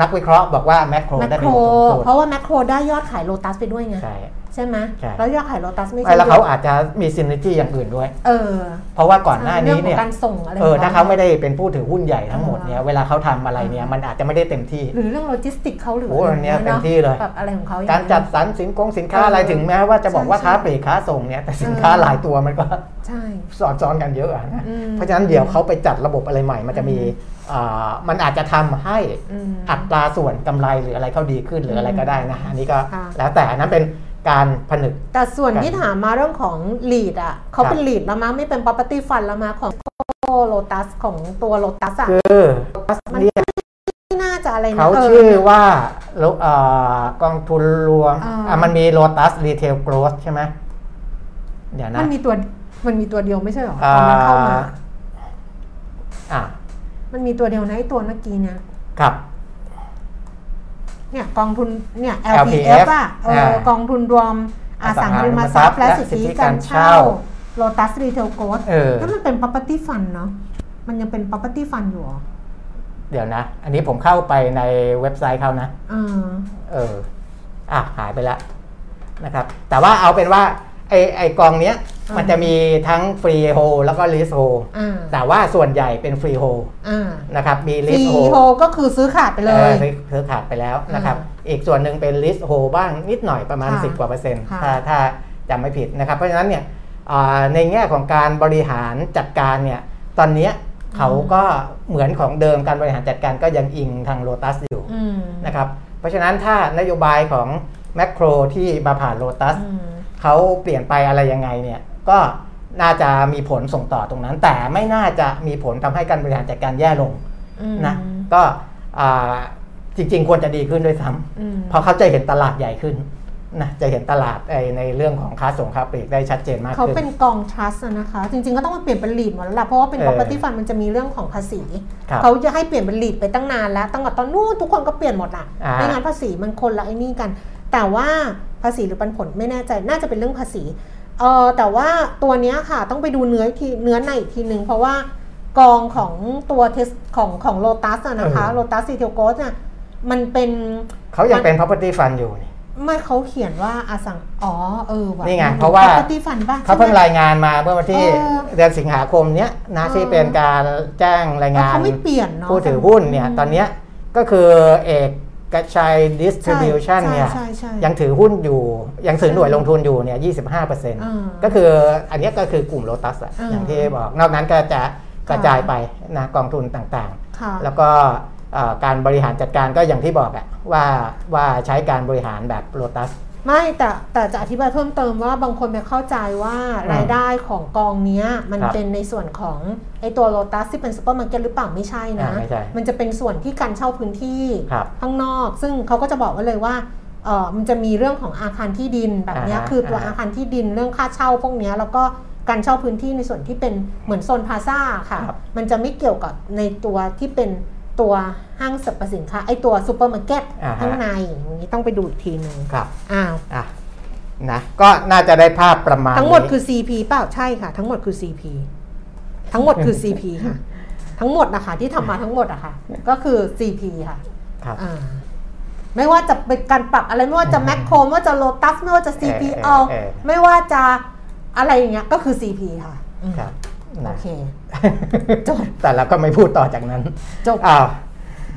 Speaker 3: นักวิเคราะห์บอกว่าแมคโคร
Speaker 2: แมค
Speaker 3: ได้
Speaker 2: โคร
Speaker 3: ประโยชน์สูงสุด
Speaker 2: เพราะว่าแมคโครได้ยอดขายโลตัสไปด้วยไง
Speaker 3: ใช่
Speaker 2: ใช่ไหม
Speaker 3: ใช่
Speaker 2: แล้วยอดขายโลตัสไม่ใช่
Speaker 3: แล้วเขาอาจจะมีซินเนจี้อย่างอื่นด้วย
Speaker 2: เออ
Speaker 3: เพราะว่าก่อนหน้านี้
Speaker 2: เรื่
Speaker 3: เนี่
Speaker 2: อย งของการส่งอะไร
Speaker 3: เออ
Speaker 2: ขง
Speaker 3: ถ้าเขาไม่ได้เป็นผู้ถือหุ้นใหญ่ทั้งหมดเนี่ยเวลาเขาทำอะไรเนี่ยมันอาจจะไม่ได้เต็มที่
Speaker 2: หรือเรื่องโลจิสติกส์เขาหรือ
Speaker 3: โอ้อันเนี้ย
Speaker 2: ะไร
Speaker 3: เต็มที่เลย
Speaker 2: แบบอะไรของเขาอย่ง
Speaker 3: การ
Speaker 2: เงี้ย
Speaker 3: จัดสรรสินคงสินค้า
Speaker 2: เอออ
Speaker 3: อะไรถึงแม้ว่าจะบอกว่า
Speaker 2: ใช่ใช่
Speaker 3: ค้าปลีกค้าส่งเนี่ยแต่สินค้าหลายตัวมันก็
Speaker 2: ใช่
Speaker 3: สอดซ้อนกันเยอะอะนะ
Speaker 2: อืม
Speaker 3: เพราะฉะนั้นเดี๋ยวเขาไปจัดระบบอะไรใหม่ มันจะมี
Speaker 2: อืม
Speaker 3: อ่ามันอาจจะทำให้
Speaker 2: อืม
Speaker 3: อัตราส่วนกำไรหรืออะไรเขาดีขึ้นหรืออะไรก็ได้นะ อันนี้ก็
Speaker 2: ค่ะ
Speaker 3: แล้วแต่อันนั้นเป็นการผนึก
Speaker 2: แต่ส่วน
Speaker 3: กัน
Speaker 2: ที่ถามมาเรื่องของ lead อ่ะเขาเป็น lead แล้วมั้งไม่เป็น property fund แล้วมั้งของโลตัสของตัวโลตัสอ่ะ
Speaker 3: คือ
Speaker 2: มัน
Speaker 3: เนี่ย
Speaker 2: ไม่น่าจะอะไรนะ
Speaker 3: เขา
Speaker 2: ออ
Speaker 3: ชื่อว่าโลเอ่อกองทุนรวม
Speaker 2: อ่า
Speaker 3: อ่ะมันมีโ o ตัสรีเทลโก w t h ใช่ไหมเดี๋ยวนะ
Speaker 2: มันมีตัวมันมีตัวเดียวไม่ใช่เหรอตอนนั้นเข้ามา
Speaker 3: อ่า อ่ะ
Speaker 2: มันมีตัวเดียวนะไอ้ตัวเมื่อกี้เนี่ย
Speaker 3: ครับ
Speaker 2: เนี่ยกองทุนเนี่ย
Speaker 3: LPF
Speaker 2: LPF อ่ะเออ
Speaker 3: อ่าก
Speaker 2: องทุนรวมอสังหาริมทรัพย์และสิทธิการเช่า Lotus Retail Growth
Speaker 3: เออ
Speaker 2: แล้วมันเป็น property fund เนาะมันยังเป็น property fund อยู่เหรอ
Speaker 3: เดี๋ยวนะ อันนี้ผมเข้าไปในเว็บไซต์เขานะ
Speaker 2: เออ
Speaker 3: เออ อ่ะ หายไปแล้วนะครับ แต่ว่าเอาเป็นว่า ไอไอกองเนี้ย
Speaker 2: อ่ามั
Speaker 3: มันจะมีทั้งฟรีโฮแล้วก็ลิสโฮ
Speaker 2: อ่า
Speaker 3: แต่ว่าส่วนใหญ่เป็นฟรีโฮ
Speaker 2: อ่า
Speaker 3: นะครับ มี
Speaker 2: ฟ
Speaker 3: ลิส
Speaker 2: รี
Speaker 3: โฮ
Speaker 2: โฮก็คือซื้อขาดไปเลย
Speaker 3: เธอขาดไปแล้วนะครับ
Speaker 2: อ่
Speaker 3: อีกส่วนหนึ่งเป็นลิสโฮบ้างนิดหน่อยประมาณ
Speaker 2: ค่ะ
Speaker 3: 10 กว่าเปอร์เซ็นต์
Speaker 2: ค่ะ
Speaker 3: ถ้าถ้าจำไม่ผิดนะครับ เพราะฉะนั้นเนี่ยอ่าในแง่ของการบริหารจัดการเนี่ย ตอนเนี้ยเขาก็เหมือนของเดิมการบริหารจัดการก็ยังอิงทางโ o ตัสอยู่
Speaker 2: อืม
Speaker 3: นะครับ เพราะฉะนั้นถ้านโยบายของแมคโครที่มาผ่านโ o ตัส
Speaker 4: อืม
Speaker 3: เขาเปลี่ยนไปอะไรยังไงเนี่ยก็น่าจะมีผลส่งต่อตรงนั้น แต่ไม่น่าจะมีผลทำให้การบริหารจัดการแย่ลง
Speaker 4: อืม
Speaker 3: นะก็อ่าจริง ๆ ควรจะดีขึ้นด้วยซ้ำ
Speaker 4: อืม
Speaker 3: เพราะเขาจะเห็นตลาดใหญ่ขึ้นนะจะเห็นตลาดไอ้ในเรื่องของค้าส่งค้าปลีกได้ชัดเจนมาก
Speaker 2: เขา
Speaker 3: ขึ้น
Speaker 2: เป็นกอง trust อะนะคะ จริงๆก็ต้องมาเปลี่ยนเป็น lead หมดแล้วล่ะเพราะว่าเป็น
Speaker 3: เออ
Speaker 2: property fund มันจะมีเรื่องของภาษี
Speaker 3: ครับ
Speaker 2: เขาจะให้เปลี่ยนเป็น lead ไปตั้งนานแล้ว ตั้งแต่ตอนนู้นทุกคนก็เปลี่ยนหมดอ่ะ
Speaker 3: อ่า
Speaker 2: ไม่งั้นภาษีมันคนละไอ้นี่กัน แต่ว่าภาษีหรือปันผลไม่แน่ใจน่าจะเป็นเรื่องภาษีเออแต่ว่าตัวเนี้ยค่ะต้องไปดูเนื้ออีกทีเนื้อในอีกทีหนึ่งเพราะว่ากองของตัวเทสของของโลตัสนะคะโลตัสซีเทลโกสเนี่ยมันเป็น
Speaker 3: เขายังเป็น property fund อยู่นี่
Speaker 2: ไม่เขาเขียนว่าอสังอ๋อเออว่ะ
Speaker 3: นี่ไงเพราะว่า
Speaker 2: ปฏิฟันบ้าง
Speaker 3: เขาเพิ่งรายงานมาเมื่อวันที่
Speaker 2: เออ
Speaker 3: เดือนสิงหาคมเนี้ยนะ
Speaker 2: เออ
Speaker 3: ที่เป็นการแจ้งรายงาน
Speaker 2: เขาไม่เปลี่ยนเนาะ
Speaker 3: ผู้ถือหุ้นเนี่ยตอนเนี้ยก็คือเอกกระชัย distribution
Speaker 2: ใช่
Speaker 3: เนี่ย
Speaker 2: ใช่ใช่ใช่
Speaker 3: ยังถือหุ้นอยู่ ยังถือหน่วยลงทุนอยู่เนี่ย25%ก็คืออันเนี้ยก็คือกลุ่มโ o ตัสอะ
Speaker 2: อ่า
Speaker 3: อย่างที่บอกนอกนั้นก็จะกระจายไปนะกองทุนต่างๆ
Speaker 2: ค่ะ
Speaker 3: แล้วก็เอ่อการบริหารจัดการก็อย่างที่บอกอะว่าว่าใช้การบริหารแบบโ o ตัส
Speaker 2: ไม่แต่แต่จะอธิบายเพิ่มเติมว่าบางคนไปเข้าใจว่า
Speaker 3: อืม
Speaker 2: รายได้ของกองเนี้ย มัน
Speaker 3: ครับ
Speaker 2: เป็นในส่วนของไอตัวโ o ตัสที่เป็นซูเปอร์มาร์เก็ตหรือเปล่าไม่ใช่นะ
Speaker 3: อ่าไม่ใช่
Speaker 2: มันจะเป็นส่วนที่การเช่าพื้นที่
Speaker 3: ครับ
Speaker 2: ข้างนอก ซึ่งเขาก็จะบอกไว้เลยว่าเออมันจะมีเรื่องของอาคารที่ดินแบบเนี้ย
Speaker 3: อ่าฮะ
Speaker 2: คือตัว
Speaker 3: อ่าฮะ
Speaker 2: อาคารที่ดินเรื่องค่าเช่าพวกเนี้ยแล้วก็การเช่าพื้นที่ในส่วนที่เป็นเหมือนโซนพลาซ่าค่ะ
Speaker 3: ครับ
Speaker 2: มันจะไม่เกี่ยวกับในตัวที่เป็นตัวห้างสรรพสินค้าไอตัวซูเปอร์มาร์เก็ต
Speaker 3: อ่าฮะ
Speaker 2: ข้างในอย่างนี้ต้องไปดูอีกทีหนึ่ง
Speaker 3: ครับ
Speaker 2: อ้าว
Speaker 3: อ่ะนะก็น่าจะได้ภาพประมาณ
Speaker 2: ทั้งหมด
Speaker 3: นี้
Speaker 2: คือ CP เปล่าใช่ค่ะ ทั้งหมดคือ CP ทั้งหมดคือ CP ค่ะ ทั้งหมดนะคะที่ทำมาทั้งหมดอะค่ะ ก็คือ CP ค่ะ
Speaker 3: ครับ
Speaker 2: อ่าไม่ว่าจะเป็นการปรับอะไรไม่ว่าจะ
Speaker 3: อืม
Speaker 2: แมคโครไม่ว่าจะโลตัสไม่ว่าจะ CP
Speaker 3: เออเออ
Speaker 2: เอา
Speaker 3: เออ
Speaker 2: ไม่ว่าจะอะไรอย่างเงี้ยก็คือ CP ค่ะ
Speaker 3: ครับ
Speaker 2: โอ
Speaker 3: นะ
Speaker 2: เค จบ
Speaker 3: แต่เราก็ไม่พูดต่อจากนั้น
Speaker 2: จบ
Speaker 3: อ้าว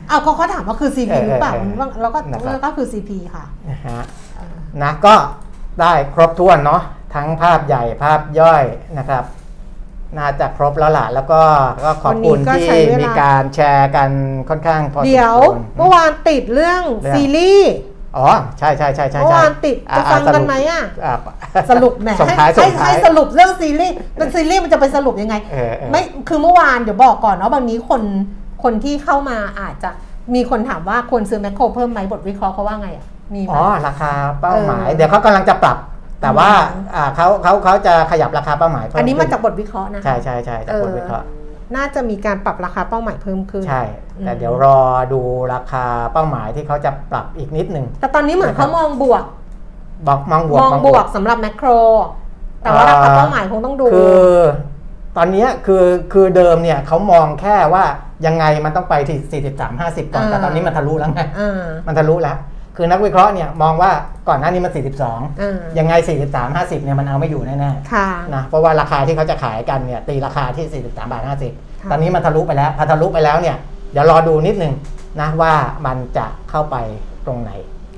Speaker 2: เอาเขาเขาถามว่าคือ CP
Speaker 3: เออ
Speaker 2: หรือเปล่า
Speaker 3: เออเออ
Speaker 2: มันแล้วก็
Speaker 3: นะครับ
Speaker 2: แล้วก็คือ CP ค่ะ
Speaker 3: นะฮะ
Speaker 2: อ่า
Speaker 3: นะก็ได้ครบถ้วนเนาะทั้งภาพใหญ่ภาพย่อยนะครับ น่าจะครบแล้วล่ะ แล้วก็ก็ขอบคุณ
Speaker 2: วันนี้ก็
Speaker 3: ที่
Speaker 2: ใช้เวลามี
Speaker 3: มีการแชร์กันค่อนข้างพอสมควร
Speaker 2: เดี๋ยวเมื่อวานติดเรื่อง
Speaker 3: เรื่อง
Speaker 2: ซีรีส์
Speaker 3: อ๋อใช่ใช่ใช่ใช่
Speaker 2: เมื่อ
Speaker 3: ใช่
Speaker 2: วานติดจะฟังกันไหมอะ
Speaker 3: อ่า
Speaker 2: สรุปแหม
Speaker 3: [LAUGHS] ส่งท้ายส่
Speaker 2: ให้
Speaker 3: งท้า
Speaker 2: ให้
Speaker 3: ย
Speaker 2: สรุปเรื่องซีรีส์มันซีรีส์มันจะไปสรุปยังไง
Speaker 3: เออเออ
Speaker 2: ไม่คือเมื่อวานเดี๋ยวบอกก่อนเนาะบางนี้คนคนที่เข้ามาอาจจะมีคนถามว่าควรซื้อแมคโครเพิ่มไหมบทวิเคราะห์เขาว่าไงอ่ะ มีไหม
Speaker 3: อ๋อ ราคาเป้าหมาย
Speaker 2: เออ
Speaker 3: เดี๋ยวเขากำลังจะปรับ แต่ว่าอ่าเขาเขาเขาจะขยับราคาเป้าหมายเพิ่ม
Speaker 2: อันนี้มาจากบ
Speaker 3: ขึ้
Speaker 2: ทวิเคราะห์นะ
Speaker 3: ใช่ใช่ใช่จาก
Speaker 2: เอ
Speaker 3: ค
Speaker 2: อน
Speaker 3: วิเคราะห์
Speaker 2: น่าจะมีการปรับราคาเป้าหมายเพิ่มขึ้น
Speaker 3: ใช่ แต่
Speaker 2: อืม
Speaker 3: เดี๋ยวรอดูราคาเป้าหมายที่เขาจะปรับอีกนิดหนึ่ง
Speaker 2: แต่ตอนนี้เหมือนเขามองบวก
Speaker 3: บอกมองบวก
Speaker 2: มองบวกสำหรับแมคโคร แต่ว่าราคาเป้าหมายคงต้องดู
Speaker 3: คือ ตอนเนี้ยคือคือเดิมเนี่ยเขามองแค่ว่ายังไงมันต้องไปที่ 43 50 ก่อน แต่
Speaker 2: อ่า
Speaker 3: ตอนนี้มันทะลุแล้วไง
Speaker 2: อ่า
Speaker 3: มันทะลุแล้ว คือนักวิเคราะห์เนี่ยมองว่าก่อนหน้านี้มัน 42
Speaker 2: อ่า
Speaker 3: ยังไง 43 50เนี่ยมันเอาไม่อยู่แน่ๆ
Speaker 2: ค่ะ
Speaker 3: นะเพราะว่าราคาที่เขาจะขายกันเนี่ยตีราคาที่ 43 บาท
Speaker 2: ค่ะ
Speaker 3: 50 ตอนนี้มันทะลุไปแล้วพอทะลุไปแล้วเนี่ยเดี๋ยวรอดูนิดนึงนะว่ามันจะเข้าไปตรงไหน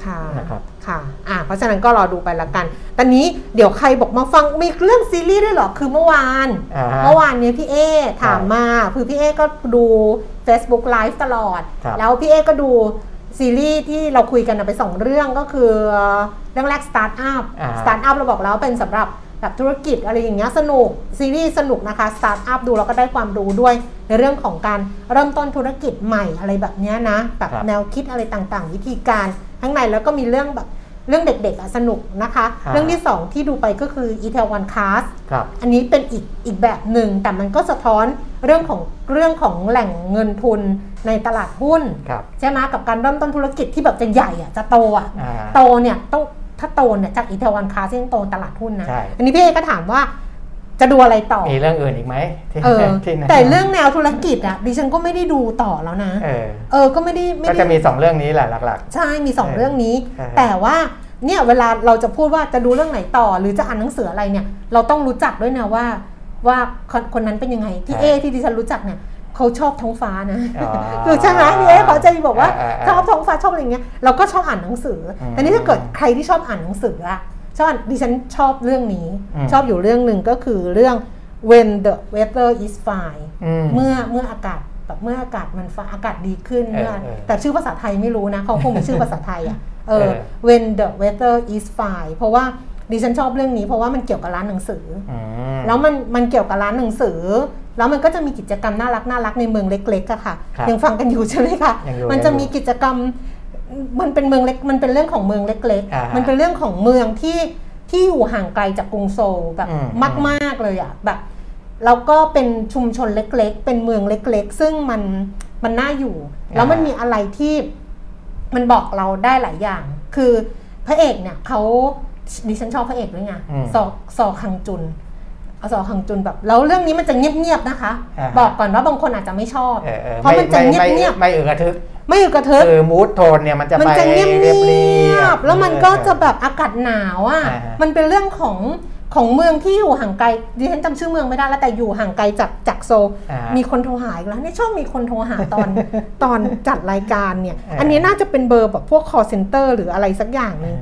Speaker 2: ค่ะ
Speaker 3: นะครับ
Speaker 2: ค่ะ อ่า เพราะฉะนั้นก็รอดูไปละกัน ตอนนี้เดี๋ยวใครบอกมาฟังมีเรื่องซีรีส์ด้วยเหรอ คือเมื่อวาน
Speaker 3: อ่าฮะ
Speaker 2: เมื่อวานเนี้ยพี่เอถามมา คือพี่เอก็ดู Facebook Live ตลอด
Speaker 3: ครับ
Speaker 2: แล้วพี่เอก็ดูซีรีส์ที่เราคุยกันนะไปสองเรื่องก็คือเรื่องแรก Startup
Speaker 3: อ่า
Speaker 2: Startup เราบอกแล้วเป็นสำหรับแบบธุรกิจอะไรอย่างเงี้ยสนุก ซีรีส์สนุกนะคะ Startup ดูแล้วก็ได้ความรู้ด้วย ในเรื่องของการเริ่มต้นธุรกิจใหม่อะไรแบบเนี้ยนะแบบ
Speaker 3: ครับ
Speaker 2: แนวคิดอะไรต่างๆ วิธีการข้างในแล้วก็มีเรื่องแบบเรื่องเด็กๆอะสนุกนะคะ
Speaker 3: ครับ
Speaker 2: เรื่องที่สองที่ดูไปก็คือ e t a l o n Class
Speaker 3: ครับ
Speaker 2: อันนี้เป็นอีกอีกแบบหนึ่งแต่มันก็สะท้อนเรื่องของเรื่องของแหล่งเงินทุนในตลาดหุ้น
Speaker 3: ครับ
Speaker 2: ใช่ไหมกับการเริ่มต้นธุรกิจที่แบบจะใหญ่อะจะโตอะ
Speaker 3: อ่า
Speaker 2: โตเนี่ยต้องถ้าโตเนี่ยจากอีเทวันคาซึ่งโตตลาดหุ้นนะ
Speaker 3: ใช่
Speaker 2: อันนี้พี่เอก็ถามว่าจะดูอะไรต่อ
Speaker 3: มีเรื่องอื่นอีกไหมที่
Speaker 2: เออ
Speaker 3: ที่แนะนำ
Speaker 2: แต่เรื่องแนวธุรกิจอะดิฉันก็ไม่ได้ดูต่อแล้วนะ
Speaker 3: เออ
Speaker 2: เออก็ไม่ได้ไม่
Speaker 3: ก็
Speaker 2: ได้
Speaker 3: จะมี 2 เรื่องนี้แหละหลัก
Speaker 2: ใช่ มีสอง
Speaker 3: เออ
Speaker 2: เรื่องนี้
Speaker 3: ใช่ครับ
Speaker 2: แต่ว่า เนี่ย เวลาเราจะพูดว่าจะดูเรื่องไหนต่อ หรือจะอ่านหนังสืออะไรเนี่ย เราต้องรู้จักด้วยนะว่า ว่าคนคนนั้นเป็นยังไง ที่
Speaker 3: ใช่
Speaker 2: เอที่ดิฉันรู้จักเนี่ย เขาชอบท้องฟ้านะ
Speaker 3: อ๋อ
Speaker 2: คือใช่ไหมพี่เอเขาจะบอกว่า
Speaker 3: เออเออเออ
Speaker 2: ชอบท้องฟ้าชอบอะไรเงี้ย เราก็ชอบอ่านหนังสืออ
Speaker 3: ม
Speaker 2: แต่นี่ถ้าเกิดใครที่ชอบอ่านหนังสืออะชอบอ่านดิฉันชอบเรื่องนี้
Speaker 3: อืม
Speaker 2: ชอบอยู่เรื่องหนึ่งก็คือเรื่อง when the weather is fine
Speaker 3: ๆอืม
Speaker 2: เมื่อเมื่ออากาศ แบบเมื่ออากาศมันฟ้าอากาศดีขึ้น
Speaker 3: เออ
Speaker 2: เมื่อ
Speaker 3: เออ
Speaker 2: แต่ชื่อภาษาไทยไม่รู้นะเขาคงมีชื่อภาษาไทย
Speaker 3: [LAUGHS]
Speaker 2: อ่ะเออ
Speaker 3: เออ
Speaker 2: when the weather is fine เพราะว่าดิฉันชอบเรื่องนี้เพราะว่ามันเกี่ยวกับร้านหนังสือ
Speaker 3: อืม
Speaker 2: แล้วมันมันเกี่ยวกับร้านหนังสือ แล้วมันก็จะมีกิจกรรมน่ารักน่ารักในเมืองเล็กๆอะค่ะ
Speaker 3: ครับ
Speaker 2: ยังฟังกันอยู่ใช่ไหมคะ
Speaker 3: ยังอยู่
Speaker 2: มันจะมีกิจกรรมมันเป็นเมืองเล็กมันเป็นเรื่องของเมืองเล็ก
Speaker 3: อ่าฮะ
Speaker 2: ๆ มันเป็นเรื่องของเมืองที่ที่อยู่ห่างไกลจากกรุงโซลแบบ
Speaker 3: อืม
Speaker 2: มาก ๆเลยอะแบบแล้วก็เป็นชุมชนเล็กๆ เป็นเมืองเล็กๆ ซึ่งมันมันน่าอยู่ แล้วมันมีอะไรที่ มันบอกเราได้หลายอย่าง คือพระเอกเนี่ยเขาดิฉันชอบพระเอกด้วยไง
Speaker 3: อืม
Speaker 2: ซอซอคังจุนเอาซอคังจุนแบบ แล้วเรื่องนี้มันจะเงียบๆนะคะ
Speaker 3: อ่าฮะ
Speaker 2: บอกก่อนว่าบางคนอาจจะไม่ชอบ
Speaker 3: เออออ
Speaker 2: เพราะมันจะเ
Speaker 3: ไม่
Speaker 2: งียบ
Speaker 3: ไม่ไม่เอือกระทึก
Speaker 2: ๆ ไม่อยู่กระทึบ
Speaker 3: คือมูดโทนเนี่ยมันจะ
Speaker 2: มัน
Speaker 3: ไป
Speaker 2: จะเงีย
Speaker 3: เรียบเรีย
Speaker 2: บบ ๆแล้วมันก็จะแบบอากาศหนาวอ่ะ
Speaker 3: อ่าฮะ
Speaker 2: มันเป็นเรื่องของของเมืองที่อยู่ห่างไกลดิฉันจำชื่อเมืองไม่ได้แล้วแต่อยู่ห่างไกลจากจากโซล
Speaker 3: อ่า
Speaker 2: มีคนโทรหาอีกแล้วเนี่ยชอบมีคนโทรหาตอน [LAUGHS] ตอนจัดรายการเนี่ย
Speaker 3: เอออั
Speaker 2: อันนี้น่าจะเป็นเบอร์แบบพวก call center หรืออะไรสักอย่างหนึง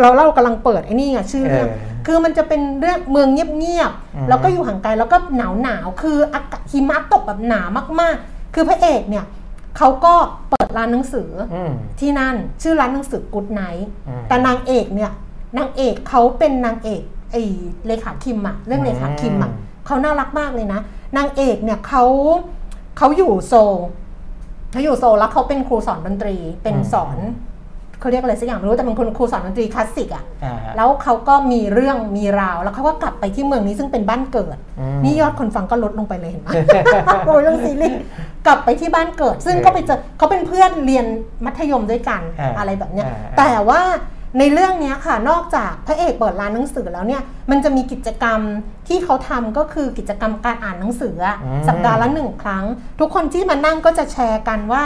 Speaker 2: เราเรากำลังเปิดไอ้นี่ไงชื่อเรื่อง
Speaker 3: เออ
Speaker 2: คือมันจะเป็นเรื่องเมืองเงียบ
Speaker 3: อืม
Speaker 2: ๆแล้วก็อยู่ห่างไกลแล้วก็หนาวหนาวๆคืออากาศหิมะตกแบบหนามากๆ คือพระเอกเนี่ยเขาก็เปิดร้านหนังสืออ
Speaker 3: อืม
Speaker 2: ที่นั่นชื่อร้านหนังสือกู๊ดไนท์
Speaker 3: อืม
Speaker 2: แต่นางเอกเนี่ยนางเอกเขาเป็นนางเอกไอ้เลขาคิมอะเรื่องเลขาคิมอะ
Speaker 3: อืม
Speaker 2: เขาน่ารักมากเลยนะ นางเอกเนี่ยเขาเขาอยู่โซลเขาอยู่โซลแล้วเขาเป็นครูสอนดนตรี เป็น
Speaker 3: อืม
Speaker 2: สอนเขาเรียกอะไรสักอย่างไม่รู้แต่เป็นคนครูสอนดนตรีคลาสสิกอะ
Speaker 3: อ่าฮะ
Speaker 2: แล้วเขาก็มีเรื่องมีราว แล้วเขาก็กลับไปที่เมืองนี้ซึ่งเป็นบ้านเกิด
Speaker 3: ม
Speaker 2: นี่ยอดคนฟังก็ลดลงไปเลยเห็
Speaker 3: [LAUGHS]
Speaker 2: นไหม โอ้ยเรื่องซีรีส์กลับไปที่บ้านเกิด ซึ่งก็ไปเจอเขาเป็นเพื่อนเรียนมัธยมด้วยกัน
Speaker 3: อ่า
Speaker 2: อะไรแบบเนี้ย
Speaker 3: อ่าอ่า
Speaker 2: แต่ว่าในเรื่องเนี้ยค่ะ นอกจากพระเอกเปิดร้านหนังสือแล้วเนี่ย มันจะมีกิจกรรมที่เขาทำก็คือกิจกรรมการอ่านหนังสืออะสัปดาห์ละหนึ่งครั้ง ทุกคนที่มานั่งก็จะแชร์กันว่า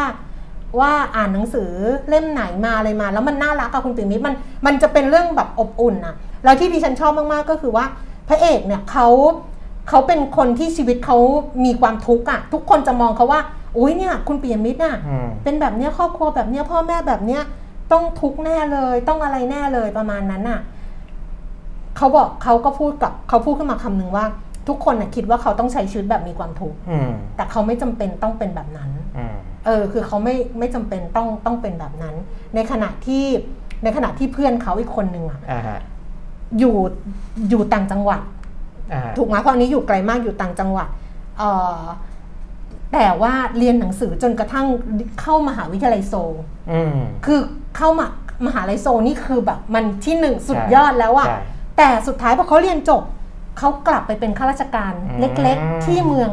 Speaker 2: ว่าอ่านหนังสือเล่มไหนมาอะไรมา แล้วมันน่ารักอะคุณปิ่มมิตรมันมันจะเป็นเรื่องแบบอบอุ่นอะแล้วที่ดิฉันชอบมาก ๆ ก็คือว่าพระเอกเนี่ยเขาเขาเป็นคนที่ชีวิตเขามีความทุกข์อะทุกคนจะมองเขาว่าอุ้ยเนี่ย คุณปิยมิตรอะ
Speaker 3: อืม
Speaker 2: เป็นแบบเนี้ยครอบครัวแบบเนี้ยพ่อแม่แบบเนี้ยต้องทุกข์แน่เลย ต้องอะไรแน่เลยประมาณนั้นอะเขาบอกเขาก็พูดกับเขาพูดขึ้นมาคำหนึงว่า ทุกคนน่ะคิดว่าเขาต้องใช้ชีวิตแบบมีความทุกข์
Speaker 3: อืม
Speaker 2: แต่เขาไม่จำเป็นต้องเป็นแบบนั้น
Speaker 3: อืม
Speaker 2: เออคือเขาไม่ไม่จำเป็นต้องต้องเป็นแบบนั้น ในขณะที่ในขณะที่เพื่อนเขาอีกคนนึงอะ
Speaker 3: อ่าฮะ
Speaker 2: อยู่อยู่ต่างจังหวัด
Speaker 3: อ่าฮะ
Speaker 2: ถูกไหมเพราะอันนี้อยู่ไกลมากอยู่ต่างจังหวัดเออแต่ว่าเรียนหนังสือจนกระทั่งเข้ามหาวิทยาลัยโซล
Speaker 3: อืม
Speaker 2: คือเข้ามามหาลัยโซลนี่คือแบบมันที่หนึ่งสุด
Speaker 3: ใช่
Speaker 2: ยอดแล้วอะ
Speaker 3: ใช่
Speaker 2: แต่สุดท้ายพอเขาเรียนจบเขากลับไปเป็นข้าราชการ
Speaker 3: อืม
Speaker 2: เล็กๆ ที่เมือง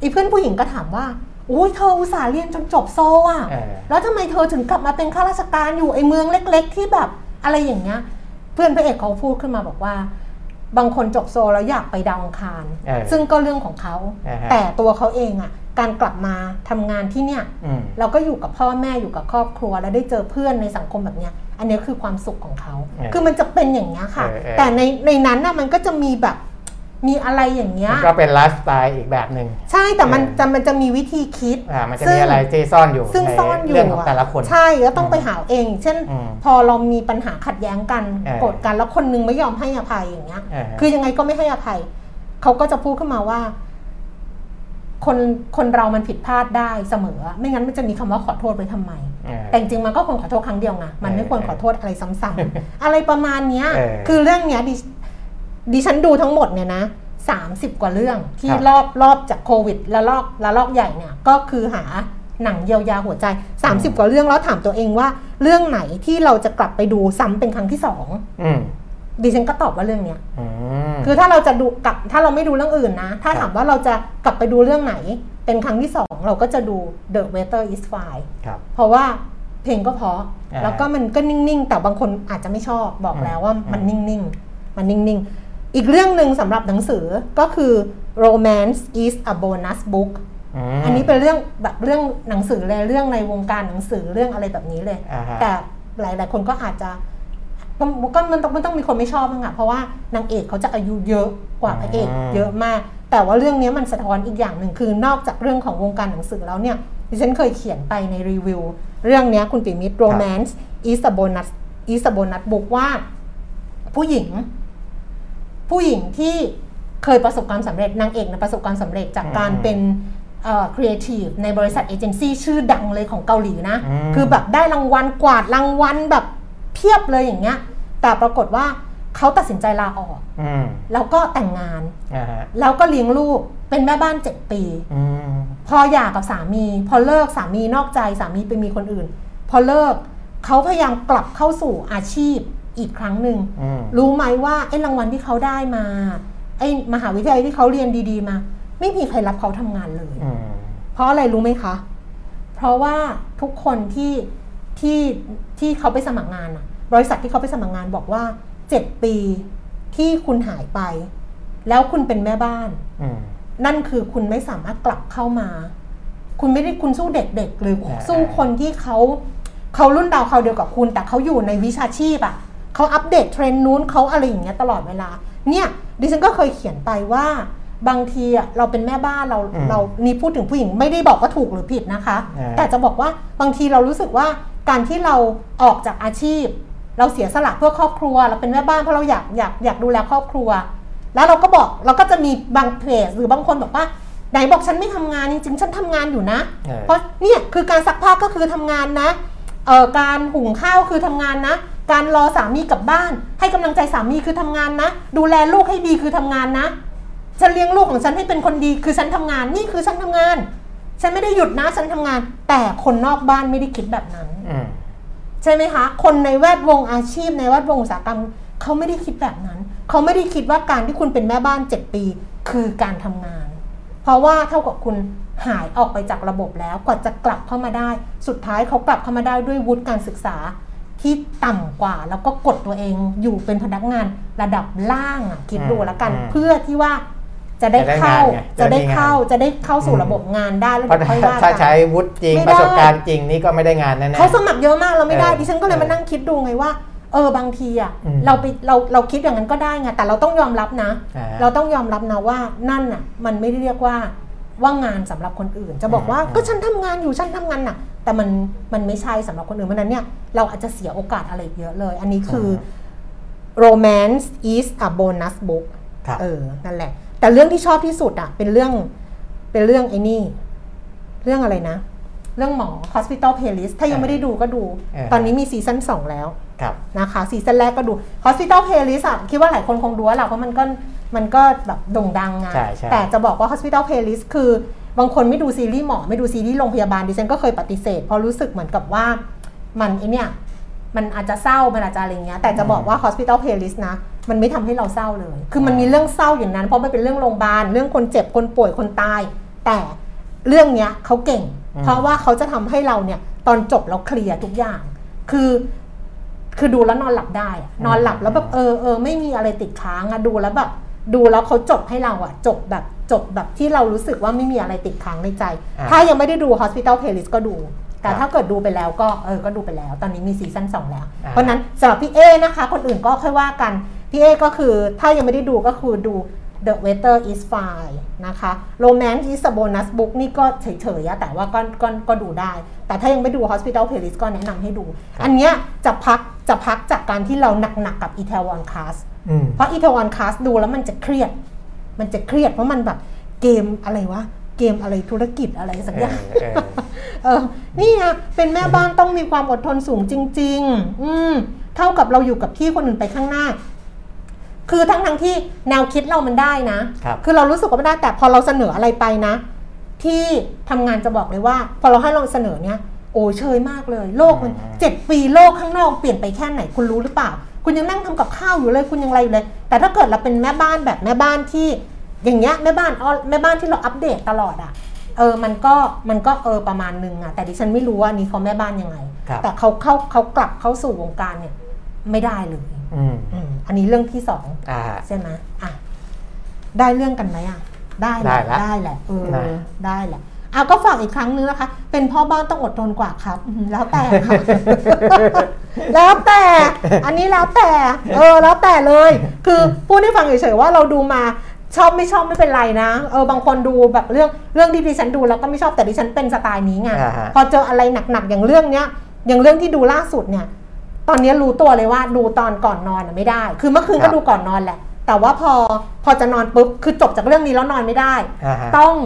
Speaker 2: อีเพื่อนผู้หญิงก็ถามว่าอุ้ยเธออุตส่าห์เรียนจนจบโซลอะ
Speaker 3: เออ
Speaker 2: แล้วทำไมเธอถึงกลับมาเป็นข้าราชการอยู่ไอ้เมืองเล็ก ๆ ที่แบบอะไรอย่างเงี้ย เพื่อนพระเอกเขาพูดขึ้นมาบอกว่า บางคนจบโซแล้วอยากไปดาวอังคาร
Speaker 3: เออ
Speaker 2: ซึ่งก็เรื่องของเขา
Speaker 3: อ่าฮะ
Speaker 2: แต่ตัวเขาเองอะ่ะ การกลับมาทำงานที่เนี่ย
Speaker 3: อืม
Speaker 2: เราก็อยู่กับพ่อแม่อยู่กับครอบครัว แล้วได้เจอเพื่อนในสังคมแบบเนี้ย อันเนี้ยคือความสุขของเขา
Speaker 3: เออ
Speaker 2: คือมันจะเป็นอย่างเงี้ยค่ะ
Speaker 3: เออเออ
Speaker 2: แต่ในในนั้นน่ะมันก็จะมีแบบมีอะไรอย่างเงี้ย
Speaker 3: มันก็เป็นไลฟ์สไตล์อีกแบบหนึ่ง
Speaker 2: ใช่แต่มัน
Speaker 3: เออ
Speaker 2: จะมันจะมีวิธีคิด
Speaker 3: อ่า มันจะ
Speaker 2: ซึ่
Speaker 3: มี
Speaker 2: ง
Speaker 3: อะไรที่ซ่อนอยู่
Speaker 2: ซึ่งซ่อนอยู่
Speaker 3: เรื่องของแต่ละคน
Speaker 2: ใช่แล้วต้องไปหาเอง เช่น
Speaker 3: อืม
Speaker 2: พอเรามีปัญหาขัดแย้งกัน
Speaker 3: เออ
Speaker 2: โกรธกันแล้วคนนึงไม่ยอมให้อภัยอย่างเงี้ย
Speaker 3: เออ
Speaker 2: คือยังไงก็ไม่ให้อภัย เขาก็จะพูดขึ้นมาว่า คนคนเรามันผิดพลาดได้เสมอ ไม่งั้นมันจะมีคำว่าขอโทษไปทำไม
Speaker 3: เออ
Speaker 2: แต่จริงๆมันก็ควรขอโทษครั้งเดียวไงมันไม่ควรขอโทษอะไรซ้ำๆอะไรประมาณเนี้ย
Speaker 3: เออ
Speaker 2: คือเรื่องเนี้ยดิดิฉันดูทั้งหมดเนี่ยนะสามสิบกว่าเรื่องที่
Speaker 3: ครับ
Speaker 2: รอบรอบจากโควิดและลอกและลอกใหญ่เนี่ย ก็คือหาหนังเยียวยาหัวใจ
Speaker 3: ม
Speaker 2: 30 กว่าเรื่องแล้วถามตัวเองว่า เรื่องไหนที่เราจะกลับไปดูซ้ำเป็นครั้งที่สอง
Speaker 3: อืม
Speaker 2: ดิฉันก็ตอบว่าเรื่องเนี้ย
Speaker 3: อืม
Speaker 2: คือถ้าเราจะดูกลับถ้าเราไม่ดูเรื่องอื่นนะ ถ้า
Speaker 3: ครับ
Speaker 2: ถามว่าเราจะกลับไปดูเรื่องไหน เป็นครั้งที่สองเราก็จะดู The Waiter is Fine
Speaker 3: ครับ
Speaker 2: เพราะว่าเพลงก็เพราะ
Speaker 3: อ่า
Speaker 2: แล้วก็มันก็นิ่งๆ แต่บางคนอาจจะไม่ชอบบอก
Speaker 3: อืม
Speaker 2: แล้วว่ามัน
Speaker 3: อื
Speaker 2: นิ่
Speaker 3: ม
Speaker 2: งๆ มันนิ่งๆ อีกเรื่องหนึ่งสำหรับหนังสือก็คือ romance is a bonus book
Speaker 3: ม
Speaker 2: อันนี้เป็นเรื่องแบบเรื่องหนังสือเลยเรื่องในวงการหนังสือเรื่องอะไรแบบนี้เลย
Speaker 3: อ่าฮะ
Speaker 2: แต่หลายๆคนก็อาจจะก็ก็มันต้องมันต้องมีคนไม่ชอบบ้างอะเพราะว่านางเอกเขาจะอายุเยอะกว่าพระเอก
Speaker 3: อืม
Speaker 2: เยอะมาก แต่ว่าเรื่องนี้มันสะท้อนอีกอย่างหนึ่งคือนอกจากเรื่องของวงการหนังสือแล้วเนี่ยดิฉันเคยเขียนไปในรีวิว เรื่องเนี้ยคุณปิมิตร romance is a bonus is a bonus book ว่า ผู้หญิง ผู้หญิงที่เคยประสบความสำเร็จนางเอกนะประสบความสำเร็จจากการ
Speaker 3: อืม
Speaker 2: เป็น ครีเอทีฟในบริษัทเอเจนซี่ชื่อดังเลยของเกาหลีนะ
Speaker 3: อืม
Speaker 2: คือแบบได้รางวัลกวาดรางวัลแบบเพียบเลยอย่างเงี้ย แต่ปรากฏว่าเขาตัดสินใจลาออก
Speaker 3: อืม
Speaker 2: แล้วก็แต่งงาน
Speaker 3: อ่าฮะ
Speaker 2: แล้วก็เลี้ยงลูกเป็นแม่บ้าน 7 ปี
Speaker 3: อืม
Speaker 2: พอหย่ากับสามี พอเลิกสามีนอกใจสามีไปมีคนอื่น พอเลิกเขาพยายามกลับเข้าสู่อาชีพอีกครั้งหนึ่ง
Speaker 3: อืม
Speaker 2: รู้ไหมว่าไอ้รางวัลที่เขาได้มาไอ้มหาวิทยาลัยที่เขาเรียนดีๆมา ไม่มีใครรับเขาทำงานเลย
Speaker 3: อืม
Speaker 2: เพราะอะไรรู้ไหมคะ เพราะว่าทุกคนที่ที่ที่เขาไปสมัครงานอะบริษัทที่เขาไปสมัครงานบอกว่าเจ็ดปีที่คุณหายไป แล้วคุณเป็นแม่บ้าน
Speaker 3: อืม
Speaker 2: นั่นคือคุณไม่สามารถกลับเข้ามา คุณไม่ได้คุณสู้เด็กๆหรือ
Speaker 3: อ่า
Speaker 2: สู้คนที่เขาเขารุ่นดาวเขาวเดียวกับคุณ แต่เขาอยู่ในวิชาชีพอะ่ะเขาอัปเดตเทรนด์นู้นเขาอะไรอย่างเงี้ยตลอดเวลา เนี่ยดิฉันก็เคยเขียนไปว่าบางทีอะเราเป็นแม่บ้านเรา
Speaker 3: อืม
Speaker 2: เรานี่พูดถึงผู้หญิงไม่ได้บอกว่าถูกหรือผิดนะคะ
Speaker 3: อ่า
Speaker 2: แต่จะบอกว่าบางทีเรารู้สึกว่าการที่เราออกจากอาชีพ เราเสียสละเพื่อครอบครัว เราเป็นแม่บ้านเพราะเราอยากอยากอยากดูแลครอบครัว แล้วเราก็บอกเราก็จะมีบางเพจหรือบางคนบอกว่าไหนบอกฉันไม่ทำงานจริงๆฉันทำงานอยู่นะ
Speaker 3: เออ
Speaker 2: เพราะเนี่ยคือการซักผ้าก็คือทำงานนะเอ่อการหุงข้าวคือทำงานนะ การรอสามีกลับบ้าน ให้กำลังใจสามีคือทำงานนะ ดูแลลูกให้ดีคือทำงานนะฉันเลี้ยงลูกของฉันให้เป็นคนดีคือฉันทำงานนี่คือฉันทำงาน ฉันไม่ได้หยุดนะฉันทำงาน แต่คนนอกบ้านไม่ได้คิดแบบนั้น
Speaker 3: อืม
Speaker 2: ใช่ไหมคะ คนในแวดวงอาชีพในแวดวงอุตสาหกรรมเขาไม่ได้คิดแบบนั้น เขาไม่ได้คิดว่าการที่คุณเป็นแม่บ้าน 7 ปี คือการทำงาน เพราะว่าเท่ากับคุณหายออกไปจากระบบแล้วกว่าจะกลับเข้ามาได้ สุดท้ายเขากลับเข้ามาได้ด้วยวุฒิการศึกษา ที่ต่ำกว่า แล้วก็กดตัวเองอยู่เป็นพนักงานระดับล่างอะคิดดูแล้วกัน
Speaker 3: อืม
Speaker 2: เพื่อที่ว่าจะได้
Speaker 3: จะได้
Speaker 2: เข้าง
Speaker 3: านไง
Speaker 2: จะได้
Speaker 3: จะได้งาน
Speaker 2: เข้าจะได้เข้าสู่ระบบงานได้แล้ว
Speaker 3: เพราะ
Speaker 2: เดี๋ยวค่อยว่า
Speaker 3: ถ้า
Speaker 2: กัน
Speaker 3: ใช้วุฒิจริง
Speaker 2: ไม่
Speaker 3: ป
Speaker 2: ได้
Speaker 3: ระสบการณ์จริงนี่ก็ไม่ได้งานแน่ๆ
Speaker 2: เขาสมัครเยอะมากเราไม่ได้
Speaker 3: เออ
Speaker 2: ดิฉันก็เลยมานั่งคิดดูไงว่า เออบางทีอ่ะ
Speaker 3: อืม
Speaker 2: เราไปเราเราคิดอย่างนั้นก็ได้ไงแต่เราต้องยอมรับนะ
Speaker 3: อ่าฮะ
Speaker 2: เราต้องยอมรับนะว่านั่นน่ะ มันไม่ได้เรียกว่าว่างานสำหรับคนอื่น จะบอกว่า
Speaker 3: อืม
Speaker 2: ก็ฉันทำงานอยู่ฉันทำงานหนักแต่มันมันไม่ใช่สำหรับคนอื่นเพราะฉะนั้นเนี่ยเราอาจจะเสียโอกาสอะไรเยอะเลย อันนี้คือ romance is a bonus book
Speaker 3: ครับ
Speaker 2: เออ นั่นแหละ แต่เรื่องที่ชอบที่สุดอะเป็นเรื่อง เป็นเรื่องไอ้นี่ เรื่องอะไรนะ เรื่องหมอ hospital playlist ถ้ายังไม่ได้ดูก็ดู
Speaker 3: เออ
Speaker 2: ตอนนี้มีซีซั่น2แล้ว
Speaker 3: ครับ
Speaker 2: นะคะ ซีซั่นแรกก็ดู hospital playlist อะคิดว่าหลายคนคงดูแล้วล่ะเพราะมันก็ มันก็แบบโด่งดังไง
Speaker 3: ใช่ใช่
Speaker 2: แต่จะบอกว่า hospital playlist คือบางคนไม่ดูซีรีส์หมอ ไม่ดูซีรีส์โรงพยาบาล ดิฉันก็เคยปฏิเสธ เพราะรู้สึกเหมือนกับว่า มันไอเนี่ย มันอาจจะเศร้า มันอาจจะอะไรเงี้ย แต่จะบอกว่า hospital playlist นะ มันไม่ทำให้เราเศร้าเลย คือมันมีเรื่องเศร้าอย่างนั้น เพราะมันเป็นเรื่องโรงพยาบาล เรื่องคนเจ็บ คนป่วย คนตาย แต่เรื่องเนี้ยเขาเก่ง
Speaker 3: อืม
Speaker 2: เพราะว่าเขาจะทำให้เราเนี่ย ตอนจบเราเคลียร์ทุกอย่าง คือ คือดูแล้วนอนหลับได้อะนอนหลับแล้วแบบเออเออไม่มีอะไรติดค้างอะดูแล้วแบบดูแล้วเขาจบให้เราอะจบแบบจบแบบที่เรารู้สึกว่าไม่มีอะไรติดค้างในใจ
Speaker 3: อ่า
Speaker 2: ถ้ายังไม่ได้ดู Hospital Playlist ก็ดู แต่
Speaker 3: ครับ
Speaker 2: ถ้าเกิดดูไปแล้วก็เออก็ดูไปแล้ว ตอนนี้มีซีซั่น2แล้ว
Speaker 3: อ่า
Speaker 2: เพราะฉะนั้นสำหรับพี่เอนะคะ คนอื่นก็ค่อยว่ากัน พี่เอก็คือถ้ายังไม่ได้ดูก็คือดู The Waiter is Fine นะคะ Romance is a bonus book นี่ก็เฉยๆอะแต่ว่าก็ก็ก็ดูได้ แต่ถ้ายังไม่ดู Hospital Playlist ก็แนะนำให้ดู อันเนี้ยจะพักจะพักจากการที่เราหนักๆกับ i t a w o n Class
Speaker 3: อืม
Speaker 2: เพราะ i t a w o n Class ดูแล้วมันจะเครียด มันจะเครียดเพราะมันแบบเกมอะไรวะ เกมอะไรธุรกิจอะไรสักอย่าง
Speaker 3: เออ
Speaker 2: เออนี่ไงเป็นแม่บ้านต้องมีความอดทนสูงจริง ๆ อืม เท่ากับเราอยู่กับที่คนอื่นไปข้างหน้า คือทั้งทั้งๆที่แนวคิดเรามันได้นะครับ อเรารู้สึกว่ามันได้แต่พอเราเสนออะไรไปนะ ที่ทำงานจะบอกเลยว่า พอเราให้เราเสนอเนี่ยโอ้เชยมากเลย โลกมันเจ็ดปีโลกข้างนอกเปลี่ยนไปแค่ไหนคุณรู้หรือเปล่า คุณยังนั่งทำกับข้าวอยู่เลยคุณยังอะไรอยู่เลย แต่ถ้าเกิดเราเป็นแม่บ้านแบบแม่บ้านที่ อย่างเงี้ยแม่บ้านอ้อแม่บ้านที่เราอัปเดตตลอดอะเออมันก็มันก็เออประมาณนึงอะแต่ดิฉันไม่รู้ว่านี่เขาแม่บ้านยังไง
Speaker 3: ครับ
Speaker 2: แต่เขาเข้าเขากลับเข้าสู่วงการเนี่ย ไม่ได้เลย
Speaker 3: อืม
Speaker 2: อืมอันนี้เรื่องที่สอง
Speaker 3: อ่า
Speaker 2: [LAUGHS] ใช่ไหมอ่ะได้เรื่องกันไหมอ่ะได้แหละ
Speaker 3: ได้ละ
Speaker 2: ได้แหละเออ
Speaker 3: ได้
Speaker 2: ได้แหละอ่ะก็ฝากอีกครั้งนึงนะคะ เป็นพ่อบ้านต้องอดทนกว่าครับอืมแล้วแต่ค่ะ
Speaker 3: [LAUGHS]
Speaker 2: แล้วแต่ อันนี้แล้วแต่ เออ แล้วแต่เลย คือพูดให้ฟังเฉยๆว่าเราดูมาชอบไม่ชอบไม่เป็นไรนะ เออบางคนดูแบบเรื่องเรื่องที่ดิฉันดูแล้วก็ไม่ชอบแต่ดิฉันเป็นสไตล์นี้ไง
Speaker 3: อ่าฮะ
Speaker 2: พอเจออะไรหนักๆอย่างเรื่องเนี้ย อย่างเรื่องที่ดูล่าสุดเนี่ย ตอนนี้รู้ตัวเลยว่าดูตอนก่อนนอนอะไม่ได้ คือเมื่อคืน
Speaker 3: ครั
Speaker 2: ก็
Speaker 3: บ
Speaker 2: ดูก่อนนอนแหละ แต่ว่าพอพอจะนอนปุ๊บ คือจบจากเรื่องนี้แล้วนอนไม่ได้
Speaker 3: อ่าฮะ
Speaker 2: ต้อง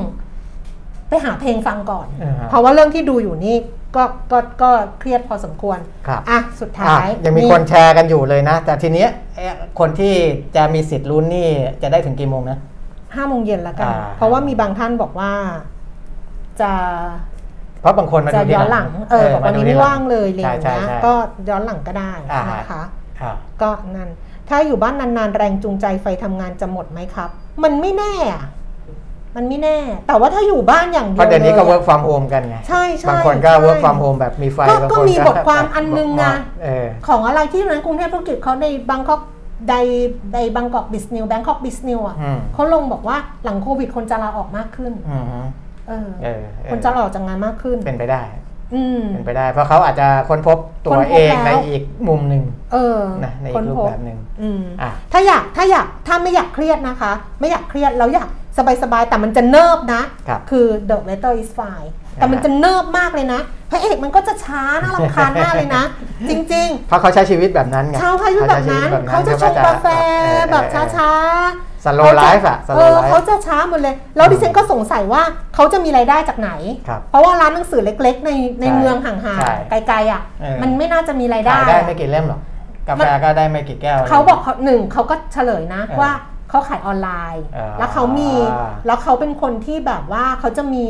Speaker 2: ไปหาเพลงฟังก่อน
Speaker 3: อ่าฮะ
Speaker 2: เพราะว่าเรื่องที่ดูอยู่นี่ก็ก็ก็เครียดพอสมควร
Speaker 3: ครับ
Speaker 2: อ่ะสุดท้า
Speaker 3: อ่ะ
Speaker 2: ย
Speaker 3: ยังมีคนแชร์กันอยู่เลยนะ แต่ทีเนี้ยเอ๊ะคนที่จะมีสิทธิ์ลุ้นนี่จะได้ถึงกี่โมงนะ
Speaker 2: ห้าโมงเย็นแล้วกัน
Speaker 3: อ่า
Speaker 2: เพราะว่ามีบางท่านบอกว่าจะ
Speaker 3: เพราะบางคนมา
Speaker 2: จะ
Speaker 3: ดูที
Speaker 2: ย้อนหลัง เออบอกวันนี้
Speaker 3: ดูที
Speaker 2: ไม่ว่างเลยอะไรอ
Speaker 3: ใช่
Speaker 2: ย่าง
Speaker 3: ใช่
Speaker 2: เงี้ย
Speaker 3: ใช่
Speaker 2: ก็ย้อนหลังก็ได้
Speaker 3: อ่าฮะ
Speaker 2: นะคะ
Speaker 3: อ่ะ
Speaker 2: ก็นั่น ถ้าอยู่บ้านนานๆ แรงจูงใจไฟทำงานจะหมดไหมครับ มันไม่แน่อะมันไม่แน่ แต่ว่าถ้าอยู่บ้านอย่างเดียว
Speaker 3: เพราะเดี๋ยวนี้ก็
Speaker 2: ลอะ
Speaker 3: work from home กันไง
Speaker 2: ใช่ใช่
Speaker 3: บางคนก็
Speaker 2: ใช่
Speaker 3: work from home แบบมีไฟ
Speaker 2: ก็
Speaker 3: บาง
Speaker 2: ก็
Speaker 3: คน
Speaker 2: มีบทความอันนึงไง
Speaker 3: เออ
Speaker 2: ของอะไรที่นั้นกรุงเทพธุรกิจเขาในบางกอกใดใดบางกอกบิสเนลแบงกอกบิสเนลอ่ะ
Speaker 3: อืม
Speaker 2: เขาลงบอกว่าหลังโควิดคนจะลาออกมากขึ้น
Speaker 3: อืม
Speaker 2: เออ
Speaker 3: เออเออ
Speaker 2: คนจะลาออกจากงานมากขึ้น
Speaker 3: เป็นไปได้
Speaker 2: อืม
Speaker 3: เป็นไปได้ เพราะเขาอาจจะค้นพบตั
Speaker 2: ค้
Speaker 3: วน
Speaker 2: พบ
Speaker 3: เองใน
Speaker 2: แล้ว
Speaker 3: อีกมุมหนึ่ง
Speaker 2: เออ
Speaker 3: นะในอี
Speaker 2: ค้
Speaker 3: กรูป
Speaker 2: พ
Speaker 3: แบบหนึ่ง
Speaker 2: อืม
Speaker 3: อ่ะ
Speaker 2: ถ้าอยากถ้าอยากถ้าไม่อยากเครียดนะคะ ไม่อยากเครียดเราอยากสบายๆแต่มันจะเนิบนะครับ อ The Weather is Fine แต่มัน
Speaker 3: อ่า
Speaker 2: จะเนิบมากเลยนะพระเอกมันก็จะช้าน่ารำคาญมากเลยนะ จริง
Speaker 3: เพราะเขาใช้ชีวิตแบบนั้นไง
Speaker 2: ๆเช้าพายุแบบนั้นเขาจะชงกาแฟแบบช้า
Speaker 3: ๆส
Speaker 2: ๆ
Speaker 3: โลไลฟ์อะส
Speaker 2: เอ
Speaker 3: โล
Speaker 2: อ
Speaker 3: ไล
Speaker 2: เขา
Speaker 3: ฟ์
Speaker 2: จะช้าหมดเลย แล้วดิฉันก็สงสัยว่าเขาจะมีรายได้จากไหน
Speaker 3: ครับ
Speaker 2: เพราะว่าร้านหนังสือเล็กๆ ในใน
Speaker 3: ใช่
Speaker 2: เมืองห่าง
Speaker 3: ใช่
Speaker 2: ๆไกลๆอ่ะ
Speaker 3: เออ
Speaker 2: มันไม่น่าจะมีรายได้
Speaker 3: ขายได้ไม่กี่เล่มหรอกกาแฟก็ได้ไม่กี่แก้ว
Speaker 2: เขาบอกเขาหนึ่งเขาก็เฉลยนะ
Speaker 3: เออ
Speaker 2: ว่าเขาขายออนไลน์
Speaker 3: อ่า
Speaker 2: แล้วเขามีแล้วเขาเป็นคนที่แบบว่าเขาจะมี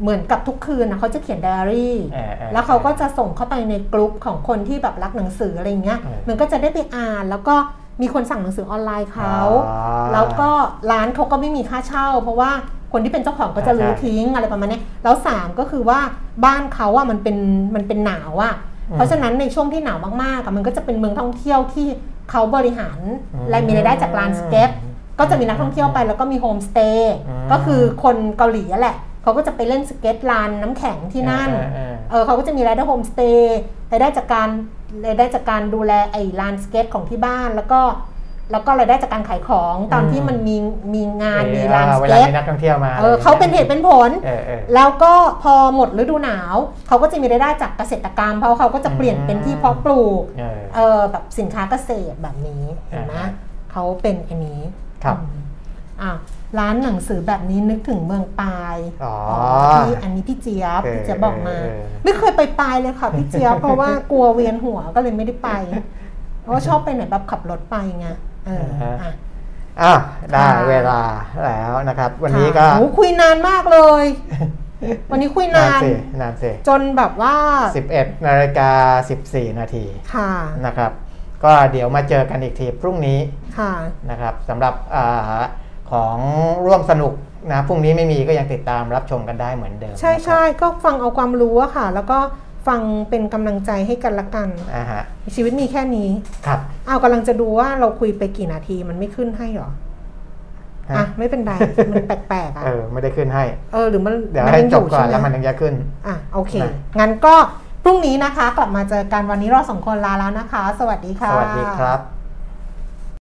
Speaker 2: เหมือนกับทุกคืนนะเขาจะเขียนไดอารี่
Speaker 3: เออเออ
Speaker 2: แล้วเขาก็จะส่งเข้าไปในกลุ่มของคนที่แบบรักหนังสืออะไรเงี้ย
Speaker 3: เออ
Speaker 2: มันก็จะได้ไปอ่าน แล้วก็มีคนสั่งหนังสือออนไลน์เขา
Speaker 3: อ่า
Speaker 2: แล้วก็ร้านเขาก็ไม่มีค่าเช่า เพราะว่าคนที่เป็นเจ้าของก็จะรู้
Speaker 3: ใช่
Speaker 2: ทิ้งอะไรประมาณเนี้ยแล้วสามก็คือว่าบ้านเขาอ่ะมันเป็นมันเป็นหนาวอ่ะ
Speaker 3: อืม
Speaker 2: เพราะฉะนั้นในช่วงที่หนาวมากๆอะมันก็จะเป็นเมืองท่องเที่ยวที่เขาบริหาร
Speaker 3: อืม
Speaker 2: และมีรายได้จากลานสเก็ต
Speaker 3: อืม
Speaker 2: ก็จะมีนักท่องเที่ยวไปแล้วก็มีโฮมสเตย์
Speaker 3: อืม
Speaker 2: ก็คือคนเกาหลีอะแหละ เขาก็จะไปเล่นสเก็ตลานน้ำแข็งที่นั่น
Speaker 3: เออเออเออ
Speaker 2: เออเขาก็จะมีรายได้โฮมสเตย์รายได้จากการรายได้จากการดูแลไอ้ลานสเก็ตของที่บ้านแล้วก็ แล้วก็รายได้จากการขายของตอนที่มันมีมีงานมีลานส
Speaker 3: เวลา
Speaker 2: เก็ต
Speaker 3: มีนักท่องเที่ยวมา
Speaker 2: เออเขาเป็นเหตุเป็นผล
Speaker 3: เออเออ
Speaker 2: แล้วก็พอหมดฤดูหนาว เขาก็จะมีรายได้จากเกษตรกรรม เพราะเขาก็จะเปลี่ยนเป็นที่เพาะปลูก
Speaker 3: เออ
Speaker 2: เออแบบสินค้าเกษตรแบบนี้เห็นไหม
Speaker 3: อ่าฮะ
Speaker 2: เขาเป็นอันนี้
Speaker 3: ครับ
Speaker 2: อืมอ่ะร้านหนังสือแบบนี้นึกถึงเมืองปาย
Speaker 3: อ๋อ
Speaker 2: ที่อันนี้พี่เจี๊ยบ
Speaker 3: เออ
Speaker 2: พี่เจี๊ยบบอกมา
Speaker 3: เออเออ
Speaker 2: ไม่เคยไปปายเลยค่ะพี่เจี๊ยบ เพราะว่ากลัวเวียนหัวก็เลยไม่ได้ไป เพราะว่าชอบไปไหนแบบขับรถไปไงเอออ่ะ
Speaker 3: อ่ะได้
Speaker 2: ค่ะ
Speaker 3: เวลาแล้วนะครับ วันนี้ก็
Speaker 2: ค่ะโหคุยนานมากเลย วันนี้คุยนาน
Speaker 3: สินานสิ
Speaker 2: จนแบบว่า
Speaker 3: 11นาฬิกา14 นาที
Speaker 2: ค่ะ
Speaker 3: นะครับ ก็เดี๋ยวมาเจอกันอีกทีพรุ่งนี้
Speaker 2: ค่ะ
Speaker 3: นะครับสำหรับอ่าของร่วมสนุกนะพรุ่งนี้ไม่มีก็ยังติดตามรับชมกันได้เหมือนเดิม
Speaker 2: ใช่
Speaker 3: นะครับ
Speaker 2: ใช่ก็ฟังเอาความรู้อะค่ะ แล้วก็ฟังเป็นกำลังใจให้กันละกัน
Speaker 3: อ่าฮะ
Speaker 2: ชีวิตมีแค่นี้
Speaker 3: ครับ
Speaker 2: เอาวกำลังจะดูว่าเราคุยไปกี่นาทีมันไม่ขึ้นให้เหรอ
Speaker 3: ฮะ
Speaker 2: อ่ะ ไม่เป็นไร มันแปลกๆอะ
Speaker 3: เออไม่ได้ขึ้นให้
Speaker 2: เออหรือมัน
Speaker 3: เดี๋ยว
Speaker 2: มั
Speaker 3: ให้
Speaker 2: งอ
Speaker 3: จบก่อ
Speaker 2: ใช่
Speaker 3: น
Speaker 2: ไห
Speaker 3: แล้วมันถึงจะขึ้น
Speaker 2: อ่ะ โอเค
Speaker 3: นะ
Speaker 2: งั้นก็พรุ่งนี้นะคะ กลับมาเจอกันวันนี้เราสองคนลาแล้วนะคะ สวัสดีค่ะ
Speaker 3: สวัสดีครับ